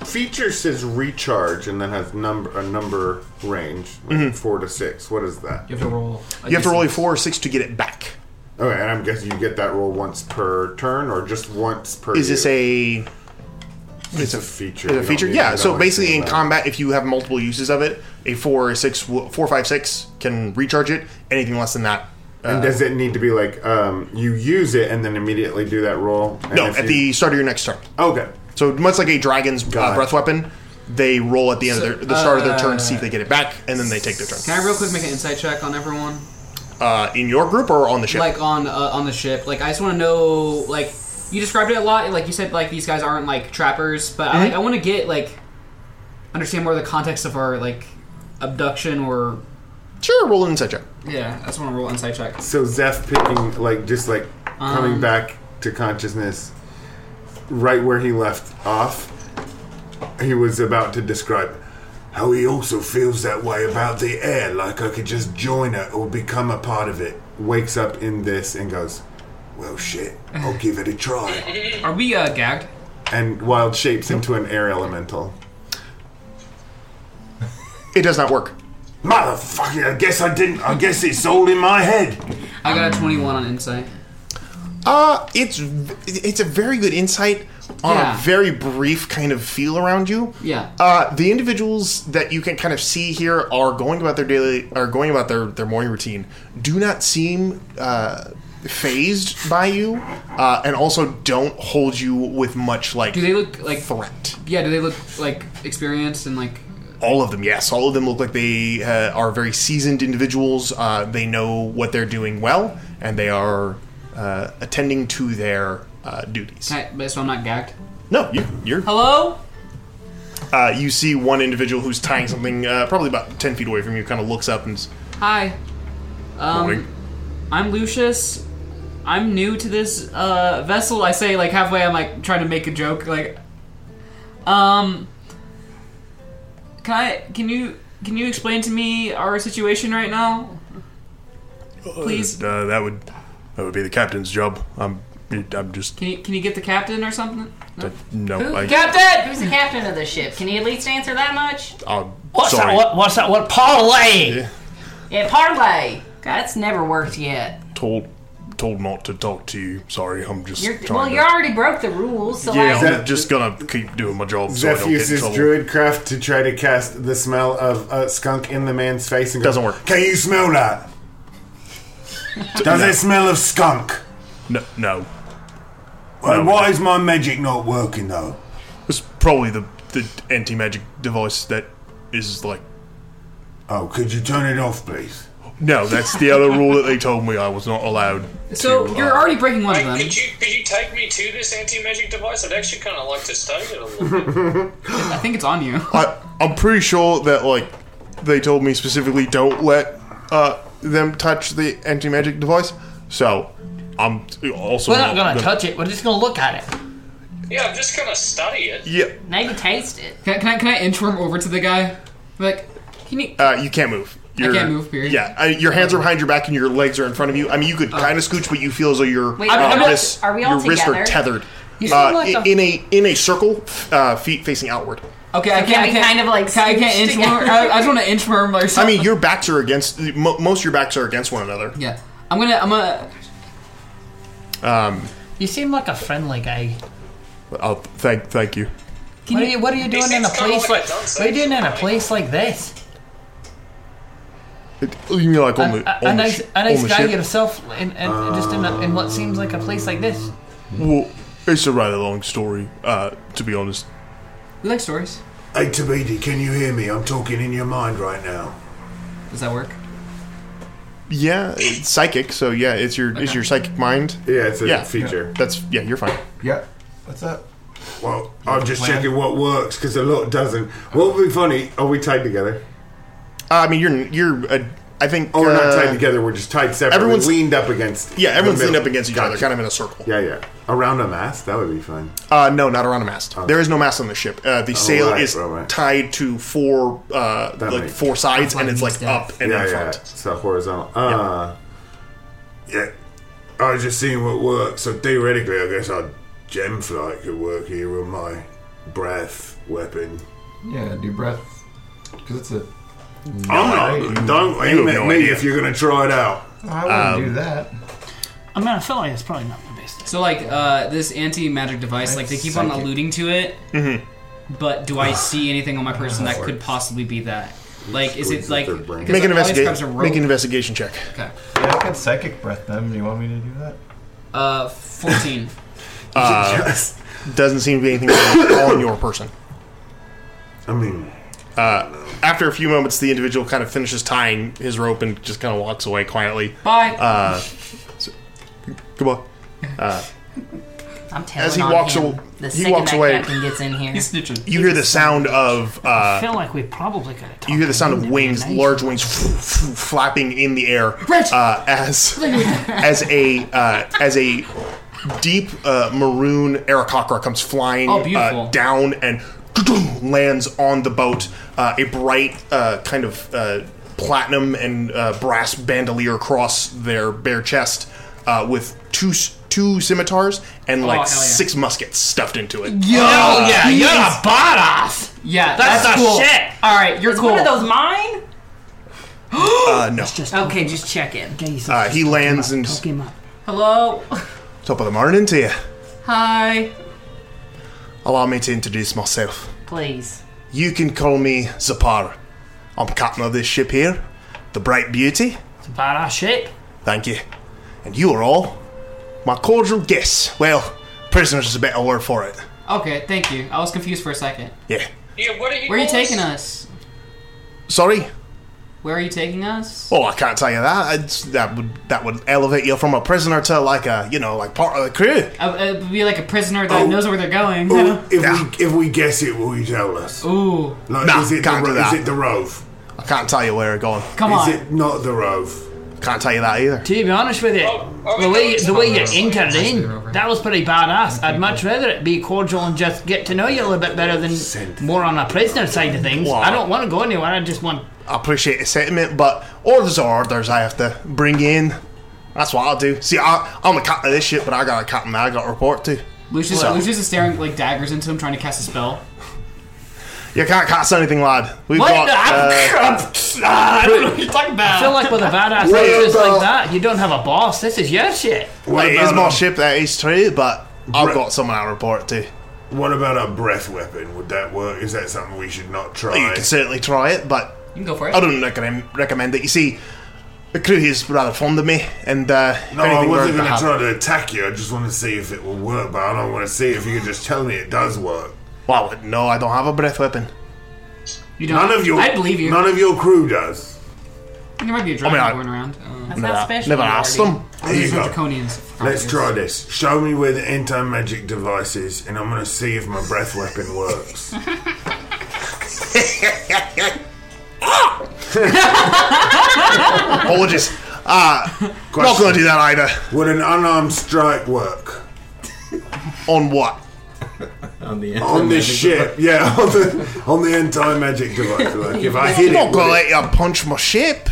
Speaker 7: feature says recharge and then has number a number range like
Speaker 3: Mm-hmm.
Speaker 7: four to six, what is that?
Speaker 10: You have to roll.
Speaker 3: you have to roll a four or six to get it back
Speaker 7: Okay, and I'm guessing you get that roll once per turn or just once per.
Speaker 3: is this
Speaker 7: use?
Speaker 3: a
Speaker 7: It's a feature. you
Speaker 3: Is it a
Speaker 7: don't
Speaker 3: feature?
Speaker 7: need- you
Speaker 3: Yeah.
Speaker 7: don't
Speaker 3: So
Speaker 7: need
Speaker 3: basically, in
Speaker 7: that.
Speaker 3: combat, if you have multiple uses of it, a four or six, four, five, six can recharge it. Anything less than that. uh,
Speaker 7: And does it need to be like um, you use it and then immediately do that roll? And
Speaker 3: no,
Speaker 7: if
Speaker 3: at
Speaker 7: you-
Speaker 3: the start of your next turn.
Speaker 7: Okay.
Speaker 3: So much like a dragon's uh,
Speaker 7: Got it.
Speaker 3: breath weapon, they roll at the end
Speaker 10: So,
Speaker 3: of their, the start of their turn
Speaker 10: uh,
Speaker 3: to see if they get it back, and then they take their turn.
Speaker 10: Can I real quick make an insight check on everyone?
Speaker 3: Uh, in your group or on the ship?
Speaker 10: Like on uh, on the ship. Like I just want to know. Like you described it a lot. Like you said, like these guys aren't like trappers, but I, like, I want to get like understand more of the context of our like abduction or
Speaker 3: sure, roll an insight check.
Speaker 10: yeah. I just want to roll an insight check.
Speaker 7: So Zeph picking like just like coming
Speaker 10: Um,
Speaker 7: back to consciousness, right where he left off. He was about to describe.
Speaker 11: How he also feels that way about the air, like I could just join it or become a part of it.
Speaker 7: Wakes up in this and goes, "Well, shit, I'll give it a try."
Speaker 10: Are we uh, gagged?
Speaker 7: And wild shapes into an air elemental.
Speaker 3: It does not work.
Speaker 11: Motherfucker! I guess I didn't. I guess it's all in my head.
Speaker 10: I got a twenty-one on insight.
Speaker 3: Uh, it's v- it's a very good insight on
Speaker 10: Yeah.
Speaker 3: a very brief kind of feel around you.
Speaker 10: Yeah.
Speaker 3: Uh, the individuals that you can kind of see here are going about their daily are going about their, their morning routine. Do not seem uh, phased by you, uh, and also don't hold you with much like. Do
Speaker 10: they look like
Speaker 3: threat?
Speaker 10: Yeah. Do they look like experienced and like
Speaker 3: All of them, yes. All of them look like they uh, are very seasoned individuals. Uh, they know what they're doing well, and they are uh, attending to their uh, duties.
Speaker 10: Can I, but so I'm not gagged.
Speaker 3: No, you, you're.
Speaker 10: Hello.
Speaker 3: Uh, you see one individual who's tying something, uh, probably about ten feet away from you, kind of looks up and. s-
Speaker 8: Hi. Um,
Speaker 3: Morning.
Speaker 8: I'm Lucius. I'm new to this uh, vessel. I say like halfway. I'm like trying to make a joke. Like, um, can I? Can you? Can you explain to me our situation right now? Please.
Speaker 3: Uh, that would that would be the captain's job. I'm I'm just
Speaker 8: Can you? Can you get the captain or something?
Speaker 3: no. I,
Speaker 8: Captain!
Speaker 10: Who's the captain of the ship? Can he at least answer that much?
Speaker 3: I'm
Speaker 10: What's
Speaker 3: sorry.
Speaker 10: that- what-
Speaker 18: what's that? What parlay?
Speaker 10: Yeah, parlay. That's never worked yet.
Speaker 3: Told told not to talk to you. Sorry, I'm just
Speaker 10: You're,
Speaker 3: trying
Speaker 10: well,
Speaker 3: to.
Speaker 10: you already broke the rules, so
Speaker 3: yeah,
Speaker 10: like,
Speaker 3: I'm just gonna keep doing my job Oh, so I don't get in
Speaker 11: Zephyus'
Speaker 3: trouble.
Speaker 11: druidcraft to try to cast the smell of uh, skunk in the man's face and go, doesn't work. Can you smell that? Does
Speaker 3: No.
Speaker 11: it smell of skunk?
Speaker 3: No, no.
Speaker 11: Well,
Speaker 3: No.
Speaker 11: why is my magic not working though?
Speaker 3: It's probably the the anti magic device that is like.
Speaker 11: Oh, could you turn it off, please?
Speaker 3: No, that's the other rule that they told me I was not allowed.
Speaker 8: So
Speaker 3: to,
Speaker 8: you're
Speaker 3: uh,
Speaker 8: already breaking one of them.
Speaker 19: Could you could you take me to this anti magic device? I'd actually kind of like to study it a little.
Speaker 8: I think it's on you.
Speaker 3: I, I'm pretty sure that like they told me specifically don't let uh, them touch the anti magic device. So I'm also
Speaker 9: We're not gonna touch it. We're just gonna look at it.
Speaker 19: Yeah, I'm just gonna study it.
Speaker 3: Yeah.
Speaker 10: maybe taste it.
Speaker 8: Can I, can I? Can I inchworm over to the guy? Like, can you?
Speaker 3: Uh, you can't move.
Speaker 8: I can't move, period.
Speaker 3: Yeah, uh, your hands are behind your back and your legs are in front of you. I mean, you could kind of scooch, but you feel as though your
Speaker 10: Wait,
Speaker 3: uh,
Speaker 10: are we all-
Speaker 3: wrists,
Speaker 10: are we all
Speaker 3: your wrists
Speaker 10: together?
Speaker 3: are tethered.
Speaker 10: You
Speaker 3: Uh,
Speaker 10: seem like
Speaker 3: i-
Speaker 10: a-
Speaker 3: in a in a circle, uh, feet facing outward.
Speaker 8: Okay,
Speaker 10: So
Speaker 8: I
Speaker 10: can
Speaker 8: can't. I
Speaker 10: we
Speaker 8: can't
Speaker 10: kind of, like,
Speaker 8: Can, I can't
Speaker 10: smoosh
Speaker 8: inchworm.
Speaker 10: together?
Speaker 8: I, I just want to inchworm or
Speaker 3: I
Speaker 8: something.
Speaker 3: mean, your backs are against mo- most of your backs are against one another.
Speaker 8: Yeah. I'm gonna. I'm gonna.
Speaker 3: Um,
Speaker 9: You seem like a friendly guy.
Speaker 3: I'll thank thank you.
Speaker 9: Can what, you, what are you doing in a place like? What are you doing in a place like this?
Speaker 3: It- you mean like on
Speaker 9: A,
Speaker 3: the
Speaker 9: a,
Speaker 3: on
Speaker 9: a
Speaker 3: the
Speaker 9: nice,
Speaker 3: sh-
Speaker 9: a nice
Speaker 3: on the
Speaker 9: guy
Speaker 3: ship?
Speaker 9: yourself, in, in, just in, a, in what seems like a place like this.
Speaker 3: Well, it's a rather long story, uh, to be honest.
Speaker 8: We like stories.
Speaker 11: Hey, Tabidi, can you hear me? I'm talking in your mind right now.
Speaker 8: Does that work?
Speaker 3: Yeah, it's psychic. So yeah, it's your it's your psychic mind.
Speaker 11: Yeah, it's a feature.
Speaker 3: That's yeah, you're fine.
Speaker 15: Yeah. What's up?
Speaker 11: Well, I'm just checking what works because a lot doesn't. What would be funny? Are we tied together?
Speaker 3: Uh, I mean, you're you're. Uh, I think.
Speaker 11: Oh, we're not
Speaker 3: uh,
Speaker 11: tied together. We're just tied separately.
Speaker 3: everyone's-
Speaker 11: Everyone's leaned up against.
Speaker 3: Yeah,
Speaker 11: the
Speaker 3: everyone's leaned
Speaker 11: middle.
Speaker 3: up against each other, kind of in a circle.
Speaker 11: Yeah, yeah. Around a mast, that would be fun.
Speaker 3: Uh, no, not around a mast. There is no mast on the ship. Uh, the
Speaker 11: Oh,
Speaker 3: sail
Speaker 11: right,
Speaker 3: is
Speaker 11: right, right.
Speaker 3: tied to four uh,
Speaker 11: That
Speaker 3: like
Speaker 11: makes-
Speaker 3: four sides, and it's like up and
Speaker 11: yeah,
Speaker 3: in
Speaker 11: yeah.
Speaker 3: front.
Speaker 11: It's that horizontal. Uh, yeah. I was just seeing what works. So theoretically, I guess our gem flight could work here with my breath weapon.
Speaker 15: Yeah, do breath. Because it's a.
Speaker 11: I'm not. Don't aim at me if you're going to try it out.
Speaker 15: I wouldn't do
Speaker 3: Um,
Speaker 15: that.
Speaker 18: I mean, I feel like it's probably not my best.
Speaker 8: So like uh, this anti-magic device, like they keep on
Speaker 18: psychic.
Speaker 8: alluding to it,
Speaker 18: Mhm.
Speaker 8: but do I see anything on my person that could possibly be that? Like, is it like because
Speaker 3: Make an
Speaker 8: it always comes a
Speaker 3: investigation.
Speaker 8: rope.
Speaker 3: Make an investigation check.
Speaker 8: Okay.
Speaker 15: Yeah, I can psychic breath them. Do you want me to do that?
Speaker 8: Uh, fourteen.
Speaker 3: Uh, doesn't seem to be anything on your person.
Speaker 11: I mean,
Speaker 3: uh, after a few moments, the individual kind of finishes tying his rope and just kind of walks away quietly.
Speaker 8: Bye.
Speaker 3: Uh, so- come on. Uh,
Speaker 10: I'm telling
Speaker 3: as he
Speaker 10: on
Speaker 3: walks,
Speaker 10: him.
Speaker 3: away,
Speaker 10: the
Speaker 3: he
Speaker 10: second
Speaker 3: walks
Speaker 10: that
Speaker 3: away.
Speaker 10: captain gets in here,
Speaker 3: You hear the sound of
Speaker 18: I
Speaker 3: uh,
Speaker 18: feel like we probably could have
Speaker 3: you hear the sound of wings, large wings flapping in the air uh, as as a uh, as a deep uh, maroon aracocra comes flying
Speaker 8: Oh, beautiful.
Speaker 3: uh, down and lands on the boat. Uh, a bright uh, kind of uh, platinum and uh, brass bandolier across their bare chest uh, with two s- two scimitars and
Speaker 8: Oh,
Speaker 3: like
Speaker 8: hell yeah.
Speaker 3: six muskets stuffed into it.
Speaker 9: Yo,
Speaker 3: Uh,
Speaker 9: yeah, you're a bot off.
Speaker 8: Yeah,
Speaker 9: That's
Speaker 8: that's,
Speaker 9: the
Speaker 8: cool.
Speaker 9: shit.
Speaker 8: All right, you're
Speaker 10: Is
Speaker 8: cool.
Speaker 10: one of those mine?
Speaker 3: uh, no.
Speaker 10: okay, just check it.
Speaker 3: Uh, he lands and
Speaker 8: Hello.
Speaker 3: top of the morning to you.
Speaker 8: Hi.
Speaker 3: Allow me to introduce myself.
Speaker 10: Please.
Speaker 3: You can call me Zapar. I'm captain of this ship here, the Bright Beauty.
Speaker 9: It's a badass ship.
Speaker 3: Thank you. And you are all my cordial guests. Well, prisoners is a better word for it.
Speaker 8: Okay, thank you. I was confused for a second.
Speaker 3: Yeah.
Speaker 8: Yeah, what are you? Where are you taking us?
Speaker 3: Sorry?
Speaker 8: Where are you taking us?
Speaker 3: Oh, I can't tell you that. It's, that would that would elevate you from a prisoner to like a you know like part of the crew.
Speaker 8: Uh, it would be like a prisoner that knows where they're going.
Speaker 11: Oh. If we if we guess it, will you tell us?
Speaker 8: Ooh,
Speaker 11: like,
Speaker 3: Nah,
Speaker 11: is it
Speaker 3: can't
Speaker 11: the,
Speaker 3: do
Speaker 11: ro-
Speaker 3: that.
Speaker 11: Is it the Rove?
Speaker 3: I can't tell you where we're going.
Speaker 8: Come on.
Speaker 11: Is it not the Rove?
Speaker 3: Can't tell you that either.
Speaker 9: To be honest with you, the way the way you entered in, that was pretty badass. I'd much rather it be cordial and just get to know you a little bit better than more on a prisoner side of things. I don't want to go anywhere. I just want.
Speaker 3: I appreciate the sentiment, but orders are orders. I have to bring in. That's what I'll do. See, I, I'm the captain of this shit, but I got a captain that I got to report to.
Speaker 8: Lucius,
Speaker 3: So,
Speaker 8: Lucius is staring like daggers into him, trying to cast a spell.
Speaker 3: you can't cast anything, lad. We've
Speaker 8: What?
Speaker 3: got.
Speaker 8: I'm-
Speaker 3: uh,
Speaker 8: I don't know what you're talking about.
Speaker 9: I feel like with a badass
Speaker 3: What
Speaker 9: actress
Speaker 3: about-
Speaker 9: like that, you don't have a boss. This is your shit.
Speaker 3: Well, it is my ship, that is true, but I've got someone I report to.
Speaker 11: What about a breath weapon? Would that work? Is that something we should not try?
Speaker 3: You can certainly try it, but
Speaker 8: you can go for it.
Speaker 3: I don't recommend, recommend it. You see, the crew here is rather fond of me, and uh, if
Speaker 11: No, I
Speaker 3: anything were
Speaker 11: wasn't
Speaker 3: to
Speaker 11: going to
Speaker 3: happen-
Speaker 11: try to attack you. I just want to see if it will work, but I don't want to see if you can just tell me it does work.
Speaker 3: Well, no, I don't have a breath weapon.
Speaker 8: You don't-
Speaker 11: None of your,
Speaker 8: I believe you.
Speaker 11: None of your crew does.
Speaker 8: There might be a
Speaker 11: I mean,
Speaker 8: dragon
Speaker 11: I-
Speaker 8: going around. Uh,
Speaker 11: That's never- not special, never Marty. asked
Speaker 3: them.
Speaker 8: There you
Speaker 11: There you go.
Speaker 8: Draconians.
Speaker 11: Let's try this. Show me where the anti magic device is, and I'm going to see if my breath weapon works.
Speaker 7: Ah.
Speaker 3: Apologies. Uh, not going to do that either.
Speaker 11: Would an unarmed strike work?
Speaker 3: On what?
Speaker 11: On
Speaker 6: the
Speaker 11: on
Speaker 6: anti-magic
Speaker 11: this ship,
Speaker 6: device.
Speaker 11: yeah, on the on the anti magic device. Like if I hit
Speaker 3: I'm
Speaker 11: it,
Speaker 3: not
Speaker 11: would
Speaker 3: going to
Speaker 11: it-
Speaker 3: let you punch my ship.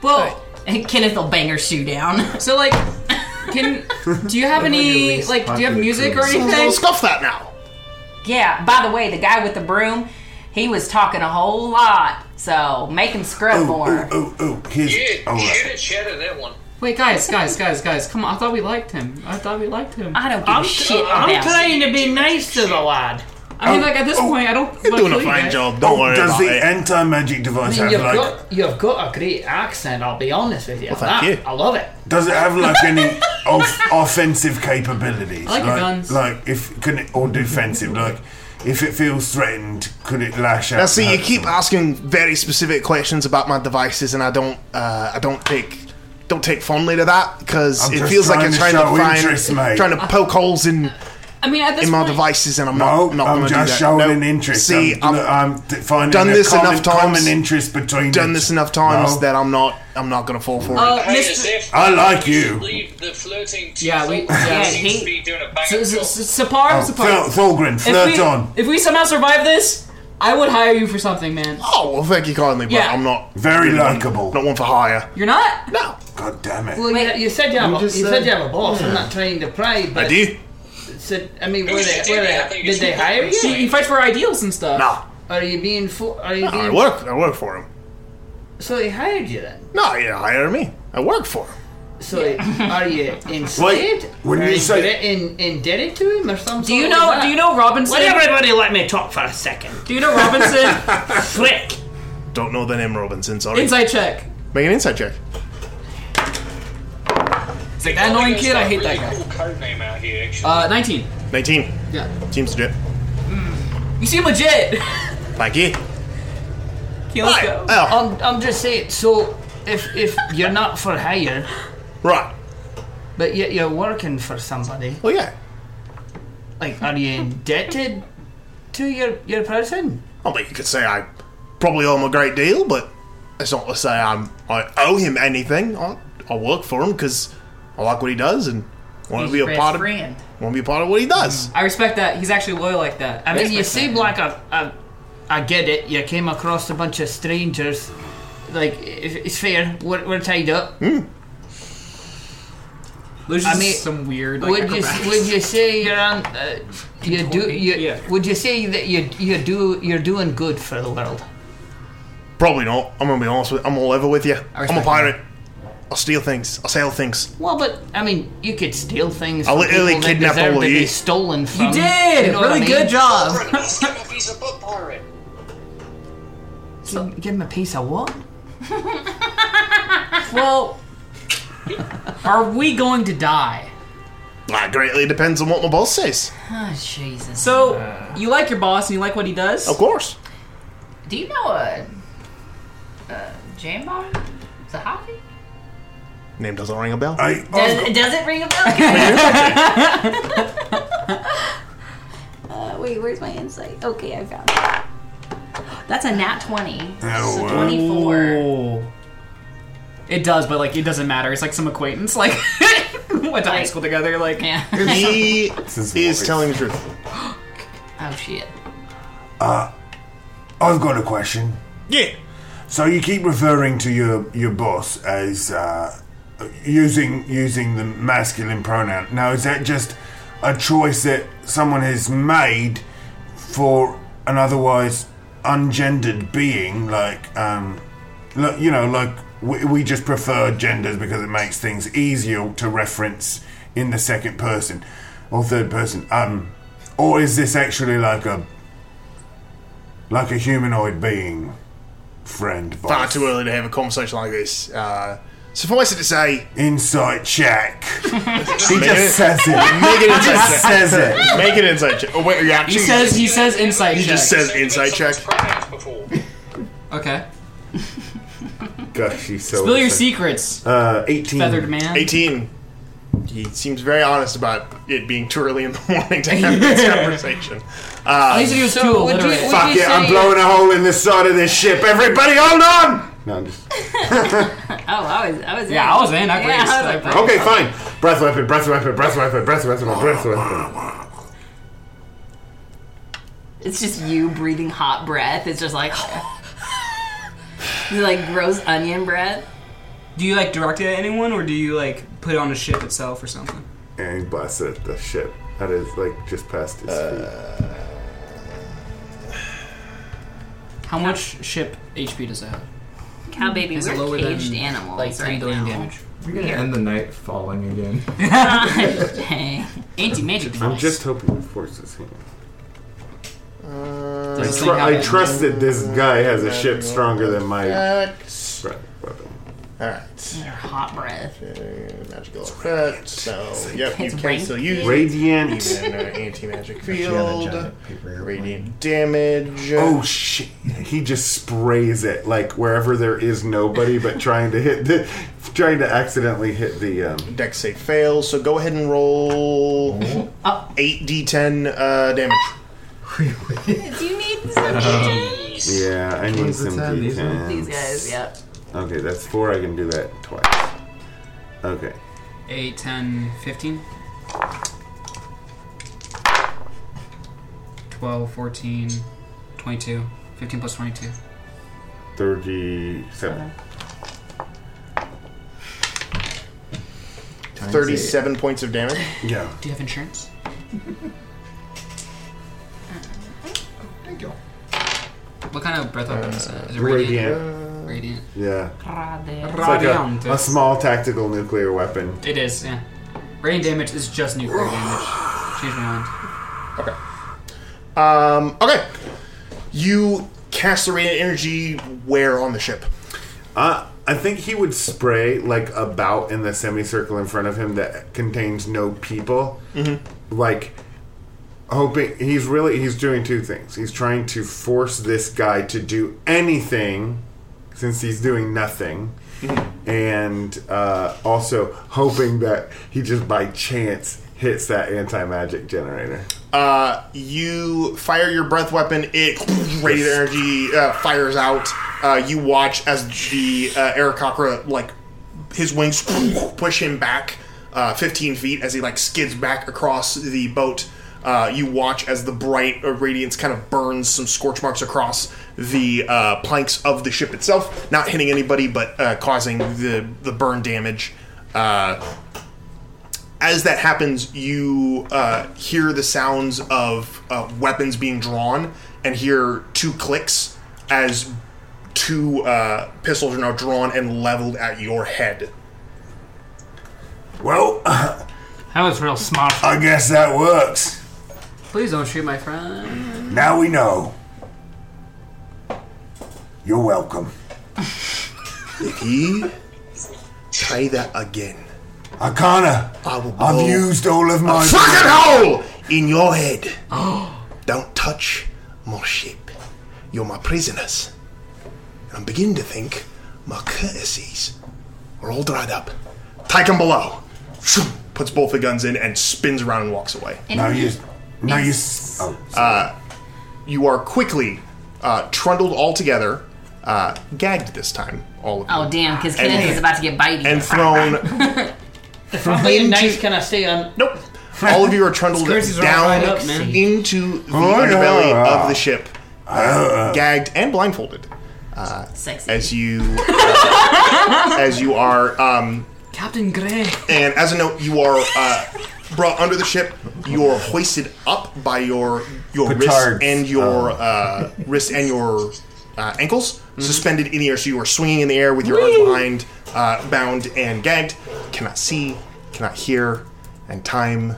Speaker 5: Well, and Kenneth will bang her shoe down.
Speaker 8: So like, can do you have any like? Do you have music or anything?
Speaker 3: Scuff that now.
Speaker 5: Yeah. By the way, the guy with the broom, he was talking a whole lot. So make him scrub more.
Speaker 11: Oh, oh, here's
Speaker 17: Yeah, shit, shit at that one.
Speaker 8: Wait, guys, guys, guys, guys, come on! I thought we liked him. I thought we liked him.
Speaker 5: I don't
Speaker 9: give a I'm- shit I'm about trying
Speaker 8: to be nice to the lad. I mean, like at this point, I don't. You're
Speaker 11: oh, Does the anti magic device
Speaker 9: I mean,
Speaker 11: have
Speaker 9: you've
Speaker 11: like?
Speaker 9: got you've got a great accent. I'll be honest with you.
Speaker 11: Well, thank
Speaker 9: That-
Speaker 11: you.
Speaker 9: I love it.
Speaker 11: Does it have like any off- offensive capabilities?
Speaker 9: I like your
Speaker 11: like,
Speaker 9: guns.
Speaker 11: like if can it or defensive? Like if it feels threatened, could it lash out?
Speaker 3: Now, see, you
Speaker 11: and hurt
Speaker 3: keep asking very specific questions about my devices, and I don't, uh, I don't take, don't take fondly to that because
Speaker 11: I'm
Speaker 3: it
Speaker 11: just
Speaker 3: feels like
Speaker 11: trying
Speaker 3: you're
Speaker 11: to
Speaker 3: trying to
Speaker 11: show
Speaker 3: find,
Speaker 11: interest, mate.
Speaker 3: trying to poke holes in,
Speaker 8: I mean, at this
Speaker 3: in my
Speaker 8: point,
Speaker 3: devices, and I'm
Speaker 11: No,
Speaker 3: not, not
Speaker 11: I'm
Speaker 3: going to do
Speaker 11: just
Speaker 3: that.
Speaker 11: showing
Speaker 3: No.
Speaker 11: an interest.
Speaker 3: See,
Speaker 11: I'm- look, I'm d- finding
Speaker 3: done
Speaker 11: a
Speaker 3: this
Speaker 11: common-
Speaker 3: enough times.
Speaker 11: common interest between
Speaker 3: Done
Speaker 11: us.
Speaker 3: this enough times
Speaker 11: No.
Speaker 3: that I'm not, I'm not going to fall for
Speaker 8: Uh,
Speaker 3: it.
Speaker 8: Hey, Mr. Zeph,
Speaker 11: I like you.
Speaker 17: Leave the flirting to
Speaker 8: Yeah, we. Yeah, he. So, so, so, Sapar,
Speaker 11: Oh,
Speaker 8: Sapar.
Speaker 11: Thul- Thulgrin,
Speaker 8: If
Speaker 11: flirt
Speaker 8: we-
Speaker 11: on.
Speaker 8: If we somehow survive this, I would hire you for something, man.
Speaker 3: Oh well, thank you kindly, but
Speaker 8: Yeah.
Speaker 3: I'm not
Speaker 11: very
Speaker 3: likable. Not one for hire.
Speaker 8: You're not.
Speaker 3: No.
Speaker 11: God damn it!
Speaker 9: Well, you, you said you have
Speaker 3: You
Speaker 9: a, you
Speaker 3: just
Speaker 9: said
Speaker 3: said-
Speaker 9: you have a boss. I'm
Speaker 3: Yeah.
Speaker 9: not trying to pry, but
Speaker 3: I do.
Speaker 9: So, I mean, were
Speaker 8: Who's
Speaker 9: they,
Speaker 8: the
Speaker 9: were
Speaker 8: TV? I
Speaker 9: they,
Speaker 8: think
Speaker 9: did
Speaker 8: it's
Speaker 9: they
Speaker 8: you.
Speaker 9: hire you?
Speaker 8: See, you fight for ideals and stuff.
Speaker 3: No.
Speaker 9: Are you being fo- Are you
Speaker 3: No,
Speaker 9: being?
Speaker 3: I work, I work for him.
Speaker 9: So they hired you then.
Speaker 3: No, you hire me. I work for him.
Speaker 9: So are you enslaved?
Speaker 3: when
Speaker 9: Are
Speaker 3: you say-
Speaker 9: indebted- in, indebted to him or something?
Speaker 8: Do you know- do you know Robinson?
Speaker 9: Would everybody let me talk for a second?
Speaker 8: Do you know Robinson?
Speaker 9: Frick.
Speaker 3: Don't know the name Robinson. Sorry.
Speaker 8: Inside check.
Speaker 3: Make an inside check.
Speaker 8: It's like that annoying kid. I hate that guy.
Speaker 17: Code name out here, actually.
Speaker 8: Uh, 19.
Speaker 3: 19.
Speaker 8: Yeah.
Speaker 3: Seems legit.
Speaker 8: You seem legit.
Speaker 3: Thank you.
Speaker 8: Okay, let's go.
Speaker 9: I'm, I'm just saying. So if if you're not for hire,
Speaker 3: right?
Speaker 9: But yet you're working for somebody.
Speaker 3: Well, yeah.
Speaker 9: Like, are you indebted to your your person?
Speaker 3: I mean, you could say I probably owe him a great deal, but that's not to say I'm, I owe him anything. I, I work for him because I like what he does and want to
Speaker 8: He's
Speaker 3: be
Speaker 8: your
Speaker 3: a
Speaker 8: best
Speaker 3: part
Speaker 8: friend.
Speaker 3: of. Want to be a part of what he does.
Speaker 8: I respect that. He's actually loyal like that.
Speaker 9: I mean, you
Speaker 8: Respect
Speaker 9: seem like a, a. I get it. You came across a bunch of strangers. Like, if it's fair. We're, we're tied up.
Speaker 3: Hmm.
Speaker 8: There's
Speaker 9: I
Speaker 8: just
Speaker 9: mean,
Speaker 8: some weird. Like,
Speaker 9: Would you
Speaker 8: acrobatics.
Speaker 9: would you say you're on? Uh, you do you? Would you say that you you do you're doing good for the world?
Speaker 3: Probably not. I'm gonna be honest with. I'm all over with you. I'm a
Speaker 9: respect
Speaker 3: pirate. I steal things. I sell things.
Speaker 9: Well, but I mean, you could steal things.
Speaker 3: I
Speaker 9: from
Speaker 3: literally
Speaker 9: people that
Speaker 3: kidnapped
Speaker 9: deserve
Speaker 3: all
Speaker 9: to
Speaker 3: of
Speaker 9: be
Speaker 3: you.
Speaker 9: Stolen from.
Speaker 8: did!
Speaker 9: know what
Speaker 8: Really
Speaker 9: I mean?
Speaker 8: good job.
Speaker 17: He's a book pirate.
Speaker 9: So, give him a piece of what?
Speaker 8: well, are we going to die?
Speaker 3: That greatly depends on what my boss says.
Speaker 5: Oh, Jesus.
Speaker 8: So
Speaker 11: Uh.
Speaker 8: you like your boss and you like what he does? Of
Speaker 3: course.
Speaker 5: Do you know a, a Jam bar? Is it hockey?
Speaker 3: Name doesn't ring a bell.
Speaker 5: Does, does it ring a bell? uh, wait, where's my insight? Okay, I found it. That's a nat 20.
Speaker 8: Oh,
Speaker 5: wow. 24.
Speaker 8: It does, but like it doesn't matter. It's like some acquaintance, like went to high school together. Like
Speaker 3: he is telling the truth.
Speaker 5: Oh shit.
Speaker 11: Uh, I've got a question.
Speaker 8: Yeah.
Speaker 11: So you keep referring to your your boss as uh, using using the masculine pronoun. Now is that just a choice that someone has made for an otherwise ungendered being? Like, um, li- you know, like we, we just prefer genders because it makes things easier to reference in the second person or third person. Um, or is this actually like a like a humanoid being friend boss?
Speaker 3: Far too early to have a conversation like this. Uh, suffice it to say,
Speaker 11: insight check.
Speaker 3: he
Speaker 11: He just says it.
Speaker 3: Make it
Speaker 11: He
Speaker 3: inside
Speaker 11: just
Speaker 3: check.
Speaker 11: says it.
Speaker 3: Make it inside check. Oh, wait,
Speaker 8: He
Speaker 3: yeah, actually-
Speaker 8: says- he says inside
Speaker 3: He just
Speaker 8: check.
Speaker 3: says inside check.
Speaker 8: okay.
Speaker 7: Gosh, he's so.
Speaker 8: Spill your secrets.
Speaker 3: Uh,
Speaker 7: 18.
Speaker 8: Feathered man.
Speaker 3: 18. He seems very honest about it being too early in the morning to have this conversation. Uh,
Speaker 8: At least Oh, he was So too would you- illiterate. would
Speaker 11: you
Speaker 3: Fuck yeah, I'm
Speaker 11: say-
Speaker 3: blowing a hole in the side of this ship. Everybody, hold on!
Speaker 7: No, I'm just.
Speaker 5: Oh, I was, I was
Speaker 7: Yeah,
Speaker 5: in.
Speaker 7: I was in. I
Speaker 5: yeah, I was like,
Speaker 7: Okay, fine. Breath weapon, breath weapon, breath weapon, breath weapon, breath weapon.
Speaker 5: It's just you breathing hot breath. It's just like. It's like gross onion breath.
Speaker 10: Do you like direct it at anyone, or do you like put it on the ship itself or something?
Speaker 7: And he blasts at the ship. That is like just past his
Speaker 4: Uh,
Speaker 8: How much ship HP does that? have?
Speaker 10: Hmm.
Speaker 5: Cow baby,
Speaker 8: Is it
Speaker 5: we're
Speaker 8: lower than,
Speaker 5: caged animals
Speaker 8: Like three
Speaker 5: right
Speaker 8: billion
Speaker 5: now.
Speaker 8: damage.
Speaker 4: We're gonna
Speaker 5: Here.
Speaker 4: end the night falling again.
Speaker 5: Dang. Anti magic
Speaker 7: feet. I'm just hoping it forces him.
Speaker 11: Uh,
Speaker 7: I,
Speaker 5: Does
Speaker 7: tr-
Speaker 5: he have
Speaker 7: I
Speaker 5: it?
Speaker 7: trust that this guy has a ship stronger than my
Speaker 3: X.
Speaker 7: breath weapon.
Speaker 3: Alright.
Speaker 5: Hot breath.
Speaker 3: Magical effect. So, yep, you can still use it.
Speaker 7: Radiant.
Speaker 3: Even, uh, anti-magic
Speaker 7: Actually, I had a
Speaker 3: field.
Speaker 7: giant
Speaker 3: Radiant damage.
Speaker 7: Oh shit! He just sprays it like wherever there is nobody, but trying to hit the, trying to accidentally hit the. Um,
Speaker 3: Dex save fails, so go ahead and roll
Speaker 5: Oh.
Speaker 3: 8d10 uh, damage.
Speaker 5: Do you need some
Speaker 7: yeah, I need some D10s.
Speaker 5: These guys, yep.
Speaker 7: Okay, that's four. I can do that twice. Okay.
Speaker 10: 8, 10, 15? 12, 14, 22. 15 plus 22.
Speaker 7: 37.
Speaker 3: 37 points of damage.
Speaker 7: Yeah.
Speaker 10: Do you have insurance? What kind of breath
Speaker 3: Uh,
Speaker 10: weapon is that? Is it radiant? Uh, Radiant.
Speaker 7: Yeah.
Speaker 10: Radiant.
Speaker 7: It's like a, a small tactical nuclear weapon.
Speaker 10: It is, yeah. Radiant damage is just nuclear damage. Change my mind.
Speaker 3: Okay. Um, okay. You cast the radiant energy where on the ship?
Speaker 7: Uh, I think he would spray like about in the semicircle in front of him that contains no people. Mm-hmm. Like hoping he's really he's doing two things. He's trying to force this guy to do anything since he's doing nothing. And uh, also hoping that he just by chance hits that anti magic generator.
Speaker 3: Uh, you fire your breath weapon. It radiant energy uh, fires out. Uh, you watch as the uh, Arakakra like his wings push him back uh, 15 feet as he like skids back across the boat. Uh, you watch as the bright uh, radiance kind of burns some scorch marks across the uh, planks of the ship itself, not hitting anybody but uh, causing the the burn damage. Uh, as that happens, you uh, hear the sounds of uh, weapons being drawn and hear two clicks as two uh, pistols are now drawn and leveled at your head.
Speaker 11: Well,
Speaker 10: that was real smart.
Speaker 11: I guess that works.
Speaker 10: Please don't shoot my friend.
Speaker 11: Now we know. You're welcome.
Speaker 3: If you try that again,
Speaker 11: Arcana,
Speaker 3: I will blow
Speaker 6: Oh.
Speaker 11: I've used all of my.
Speaker 3: a fucking hole in your head. Don't touch my ship. You're my prisoners. And I'm beginning to think My courtesies are all dried up. Take 'em below. Shoo! Puts both the guns in and spins around and walks away.
Speaker 5: And Now you-
Speaker 3: now you. Uh, you are quickly uh, trundled all together, uh, gagged this time, all of you,
Speaker 5: Oh damn, because
Speaker 3: And-
Speaker 5: Kenneth is about to get biting.
Speaker 3: and thrown
Speaker 9: If I'm being nice, can I stay on?
Speaker 3: Nope. All of you are trundled
Speaker 9: Squirties are all
Speaker 3: down
Speaker 9: lined up, man.
Speaker 3: into the
Speaker 9: Oh, yeah.
Speaker 3: underbelly of the ship, uh, gagged and blindfolded. Uh, As you, as you are, um,
Speaker 8: Captain Gray.
Speaker 3: and as a note, you are uh, brought under the ship. You are hoisted up by your your
Speaker 4: Petards.
Speaker 3: wrists and your uh, wrists and your uh, ankles, suspended in the air. So you are swinging in the air with your arms behind, uh, bound and gagged. Cannot see, cannot hear, and time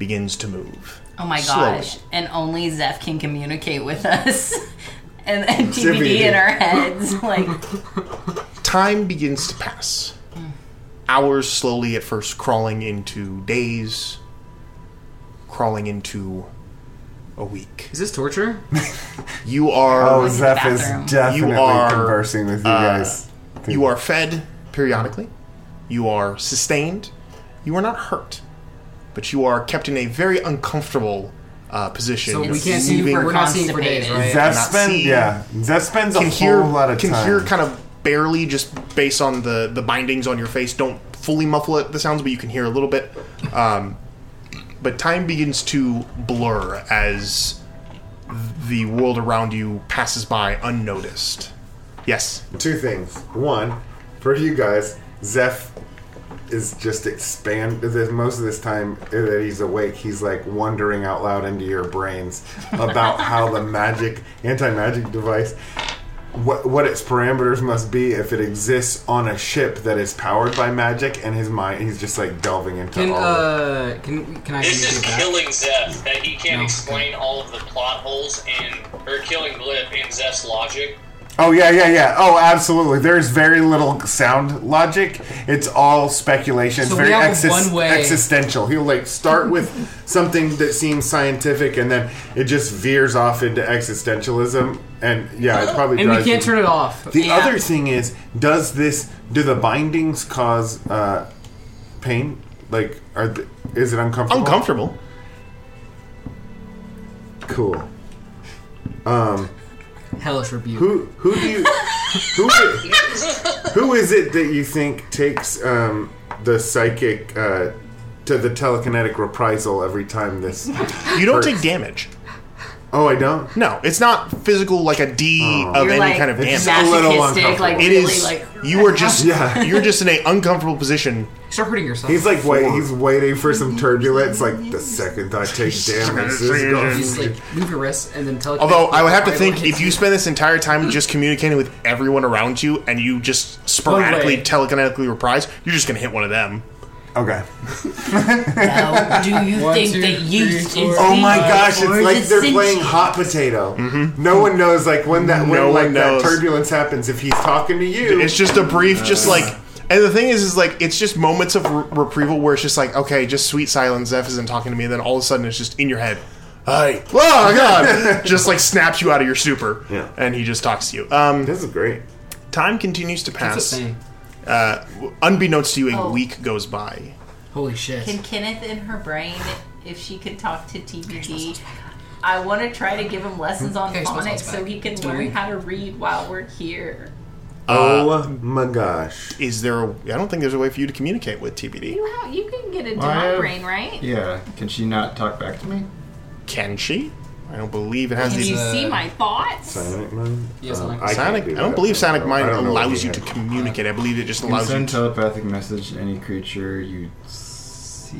Speaker 3: begins to move.
Speaker 5: Oh my
Speaker 3: Slowly.
Speaker 5: gosh. And only Zeph can communicate with us. and then
Speaker 3: Zippy.
Speaker 5: TBD in our heads. Like,
Speaker 3: Time begins to pass. Hours slowly at first crawling into days, crawling into a week.
Speaker 8: Is this torture?
Speaker 3: You are. uh,
Speaker 8: Oh, Zeph is definitely
Speaker 11: conversing with you guys.
Speaker 3: You are fed periodically. You are sustained. You are not hurt, but you are kept in a very uncomfortable uh, position.
Speaker 8: So we can't see-
Speaker 3: Moving-
Speaker 8: we're not seeing for days, right?
Speaker 11: Zeph
Speaker 3: Cannot
Speaker 11: spend-
Speaker 3: see.
Speaker 11: yeah. Zeph spends a
Speaker 3: can
Speaker 11: whole
Speaker 3: hear,
Speaker 11: lot of
Speaker 3: can
Speaker 11: time.
Speaker 3: hear kind of barely, just based on the the bindings on your face. Don't fully muffle it the sounds, but you can hear a little bit. Um, but time begins to blur as the world around you passes by unnoticed. Yes.
Speaker 7: Two things. One, for you guys, Zeph is just expand this most of this time that he's awake he's like wondering out loud into your brains about how the magic anti-magic device what, what its parameters must be if it exists on a ship that is powered by magic and his mind he's just like delving into
Speaker 1: Can
Speaker 7: all of
Speaker 1: uh can can I
Speaker 14: This
Speaker 1: do
Speaker 14: is
Speaker 1: that?
Speaker 14: killing Zeph that he can't
Speaker 1: No.
Speaker 14: explain all of the plot holes and or killing Glyph in Zeph's logic.
Speaker 7: Oh yeah, yeah, yeah. Oh, absolutely. There's very little sound logic. It's all speculation. It's
Speaker 8: So we
Speaker 7: very
Speaker 8: have
Speaker 7: exis-
Speaker 8: one way-
Speaker 7: existential. He'll like start with something that seems scientific, and then it just veers off into existentialism. And yeah, it probably.
Speaker 8: And we
Speaker 7: drives
Speaker 8: can't
Speaker 7: you-
Speaker 8: turn it off.
Speaker 7: The
Speaker 8: Yeah.
Speaker 7: other thing is, does this do the bindings cause uh, pain? Like, are th- is it uncomfortable?
Speaker 3: Uncomfortable.
Speaker 7: Cool. Um.
Speaker 8: Hellish rebuke.
Speaker 7: Who who do you who i- who is it that you think takes um, the psychic uh, to the telekinetic reprisal every time this?
Speaker 3: You don't
Speaker 7: hurts?
Speaker 3: take damage.
Speaker 7: Oh, I don't.
Speaker 3: No, it's not physical like a D of
Speaker 7: You're
Speaker 3: any
Speaker 7: like
Speaker 3: kind of damage.
Speaker 7: Oh. It's a little masochistic, uncomfortable. like,
Speaker 3: It
Speaker 7: really,
Speaker 3: is-
Speaker 7: like-
Speaker 3: you are just
Speaker 7: Yeah.
Speaker 3: you're just in an uncomfortable position.
Speaker 8: Start hurting yourself.
Speaker 7: He's like wait, he's waiting for
Speaker 5: Mm-hmm.
Speaker 7: some turbulence. Like the second I take damage, this is going-
Speaker 8: Just like move your wrists and then tell.
Speaker 3: Although I would have to think if you spend this entire time just communicating with everyone around you and you just sporadically
Speaker 8: way.
Speaker 3: telekinetically reprise, you're just gonna hit one of them.
Speaker 11: Okay.
Speaker 5: now, do you
Speaker 7: One,
Speaker 5: think
Speaker 7: two,
Speaker 5: that yeast is
Speaker 7: Oh my
Speaker 5: evil,
Speaker 7: gosh! It's
Speaker 5: or is
Speaker 7: like
Speaker 5: it
Speaker 7: they're
Speaker 5: sentient?
Speaker 7: playing hot potato. No one knows like when that when
Speaker 3: Mm-hmm. No one
Speaker 7: like that
Speaker 3: knows.
Speaker 7: turbulence happens. If he's talking to you,
Speaker 3: It's just a brief, just like. And the thing is, is like it's just moments of re- reprieval where it's just like, okay, just sweet silence. Zeph isn't talking to me, and then all of a sudden it's just in your head. Hey, oh god! just like snaps you out of your stupor, yeah. and he just talks to you. Um,
Speaker 7: this is great.
Speaker 3: Time continues to pass.
Speaker 8: That's a thing.
Speaker 3: Uh, w- unbeknownst to you, a
Speaker 5: Oh.
Speaker 3: week goes by.
Speaker 8: Holy shit!
Speaker 5: Can Kenneth in her brain, if she could talk to TBD, I want to try to give him lessons on
Speaker 8: Okay, smells
Speaker 5: phonics
Speaker 8: bad.
Speaker 5: so he can
Speaker 8: It's been a
Speaker 5: learn
Speaker 8: week.
Speaker 5: how to read while we're here.
Speaker 3: Oh
Speaker 7: my gosh!
Speaker 3: Is there? A, I don't think there's a way for you to communicate with TBD.
Speaker 5: Wow, you can get into
Speaker 3: Why,
Speaker 5: my
Speaker 3: uh,
Speaker 5: brain, right?
Speaker 3: Yeah. Can she not talk back to me? Can she? I don't believe it has
Speaker 5: Can
Speaker 3: the.
Speaker 5: you see my thoughts?
Speaker 7: Sonic Mind?
Speaker 3: Yes,
Speaker 7: Um,
Speaker 3: Sonic.
Speaker 7: I can't
Speaker 3: Sonic-
Speaker 7: do
Speaker 3: I don't
Speaker 7: that.
Speaker 3: believe Sonic
Speaker 7: I
Speaker 3: Mind
Speaker 7: don't know what
Speaker 3: allows
Speaker 7: he
Speaker 3: you
Speaker 7: has.
Speaker 3: to communicate. I believe it just
Speaker 4: You
Speaker 3: allows
Speaker 4: send
Speaker 3: you to-
Speaker 4: telepathic message to any creature you see.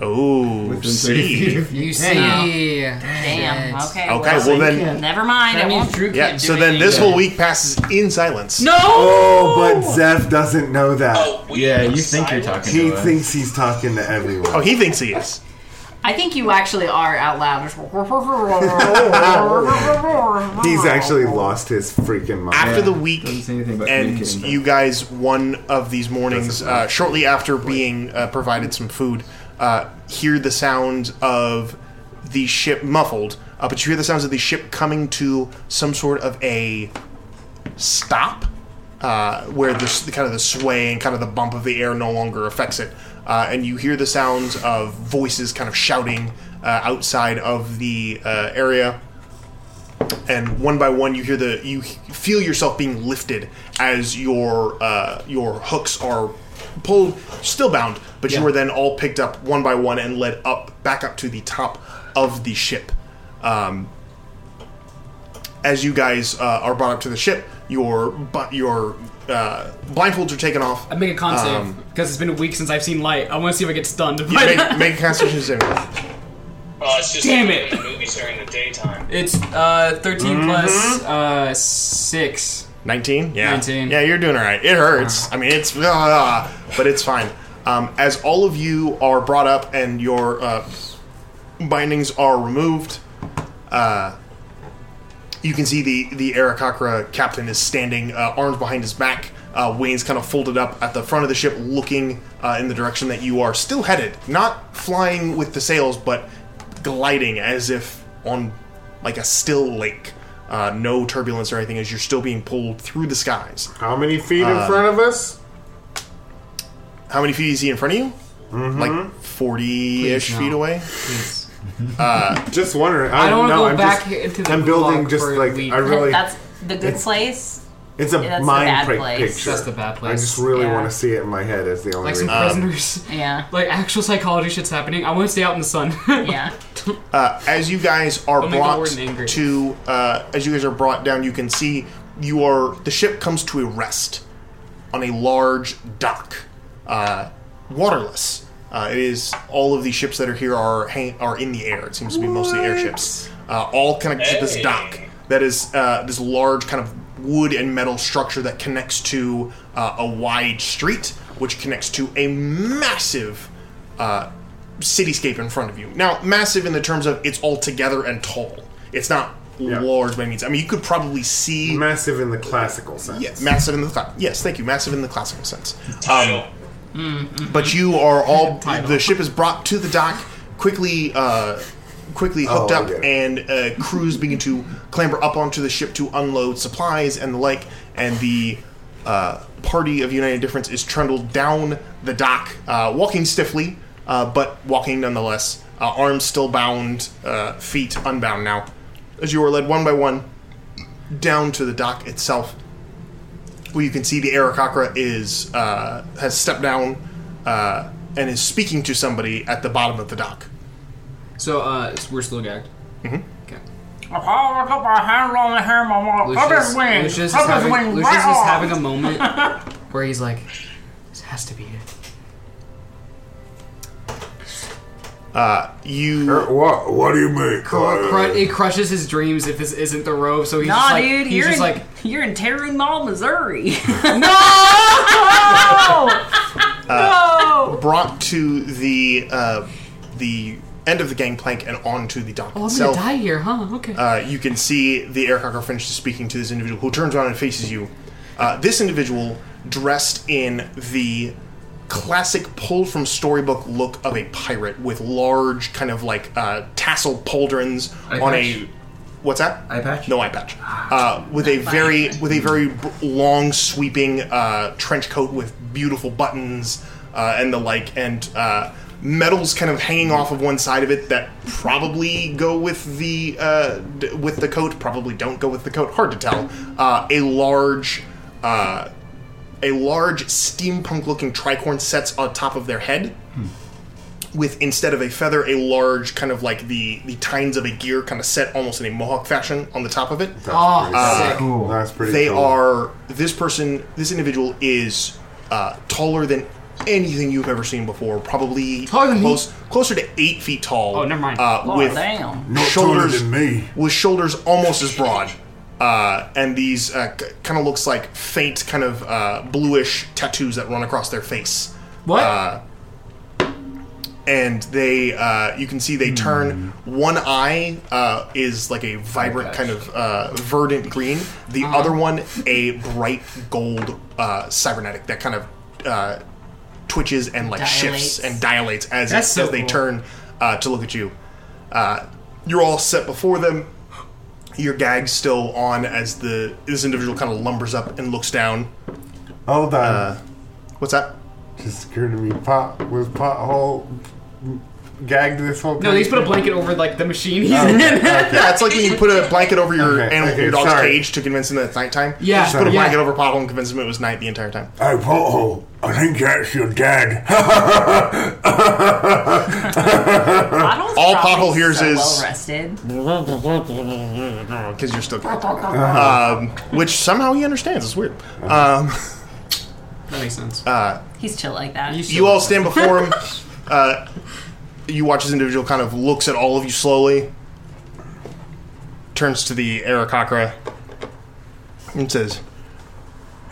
Speaker 3: Oh, see.
Speaker 4: see.
Speaker 8: You see.
Speaker 5: Damn.
Speaker 8: Shit.
Speaker 5: Okay.
Speaker 3: Okay, well then-
Speaker 5: Never mind.
Speaker 8: That
Speaker 5: I
Speaker 8: means
Speaker 5: won't.
Speaker 8: Drew
Speaker 3: Yeah. So then this whole week passes in silence.
Speaker 5: No!
Speaker 7: Oh, but Zeph doesn't know that.
Speaker 4: yeah, you think you're talking
Speaker 7: He
Speaker 4: to us.
Speaker 7: thinks he's talking to everyone.
Speaker 3: Oh, he thinks he is.
Speaker 5: I think you actually are out loud.
Speaker 7: He's actually lost his freaking mind.
Speaker 3: After the week ends,
Speaker 7: communicating,
Speaker 3: you guys, one of these mornings, uh, shortly after being uh, provided some food, uh, hear the sounds of the ship muffled, uh, but you hear the sounds of the ship coming to some sort of a stop uh, where this, the kind of the sway and kind of the bump of the air no longer affects it, uh, and you hear the sounds of voices kind of shouting uh, outside of the uh, area and one by one you hear the you feel yourself being lifted as your uh, your hooks are pulled still bound but you are then all picked up one by one and led up back up to the top of the ship um, as you guys uh, are brought up to the ship your but your uh, blindfolds are taken off
Speaker 8: I make a con
Speaker 3: Um,
Speaker 8: save because it's been a week since I've seen light. I want to see if I get stunned.
Speaker 3: you make, make a constitution save
Speaker 14: Oh, it's just
Speaker 8: Damn
Speaker 14: like
Speaker 8: it.
Speaker 14: doing the movies during the daytime.
Speaker 8: It's uh, 13 plus
Speaker 3: Mhm.
Speaker 8: uh, 6.
Speaker 3: 19 yeah
Speaker 8: 19.
Speaker 3: yeah you're doing all right it hurts i mean it's ah, but it's fine um, as all of you are brought up and your uh, bindings are removed uh, you can see the the Arakakra captain is standing uh, arms behind his back uh, wings kind of folded up at the front of the ship looking uh, in the direction that you are still headed not flying with the sails but gliding as if on like a still lake uh, no turbulence or anything as you're still being pulled through the skies
Speaker 7: how many feet in
Speaker 3: Uh,
Speaker 7: front of us
Speaker 3: how many feet is he in front of you
Speaker 7: Mm-hmm.
Speaker 3: like 40-ish feet away uh,
Speaker 7: just wondering
Speaker 8: I don't wanna
Speaker 7: know,
Speaker 8: go
Speaker 7: I'm
Speaker 8: back
Speaker 7: just-
Speaker 8: into the
Speaker 7: i'm building
Speaker 8: vlog
Speaker 7: just
Speaker 8: for a
Speaker 7: like
Speaker 8: week.
Speaker 7: i really
Speaker 5: That's the good
Speaker 7: it's-
Speaker 5: place.
Speaker 7: It's a
Speaker 5: Yeah, that's the bad
Speaker 7: mind prick
Speaker 5: place.
Speaker 7: picture.
Speaker 5: That's the bad
Speaker 7: I
Speaker 5: place.
Speaker 7: just really
Speaker 5: Yeah.
Speaker 7: want to see it in my head as the only
Speaker 8: Like some
Speaker 3: Um,
Speaker 7: reason.
Speaker 8: prisoners.
Speaker 5: Yeah.
Speaker 8: Like actual psychology shit's happening. I want to stay out in the sun.
Speaker 5: yeah.
Speaker 3: uh, as you guys are
Speaker 8: Don't make the
Speaker 3: brought
Speaker 8: warden angry.
Speaker 3: to uh, as you guys are brought down you can see you are the ship comes to a rest on a large dock uh, waterless uh, it is all of the ships that are here are hang- are in the air it seems to be mostly airships uh, all connected to this
Speaker 14: Hey.
Speaker 3: dock that is uh, this large kind of wood and metal structure that connects to uh, a wide street which connects to a massive uh, cityscape in front of you. Now, massive in the terms of it's all together and tall. It's not large by any means. I mean, you could probably see
Speaker 7: massive in the classical sense.
Speaker 3: Yes, massive in the cla- yes, thank you, massive in the classical sense. Um, but you are all the ship is brought to the dock quickly uh, quickly hooked
Speaker 7: Oh, I
Speaker 3: up
Speaker 7: get it.
Speaker 3: and uh, crews begin to clamber up onto the ship to unload supplies and the like and the uh, party of united difference is trundled down the dock uh, walking stiffly uh, but walking nonetheless uh, arms still bound uh, feet unbound now as you are led one by one down to the dock itself where you can see the Arakakra is uh, has stepped down uh, and is speaking to somebody at the bottom of the dock. Mm-hmm.
Speaker 8: So uh, it's- we're still gagged.
Speaker 10: I'll got my hand on the hair, my
Speaker 9: Oh,
Speaker 10: mom. Up his
Speaker 8: Lucius,
Speaker 10: wing.
Speaker 8: Lucius is,
Speaker 10: Up his
Speaker 8: having,
Speaker 10: wing.
Speaker 8: Lucius
Speaker 10: right
Speaker 8: is
Speaker 10: off.
Speaker 8: having a moment where he's like, "This has to be it."
Speaker 3: Uh, you.
Speaker 7: what? What do you mean?
Speaker 8: Cru- it crushes his dreams if this isn't the robe. So he's
Speaker 5: nah,
Speaker 8: just like,
Speaker 5: dude,
Speaker 8: he's
Speaker 5: you're
Speaker 8: just
Speaker 5: in
Speaker 8: like,
Speaker 5: you're in Terry Mall, Missouri.
Speaker 3: Uh, Brought to the uh, the end of the gangplank and onto the dock
Speaker 8: "Oh, I'm gonna
Speaker 3: itself.
Speaker 8: die here, huh?" Okay.
Speaker 3: Uh, you can see the aircocker finishes speaking to this individual who turns around and faces you. Uh, this individual dressed in the classic pull from storybook look of a pirate with large kind of like uh, tassel pauldrons
Speaker 4: Eye
Speaker 3: on
Speaker 4: patch?
Speaker 3: a what's that
Speaker 4: Eye patch? Ah,
Speaker 3: no eye patch uh, with a very with a very b- long sweeping uh, trench coat with beautiful buttons uh, and the like and uh, metals kind of hanging off of one side of it that probably go with the uh, d- with the coat probably don't go with the coat hard to tell uh, a large uh, a large steampunk looking tricorn sets on top of their head with instead of a feather a large kind of like the the tines of a gear kind of set almost in a mohawk fashion on the top of it
Speaker 7: That's pretty
Speaker 3: Uh,
Speaker 7: cool. That's pretty
Speaker 3: they
Speaker 7: cool.
Speaker 3: are this person this individual is uh, taller than anything you've ever seen before probably close, closer to eight feet tall
Speaker 8: Oh, never mind.
Speaker 3: uh,
Speaker 8: Oh,
Speaker 3: with
Speaker 8: damn.
Speaker 11: Not
Speaker 3: shoulders
Speaker 11: taller than me.
Speaker 3: with shoulders almost as broad uh, and these uh, kind of looks like faint kind of uh, bluish tattoos that run across their face
Speaker 8: What?
Speaker 3: Uh, and they, uh, you can see
Speaker 7: Hmm.
Speaker 3: they turn. One eye uh, is like a vibrant kind of uh, verdant green. The other one, a bright gold uh, cybernetic that kind of uh, twitches and like shifts
Speaker 8: Dilates.
Speaker 3: and dilates as,
Speaker 8: That's so
Speaker 3: as they
Speaker 8: cool.
Speaker 3: turn uh, to look at you. Uh, you're all set before them your gag's still on as the this individual kind of lumbers up and looks down. Uh,
Speaker 7: Hold on.
Speaker 3: what's that?
Speaker 7: Just occurred to me. Pot was pothole
Speaker 4: Um,
Speaker 7: gagged this whole.
Speaker 8: No, he's put a blanket over like the machine he's
Speaker 3: Oh,
Speaker 8: in.
Speaker 3: okay, okay. Yeah, it's like when you put a blanket over your
Speaker 7: Okay,
Speaker 3: animal,
Speaker 7: okay,
Speaker 3: your dog's
Speaker 7: sorry.
Speaker 3: cage to convince him that it's nighttime.
Speaker 7: Yeah,
Speaker 3: just put a
Speaker 7: sorry.
Speaker 3: blanket over Pothole and convince him it was night the entire time.
Speaker 11: Hey, Pothole, I think that's your dad.
Speaker 3: All Pothole hears
Speaker 5: so
Speaker 3: is
Speaker 5: well rested.
Speaker 3: because you're still, um, which somehow he understands. It's weird. Um,
Speaker 8: that makes sense.
Speaker 3: Uh,
Speaker 5: He's chill like that.
Speaker 3: you all stand before him. Uh, you watch this individual kind of looks at all of you slowly, turns to the Arakakra, and says,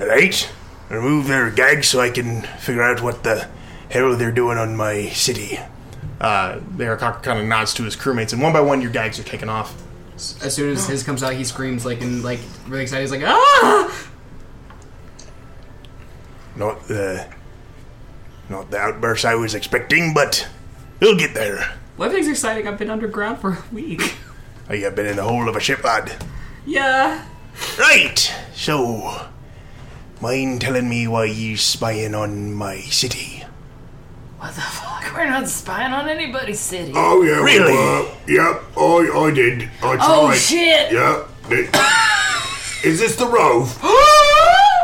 Speaker 6: Alright, remove their gag so I can figure out what the hell they're doing on my city.
Speaker 3: uh, the Arakakra kind of nods to his crewmates, and one by one, your gags are taken off.
Speaker 8: As soon as his comes out, he screams like and like really excited. He's like, ah!
Speaker 6: Not the. Not the outburst I was expecting, but we'll get there.
Speaker 8: Well, everything's exciting. I've been underground for a week.
Speaker 6: I have been in the hole of a ship, lad.
Speaker 8: Yeah.
Speaker 6: Right, so. Mind telling me why you spying on my city?
Speaker 10: Fuck, we're not spying on anybody's city.
Speaker 6: Oh, yeah, we
Speaker 10: really?
Speaker 11: Uh,
Speaker 6: were.
Speaker 7: Yep, I, I did. I tried.
Speaker 10: Oh, shit.
Speaker 7: Yep. Is this the road?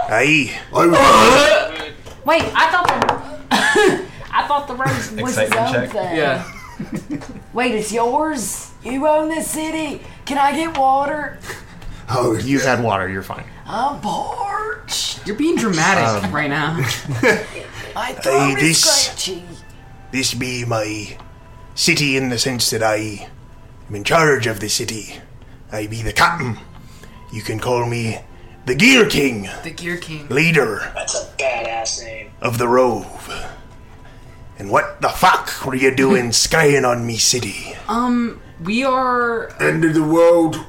Speaker 6: Aye.
Speaker 7: I was.
Speaker 10: Wait, I thought the I thought the rose was his own thing. Wait, it's yours. You own this city. Can I get water?
Speaker 3: Oh, you've had water. You're fine.
Speaker 10: I'm bored.
Speaker 8: You're being dramatic
Speaker 6: Um,
Speaker 8: right now.
Speaker 10: I
Speaker 6: Aye,
Speaker 10: thought
Speaker 6: this
Speaker 10: it's scratchy.
Speaker 6: this be my city in the sense that I am in charge of the city. I be the captain. You can call me the Gear King,
Speaker 10: The Gear King.
Speaker 6: leader
Speaker 10: That's a badass name.
Speaker 6: of the Rove. And what the fuck were you doing skying on me city?
Speaker 8: Um, we are.
Speaker 6: End of the world.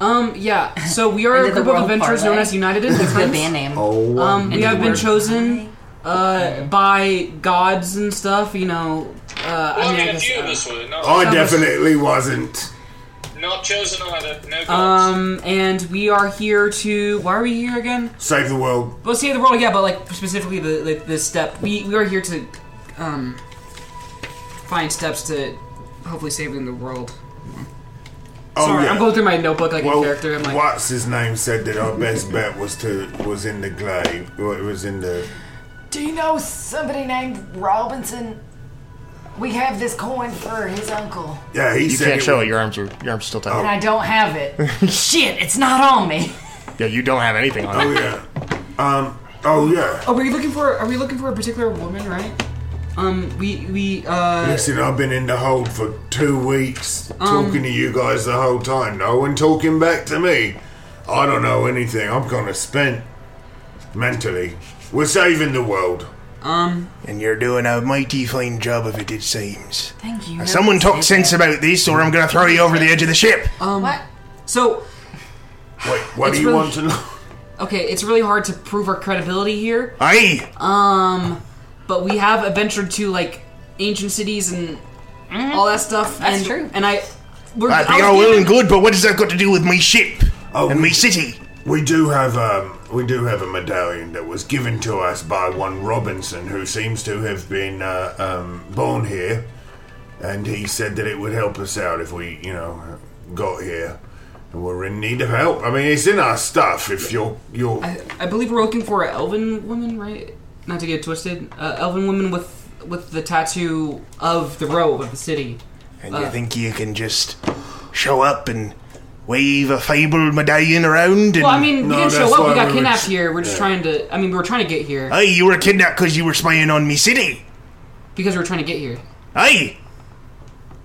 Speaker 8: Um, yeah. So we are
Speaker 6: End
Speaker 8: a
Speaker 6: of the
Speaker 8: group of
Speaker 6: world
Speaker 8: adventurers known
Speaker 6: parlay.
Speaker 8: as United in
Speaker 6: That's a good
Speaker 8: Difference.
Speaker 6: band name.
Speaker 8: Oh. Um, we
Speaker 6: End of
Speaker 8: have
Speaker 6: the
Speaker 8: been
Speaker 6: world
Speaker 8: chosen uh, by gods and stuff. You know. Uh,
Speaker 14: Well,
Speaker 8: I
Speaker 14: I
Speaker 8: mean,
Speaker 14: mean,
Speaker 8: I
Speaker 14: a
Speaker 8: guess.
Speaker 14: few of us were. Not,
Speaker 7: I definitely wasn't.
Speaker 14: Not chosen either. No gods.
Speaker 8: Um, and we are here to. Why are we here again?
Speaker 7: Save the world.
Speaker 8: Well, save the world, yeah, but like specifically the like, this step. We we are here to, um, find steps to hopefully saving the world.
Speaker 11: Oh,
Speaker 8: Sorry,
Speaker 11: yeah.
Speaker 8: I'm going through my notebook like
Speaker 11: Well,
Speaker 8: a character. I'm like,
Speaker 11: What's his name said that our best bet was to was in the glaive. Well, it was in the.
Speaker 10: Do you know somebody named Robinson? We have this coin for his uncle,
Speaker 11: Yeah, he
Speaker 3: you
Speaker 11: said
Speaker 3: can't
Speaker 11: it
Speaker 3: show
Speaker 11: was-
Speaker 3: it. Your arms are your arms are still
Speaker 10: and I
Speaker 3: tied.
Speaker 10: don't have it. Shit, it's not on me.
Speaker 3: Yeah, you don't have anything on.
Speaker 11: Oh yeah. Um. Oh yeah.
Speaker 8: oh, were you looking for? Are we looking for a particular woman, right? Um, we we uh.
Speaker 11: Listen, I've been in the hold for two weeks talking to you guys the whole time. No one talking back to me. I don't know anything. I'm kind of spent mentally.
Speaker 6: We're saving the world.
Speaker 8: Um.
Speaker 6: And you're doing a mighty fine job of it, it seems.
Speaker 10: Thank
Speaker 6: Now, someone talk sense about this, or I'm gonna throw you over the edge of the ship.
Speaker 8: Um, So
Speaker 6: Wait,
Speaker 8: what It's do you really- want
Speaker 6: to know?
Speaker 8: okay, it's really hard to prove our credibility here.
Speaker 6: Aye.
Speaker 8: Um, but we have adventured to like ancient cities and all that stuff. Mm-hmm. That's and, true. And I, we're,
Speaker 6: That'd be
Speaker 8: I
Speaker 6: all
Speaker 8: was
Speaker 6: well
Speaker 8: given-
Speaker 6: and good, but what does that got to do with my ship?
Speaker 11: Oh,
Speaker 6: and
Speaker 11: we-
Speaker 6: my city?
Speaker 11: We do have um, we do have a medallion that was given to us by one Robinson, who seems to have been uh, um, born here, and he said that it would help us out if we, you know, got here. And we're in need of help. I mean, it's in our stuff. If you're you're
Speaker 8: I believe we're looking for an elven woman, right? Not to get it twisted, uh, elven woman with with the tattoo of the robe of the city.
Speaker 6: And
Speaker 8: Uh,
Speaker 6: you think you can just show up and wave a fabled medallion around? And...
Speaker 8: Well, I mean, we didn't show up. We got kidnapped here. We're just trying to. I mean, we were trying to get here
Speaker 6: Aye, you were kidnapped because you were spying on me city.
Speaker 8: because we were trying to get here.
Speaker 6: Aye.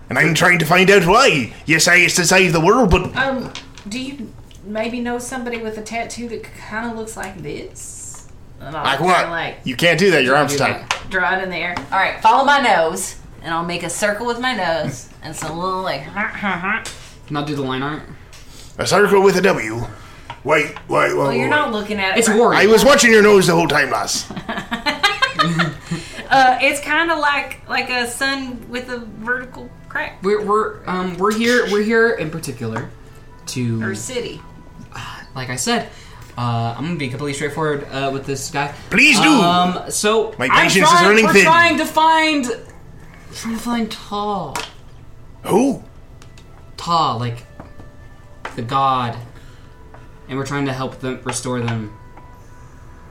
Speaker 6: And I'm trying to find out why. You say it's to save the world, but
Speaker 5: Um, do you maybe know somebody with a tattoo that kind of looks like this? And I'll
Speaker 3: Like
Speaker 5: kinda
Speaker 3: what?
Speaker 5: Like
Speaker 3: You can't do that. Your arms
Speaker 5: do
Speaker 3: tied.
Speaker 5: draw it in the air. All right, follow my nose, and I'll make a circle with my nose, and some little like.
Speaker 8: Not do the line art.
Speaker 6: a circle with a W. Wait, wait, wait.
Speaker 5: Well, you're not looking at it.
Speaker 6: It's
Speaker 5: right.
Speaker 6: war. I was watching your nose the whole time, lass.
Speaker 5: Uh, it's kind of like like a sun with a vertical crack.
Speaker 8: We're we're um we're here we're here in particular to
Speaker 5: Or city.
Speaker 8: like I said, uh, I'm gonna be completely straightforward uh, with this guy.
Speaker 6: Please do.
Speaker 8: Um, so
Speaker 6: My
Speaker 8: I'm
Speaker 6: patience is
Speaker 8: trying,
Speaker 6: running
Speaker 8: we're
Speaker 6: thin.
Speaker 8: trying to find, trying to find Tall.
Speaker 6: Who?
Speaker 8: Ta, like the god, and we're trying to help them restore them.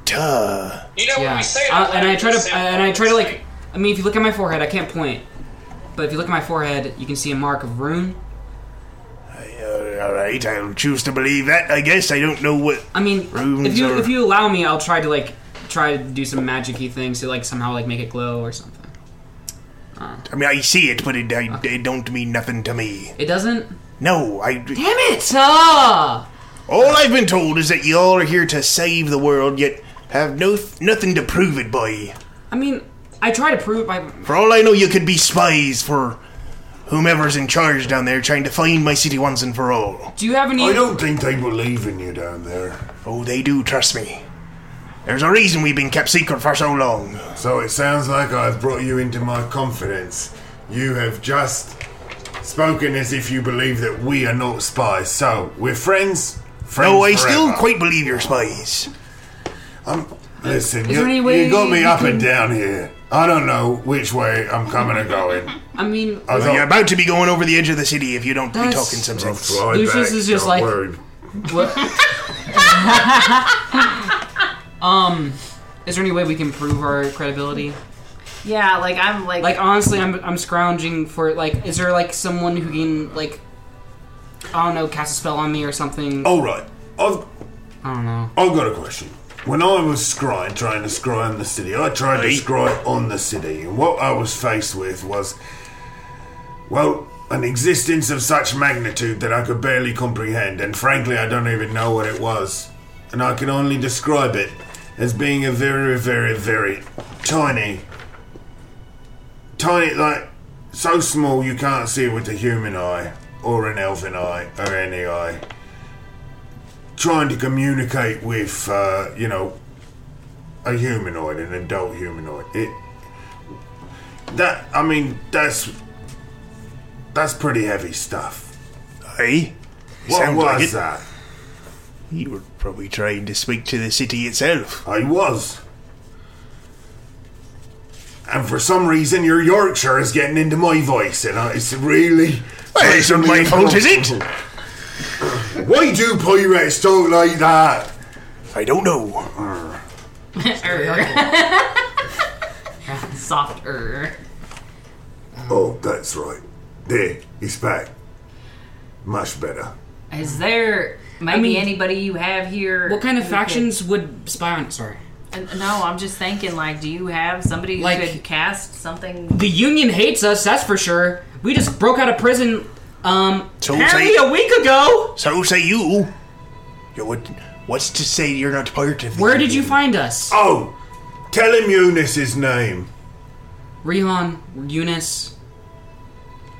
Speaker 6: Duh.
Speaker 14: You know,
Speaker 8: yeah.
Speaker 14: when we say it
Speaker 8: I-
Speaker 14: out loud,
Speaker 8: and I try
Speaker 14: it
Speaker 8: to,
Speaker 14: sounds
Speaker 8: and I try to like. I mean, if you look at my forehead, I can't point, but if you look at my forehead, you can see a mark of rune.
Speaker 6: All right, uh, I'll choose to believe that. I guess I don't know what.
Speaker 8: I mean,
Speaker 6: runes
Speaker 8: If you
Speaker 6: are.
Speaker 8: if you allow me, I'll try to like try to do some magic-y things to like somehow like make it glow or something. Uh.
Speaker 6: I mean, I see it, but it, I, it don't mean nothing to me.
Speaker 8: It doesn't.
Speaker 6: No, I. Damn
Speaker 8: it! Ah!
Speaker 6: All I've been told is that y'all are here to save the world, yet have no nothing to prove it by.
Speaker 8: I mean, I try to prove it by
Speaker 6: For all I know, you could be spies for whomever's in charge down there, trying to find my city once and for all.
Speaker 8: Do you have any?
Speaker 11: I don't think they believe in you down there.
Speaker 6: Oh, they do. Trust me. There's a reason we've been kept secret for so long.
Speaker 11: So it sounds like I've brought you into my confidence. You have just spoken as if you believe that we are not spies. So we're friends. Friends.
Speaker 6: No, I still
Speaker 11: forever.
Speaker 6: quite believe you're spies.
Speaker 11: I'm. Listen,
Speaker 6: Is
Speaker 11: you,
Speaker 6: there any
Speaker 11: you
Speaker 6: way
Speaker 11: got me
Speaker 6: you
Speaker 11: up
Speaker 6: can-
Speaker 11: and down here. I don't know which way I'm coming or going.
Speaker 8: I mean,
Speaker 11: I
Speaker 6: Well,
Speaker 11: thought-
Speaker 6: you're about to be going over the edge of the city if you don't be
Speaker 8: That's-
Speaker 6: talking some
Speaker 8: I'll
Speaker 6: sense.
Speaker 8: fly Lucius back, is just don't like- worry. What? um, is there any way we can prove our credibility?
Speaker 5: Yeah, like I'm like
Speaker 8: Like honestly, I'm I'm scrounging for like, is there like someone who can like, I don't know, cast a spell on me or something?
Speaker 6: Oh,
Speaker 11: All right. I've,
Speaker 8: I don't know.
Speaker 11: I've got a question. When I was scrying, trying to scry on the city, I tried to
Speaker 8: Aye.
Speaker 11: scry on the city, and what I was faced with was, well, an existence of such magnitude that I could barely comprehend, and frankly, I don't even know what it was. And I can only describe it as being a very, very, very tiny, tiny, like, so small you can't see it with the human eye, or an elven eye, or any eye trying to communicate with, uh, you know, a humanoid, an adult humanoid. It that I mean, that's that's pretty heavy stuff.
Speaker 6: Hey,
Speaker 11: what
Speaker 6: Eh? sounds
Speaker 11: was
Speaker 6: like it.
Speaker 11: that?
Speaker 6: You were probably trying to speak to the city itself.
Speaker 11: I was. And for some reason, your Yorkshire is getting into my voice, and I, it's really.
Speaker 6: Well, it's not my fault, is it?
Speaker 11: Why do pirates talk like that?
Speaker 6: I don't know.
Speaker 10: Er. Er.
Speaker 5: softer.
Speaker 11: Oh, that's right. There, he's back. Much better.
Speaker 5: Is there maybe anybody you have here?
Speaker 8: What kind of
Speaker 5: who
Speaker 8: factions would spy on? Sorry,
Speaker 5: could- Uh, No, I'm just thinking. Like, do you have somebody who
Speaker 8: Like-
Speaker 5: could cast something?
Speaker 8: the Union hates us. That's for sure. We just broke out of prison. Um,
Speaker 6: So
Speaker 8: apparently
Speaker 6: say-
Speaker 8: a week ago.
Speaker 6: So say you. You would. What's to say you're not part of? The
Speaker 8: Where did you find us?
Speaker 11: Oh, tell him Eunice's name.
Speaker 8: Rihan, Eunice.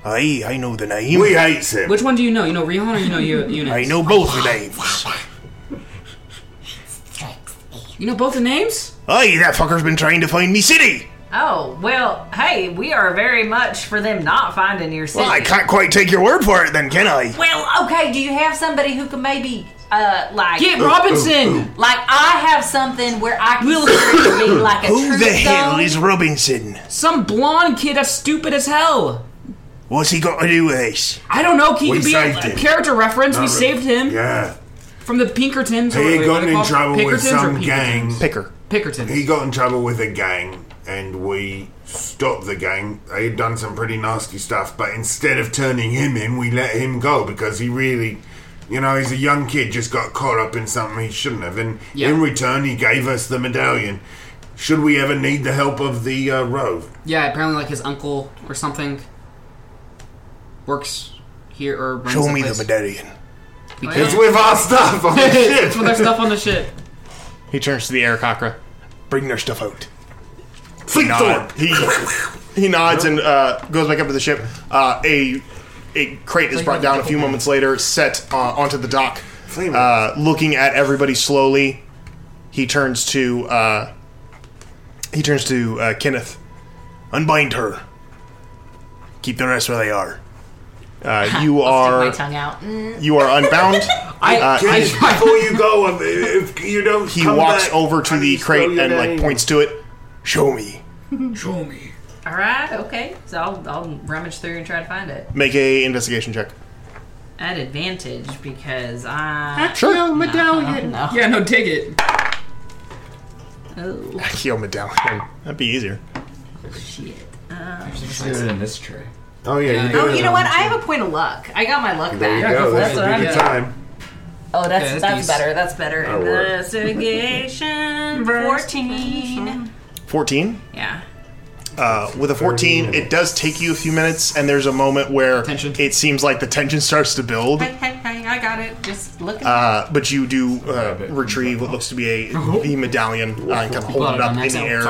Speaker 6: I I know the name.
Speaker 11: We hates him.
Speaker 8: Which one do you know? You know Rihan or you know Eu- Eunice?
Speaker 6: I know both the names.
Speaker 8: You know both the names?
Speaker 6: Aye, that fucker's been trying to find me city.
Speaker 5: Oh well, hey, we are very much for them not finding your city.
Speaker 6: Well, I can't quite take your word for it, then, can I?
Speaker 5: Well, Oh, okay. Do you have somebody who can maybe, uh, like
Speaker 6: Get Ooh, Robinson! ooh, ooh.
Speaker 5: Like I have something where I can seriously be like a
Speaker 6: Who
Speaker 5: truth
Speaker 6: the hell
Speaker 5: zone.
Speaker 6: is Robinson?
Speaker 8: Some blonde kid that's stupid as hell.
Speaker 6: What's he got to do with this?
Speaker 8: I don't know. He
Speaker 6: We
Speaker 8: could be a,
Speaker 6: saved him.
Speaker 8: character reference. we
Speaker 6: Not really.
Speaker 8: saved him.
Speaker 11: Yeah.
Speaker 8: From the Pinkertons. or
Speaker 11: He
Speaker 8: what
Speaker 11: got
Speaker 8: they
Speaker 11: in
Speaker 8: call-
Speaker 11: trouble with
Speaker 8: Pinkertons or
Speaker 11: some
Speaker 8: Pinkertons?
Speaker 11: gang.
Speaker 6: Picker.
Speaker 8: Pickerton.
Speaker 11: He got in trouble with a gang, and we stopped the gang. They had done some pretty nasty stuff, but instead of turning him in, we let him go because he really, you know, he's a young kid, just got caught up in something he shouldn't have. And
Speaker 8: Yeah.
Speaker 11: in return, he gave us the medallion. Should we ever need the help of the uh, rogue?
Speaker 8: Yeah, apparently like his uncle or something works here or runs
Speaker 11: Show me
Speaker 8: place.
Speaker 11: the medallion.
Speaker 8: We
Speaker 11: It's
Speaker 8: can't.
Speaker 11: with our stuff on the ship.
Speaker 8: it's with our stuff on the ship.
Speaker 6: He turns to the air cockra. Bring their stuff out.
Speaker 3: Fleet
Speaker 6: Nod. He, he nods and uh, goes back up to the ship. Uh, a a crate is brought down a few moments later, set uh, onto the dock. Uh, looking at everybody slowly, he turns to uh, he turns to uh, Kenneth. Unbind her. Keep the rest where they are.
Speaker 3: Uh, you
Speaker 5: My
Speaker 3: are
Speaker 5: tongue out. Mm.
Speaker 3: you are unbound.
Speaker 5: I-
Speaker 3: Uh,
Speaker 5: I-
Speaker 3: he-
Speaker 7: Before you go, um, if you don't
Speaker 3: he
Speaker 7: come
Speaker 3: walks
Speaker 7: back,
Speaker 3: over to the crate
Speaker 7: your
Speaker 3: and like
Speaker 7: name.
Speaker 3: points to it. Show me. Show me.
Speaker 5: All right, okay. So I'll, I'll rummage through and try to find it
Speaker 3: Make a investigation check.
Speaker 5: at advantage because I
Speaker 3: Sure. Actual
Speaker 5: medallion. No,
Speaker 8: Yeah, no, dig it.
Speaker 5: Oh.
Speaker 3: Akio medallion. That'd be easier.
Speaker 5: Shit. Uh,
Speaker 4: in this tray.
Speaker 3: Oh
Speaker 4: yeah,
Speaker 5: oh, you know what? I have a point of luck. I got my luck
Speaker 4: There you
Speaker 5: back.
Speaker 4: go.
Speaker 5: That's
Speaker 4: This
Speaker 5: what
Speaker 4: would be
Speaker 5: I'm
Speaker 4: the time.
Speaker 5: Oh, that's
Speaker 4: Okay, that's
Speaker 5: that's better. That's better.
Speaker 3: That'll work.
Speaker 5: Investigation fourteen.
Speaker 3: 14
Speaker 5: Yeah.
Speaker 3: uh, with a 14 it does take you a few minutes and there's a moment where it seems like the tension starts to build
Speaker 5: Hey, hey, hey! I got it. Just look at
Speaker 3: uh, but you do uh, retrieve what looks to be a the medallion uh, and kind of hold it up in the air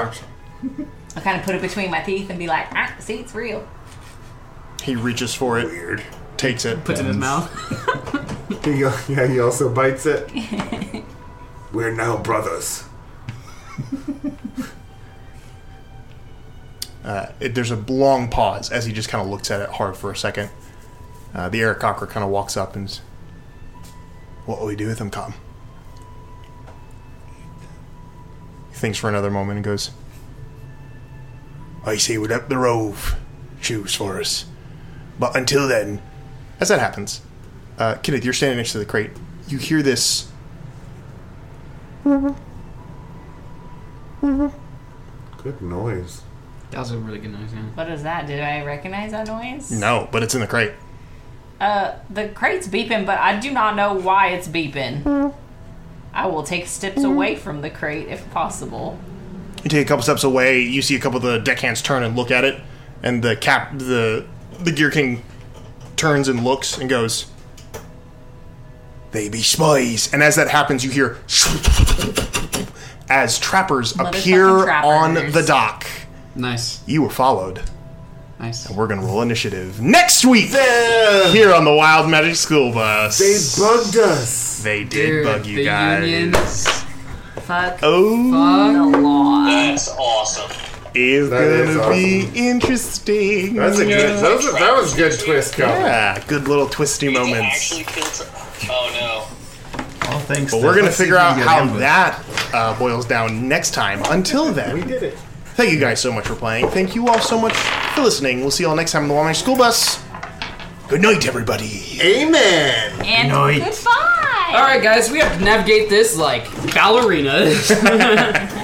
Speaker 5: I kind of put it between my teeth and be like, ah, see, it's real.
Speaker 3: he reaches for it weird takes it
Speaker 7: Puts it in his
Speaker 3: mouth
Speaker 7: He, al- yeah, he also bites it. We're now brothers.
Speaker 3: uh, it, there's a long pause as he just kind of looks at it hard for a second uh, the Eric Cocker kind of walks up and s- what will we do with him Tom he thinks for another moment and goes I say we let the rove choose for us. But until then, as that happens, uh, Kenneth, you're standing next to the crate. You hear this
Speaker 7: Good noise.
Speaker 8: That was a really good noise, yeah.
Speaker 5: What is that? Did I recognize that noise?
Speaker 3: no, but it's in the crate.
Speaker 5: Uh, the crate's beeping, but I do not know why it's beeping. I will take steps away from the crate if possible.
Speaker 3: You take a couple steps away. You see a couple of the deckhands turn and look at it, and the cap the the Gear King turns and looks and goes, "They be spies." And as that happens, you hear as trappers appear on the dock.
Speaker 8: Nice.
Speaker 3: You were followed.
Speaker 8: Nice.
Speaker 3: And we're gonna roll initiative next week here on the Wild Magic School Bus. They
Speaker 7: bugged us.
Speaker 3: They did bug you guys.
Speaker 5: Fuck.
Speaker 3: Oh,
Speaker 5: the law.
Speaker 14: That's awesome.
Speaker 3: Is
Speaker 7: That
Speaker 3: gonna
Speaker 7: is
Speaker 3: be interesting.
Speaker 7: That's a good. That was, that was a good twist, Calvin.
Speaker 3: Yeah, good little twisty moments.
Speaker 14: Oh,
Speaker 4: All thanks.
Speaker 3: But
Speaker 4: to-
Speaker 3: we're gonna
Speaker 4: let's see
Speaker 3: figure
Speaker 4: if we can
Speaker 3: out
Speaker 4: get
Speaker 3: how
Speaker 4: ambushed.
Speaker 3: that uh, boils down next time. Until then, we did
Speaker 7: it.
Speaker 3: Thank you guys so much for playing. Thank you all so much for listening. We'll see you all next time on the Walmart School Bus. Good night, everybody.
Speaker 7: Amen.
Speaker 5: And
Speaker 3: Night.
Speaker 5: goodbye.
Speaker 8: All right, guys, we have to navigate this like ballerinas.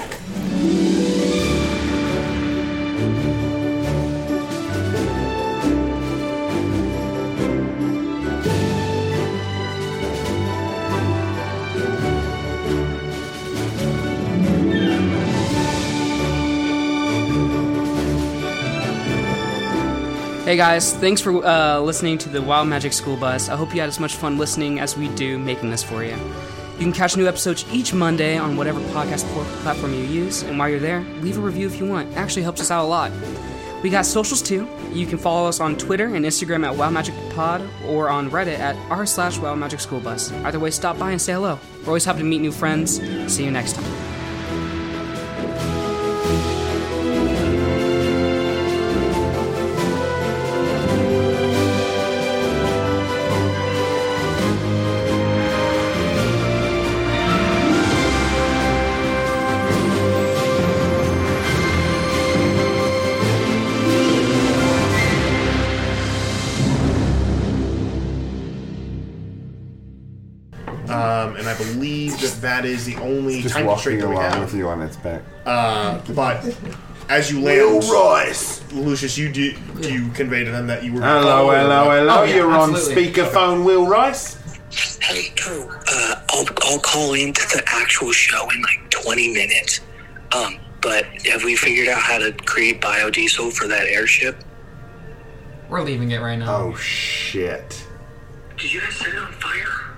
Speaker 8: Hey guys, thanks for uh, listening to the Wild Magic School Bus. I hope you had as much fun listening as we do making this for you. You can catch new episodes each Monday on whatever podcast por- platform you use, and while you're there, leave a review if you want. It actually helps us out a lot. We got socials too. You can follow us on Twitter and Instagram at Wild Magic Pod or on Reddit at r slash Wild Magic School Bus. Either way, stop by and say hello. We're always happy to meet new friends. See you next time.
Speaker 3: Um, and I believe that that is the only
Speaker 4: Just
Speaker 3: time constraint
Speaker 4: walking
Speaker 3: that we
Speaker 4: along
Speaker 3: have.
Speaker 4: with you on its back.
Speaker 3: Uh, but as you
Speaker 4: Will
Speaker 3: land,
Speaker 4: Rice.
Speaker 3: Lucius, you do, do you convey to them that you were?
Speaker 7: Hello, hello,
Speaker 3: Oh,
Speaker 4: Oh,
Speaker 7: hello. You're
Speaker 3: speaker.
Speaker 7: on speakerphone, Will Rice.
Speaker 2: Hey, crew. Uh, I'll, I'll call into the actual show in like 20 minutes. Um, but have we figured out how to create biodiesel for that airship?
Speaker 8: We're leaving it right now.
Speaker 7: Oh shit!
Speaker 2: Did you guys set it on fire?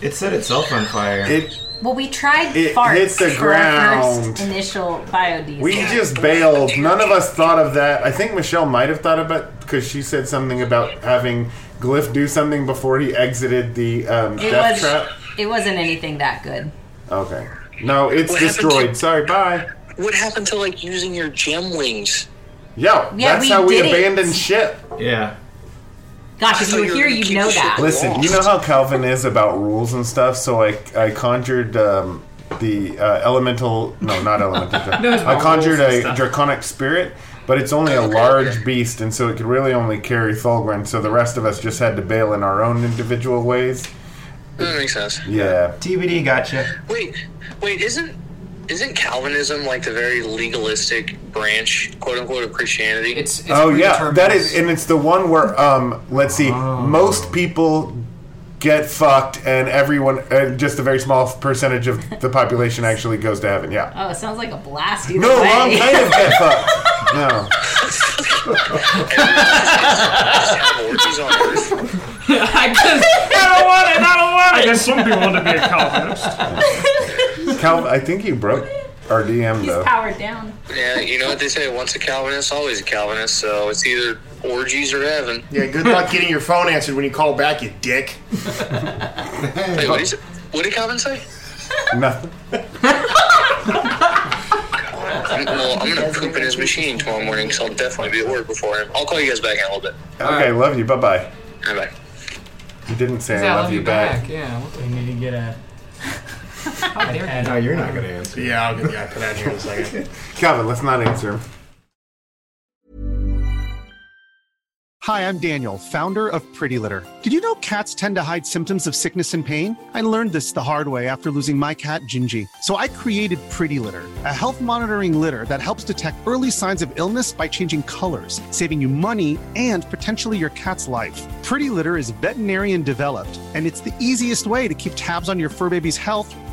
Speaker 4: It set itself on fire.
Speaker 7: It
Speaker 5: Well, we tried
Speaker 7: It
Speaker 5: farts
Speaker 7: hits the
Speaker 5: for our
Speaker 7: ground.
Speaker 5: first initial biodiesel.
Speaker 7: We just bailed. None of us thought of that. I think Michelle might have thought about because she said something about having Glyph do something before he exited the um,
Speaker 5: it
Speaker 7: death
Speaker 5: was
Speaker 7: trap.
Speaker 5: it wasn't anything that good.
Speaker 7: Okay. No, it's
Speaker 2: What happened
Speaker 7: destroyed. Sorry, bye.
Speaker 2: What happened to like using your gem wings?
Speaker 7: Yo,
Speaker 2: Yeah,
Speaker 7: that's
Speaker 2: we
Speaker 7: how we
Speaker 2: did it.
Speaker 7: abandoned ship.
Speaker 4: Yeah.
Speaker 5: Gosh, if you were here, you'd know that.
Speaker 7: Listen, you know how Calvin is about rules and stuff, so I, I conjured um, the uh, elemental. No, not elemental.
Speaker 5: No, it's
Speaker 7: I
Speaker 5: about rules
Speaker 7: conjured
Speaker 5: and
Speaker 7: a
Speaker 5: stuff.
Speaker 7: draconic spirit, but it's only a large beast, and so it could really only carry Thulgrin, so the rest of us just had to bail in our own individual ways.
Speaker 8: That makes sense.
Speaker 7: Yeah.
Speaker 20: TBD gotcha.
Speaker 8: Wait, wait, isn't isn't Calvinism like the very legalistic branch, quote unquote, of Christianity?
Speaker 10: It's, it's
Speaker 7: oh yeah, that is, and it's the one where um, let's see,
Speaker 5: Oh.
Speaker 7: most people get fucked, and everyone, uh, just a very small percentage of the population actually goes to heaven. Yeah,
Speaker 5: Oh, it sounds like a blast. either
Speaker 7: no,
Speaker 5: way.
Speaker 7: wrong kind of get fucked. No,
Speaker 10: I just, I don't want it. I don't want it.
Speaker 7: I guess some people want to be a
Speaker 5: Calvinist.
Speaker 7: Cal, I think you broke our DM
Speaker 5: He's
Speaker 7: though.
Speaker 5: powered down.
Speaker 8: Yeah, you know what they say: once a Calvinist, always a Calvinist. So it's either orgies or heaven.
Speaker 3: Yeah, good luck getting your phone answered when you call back, you dick.
Speaker 8: Wait, what, is it? what did Calvin say?
Speaker 7: Nothing.
Speaker 8: I'm, well, I'm gonna poop in his machine tomorrow morning because I'll definitely be at work before him. I'll call you guys back in a little bit.
Speaker 7: Okay, love you. Bye bye.
Speaker 8: Bye bye.
Speaker 7: You didn't say I love, you back.
Speaker 10: Yeah, what
Speaker 9: the we need to get a.
Speaker 10: How dare you?
Speaker 7: No, uh, you're not going to answer.
Speaker 3: Yeah, I'll get the iPad out here in a second.
Speaker 7: Calvin, let's not answer him.
Speaker 21: Hi, I'm Daniel, founder of Pretty Litter. Did you know cats tend to hide symptoms of sickness and pain? I learned this the hard way after losing my cat, Gingy. So I created Pretty Litter, a health monitoring litter that helps detect early signs of illness by changing colors, saving you money and potentially your cat's life. Pretty Litter is veterinarian developed, and it's the easiest way to keep tabs on your fur baby's health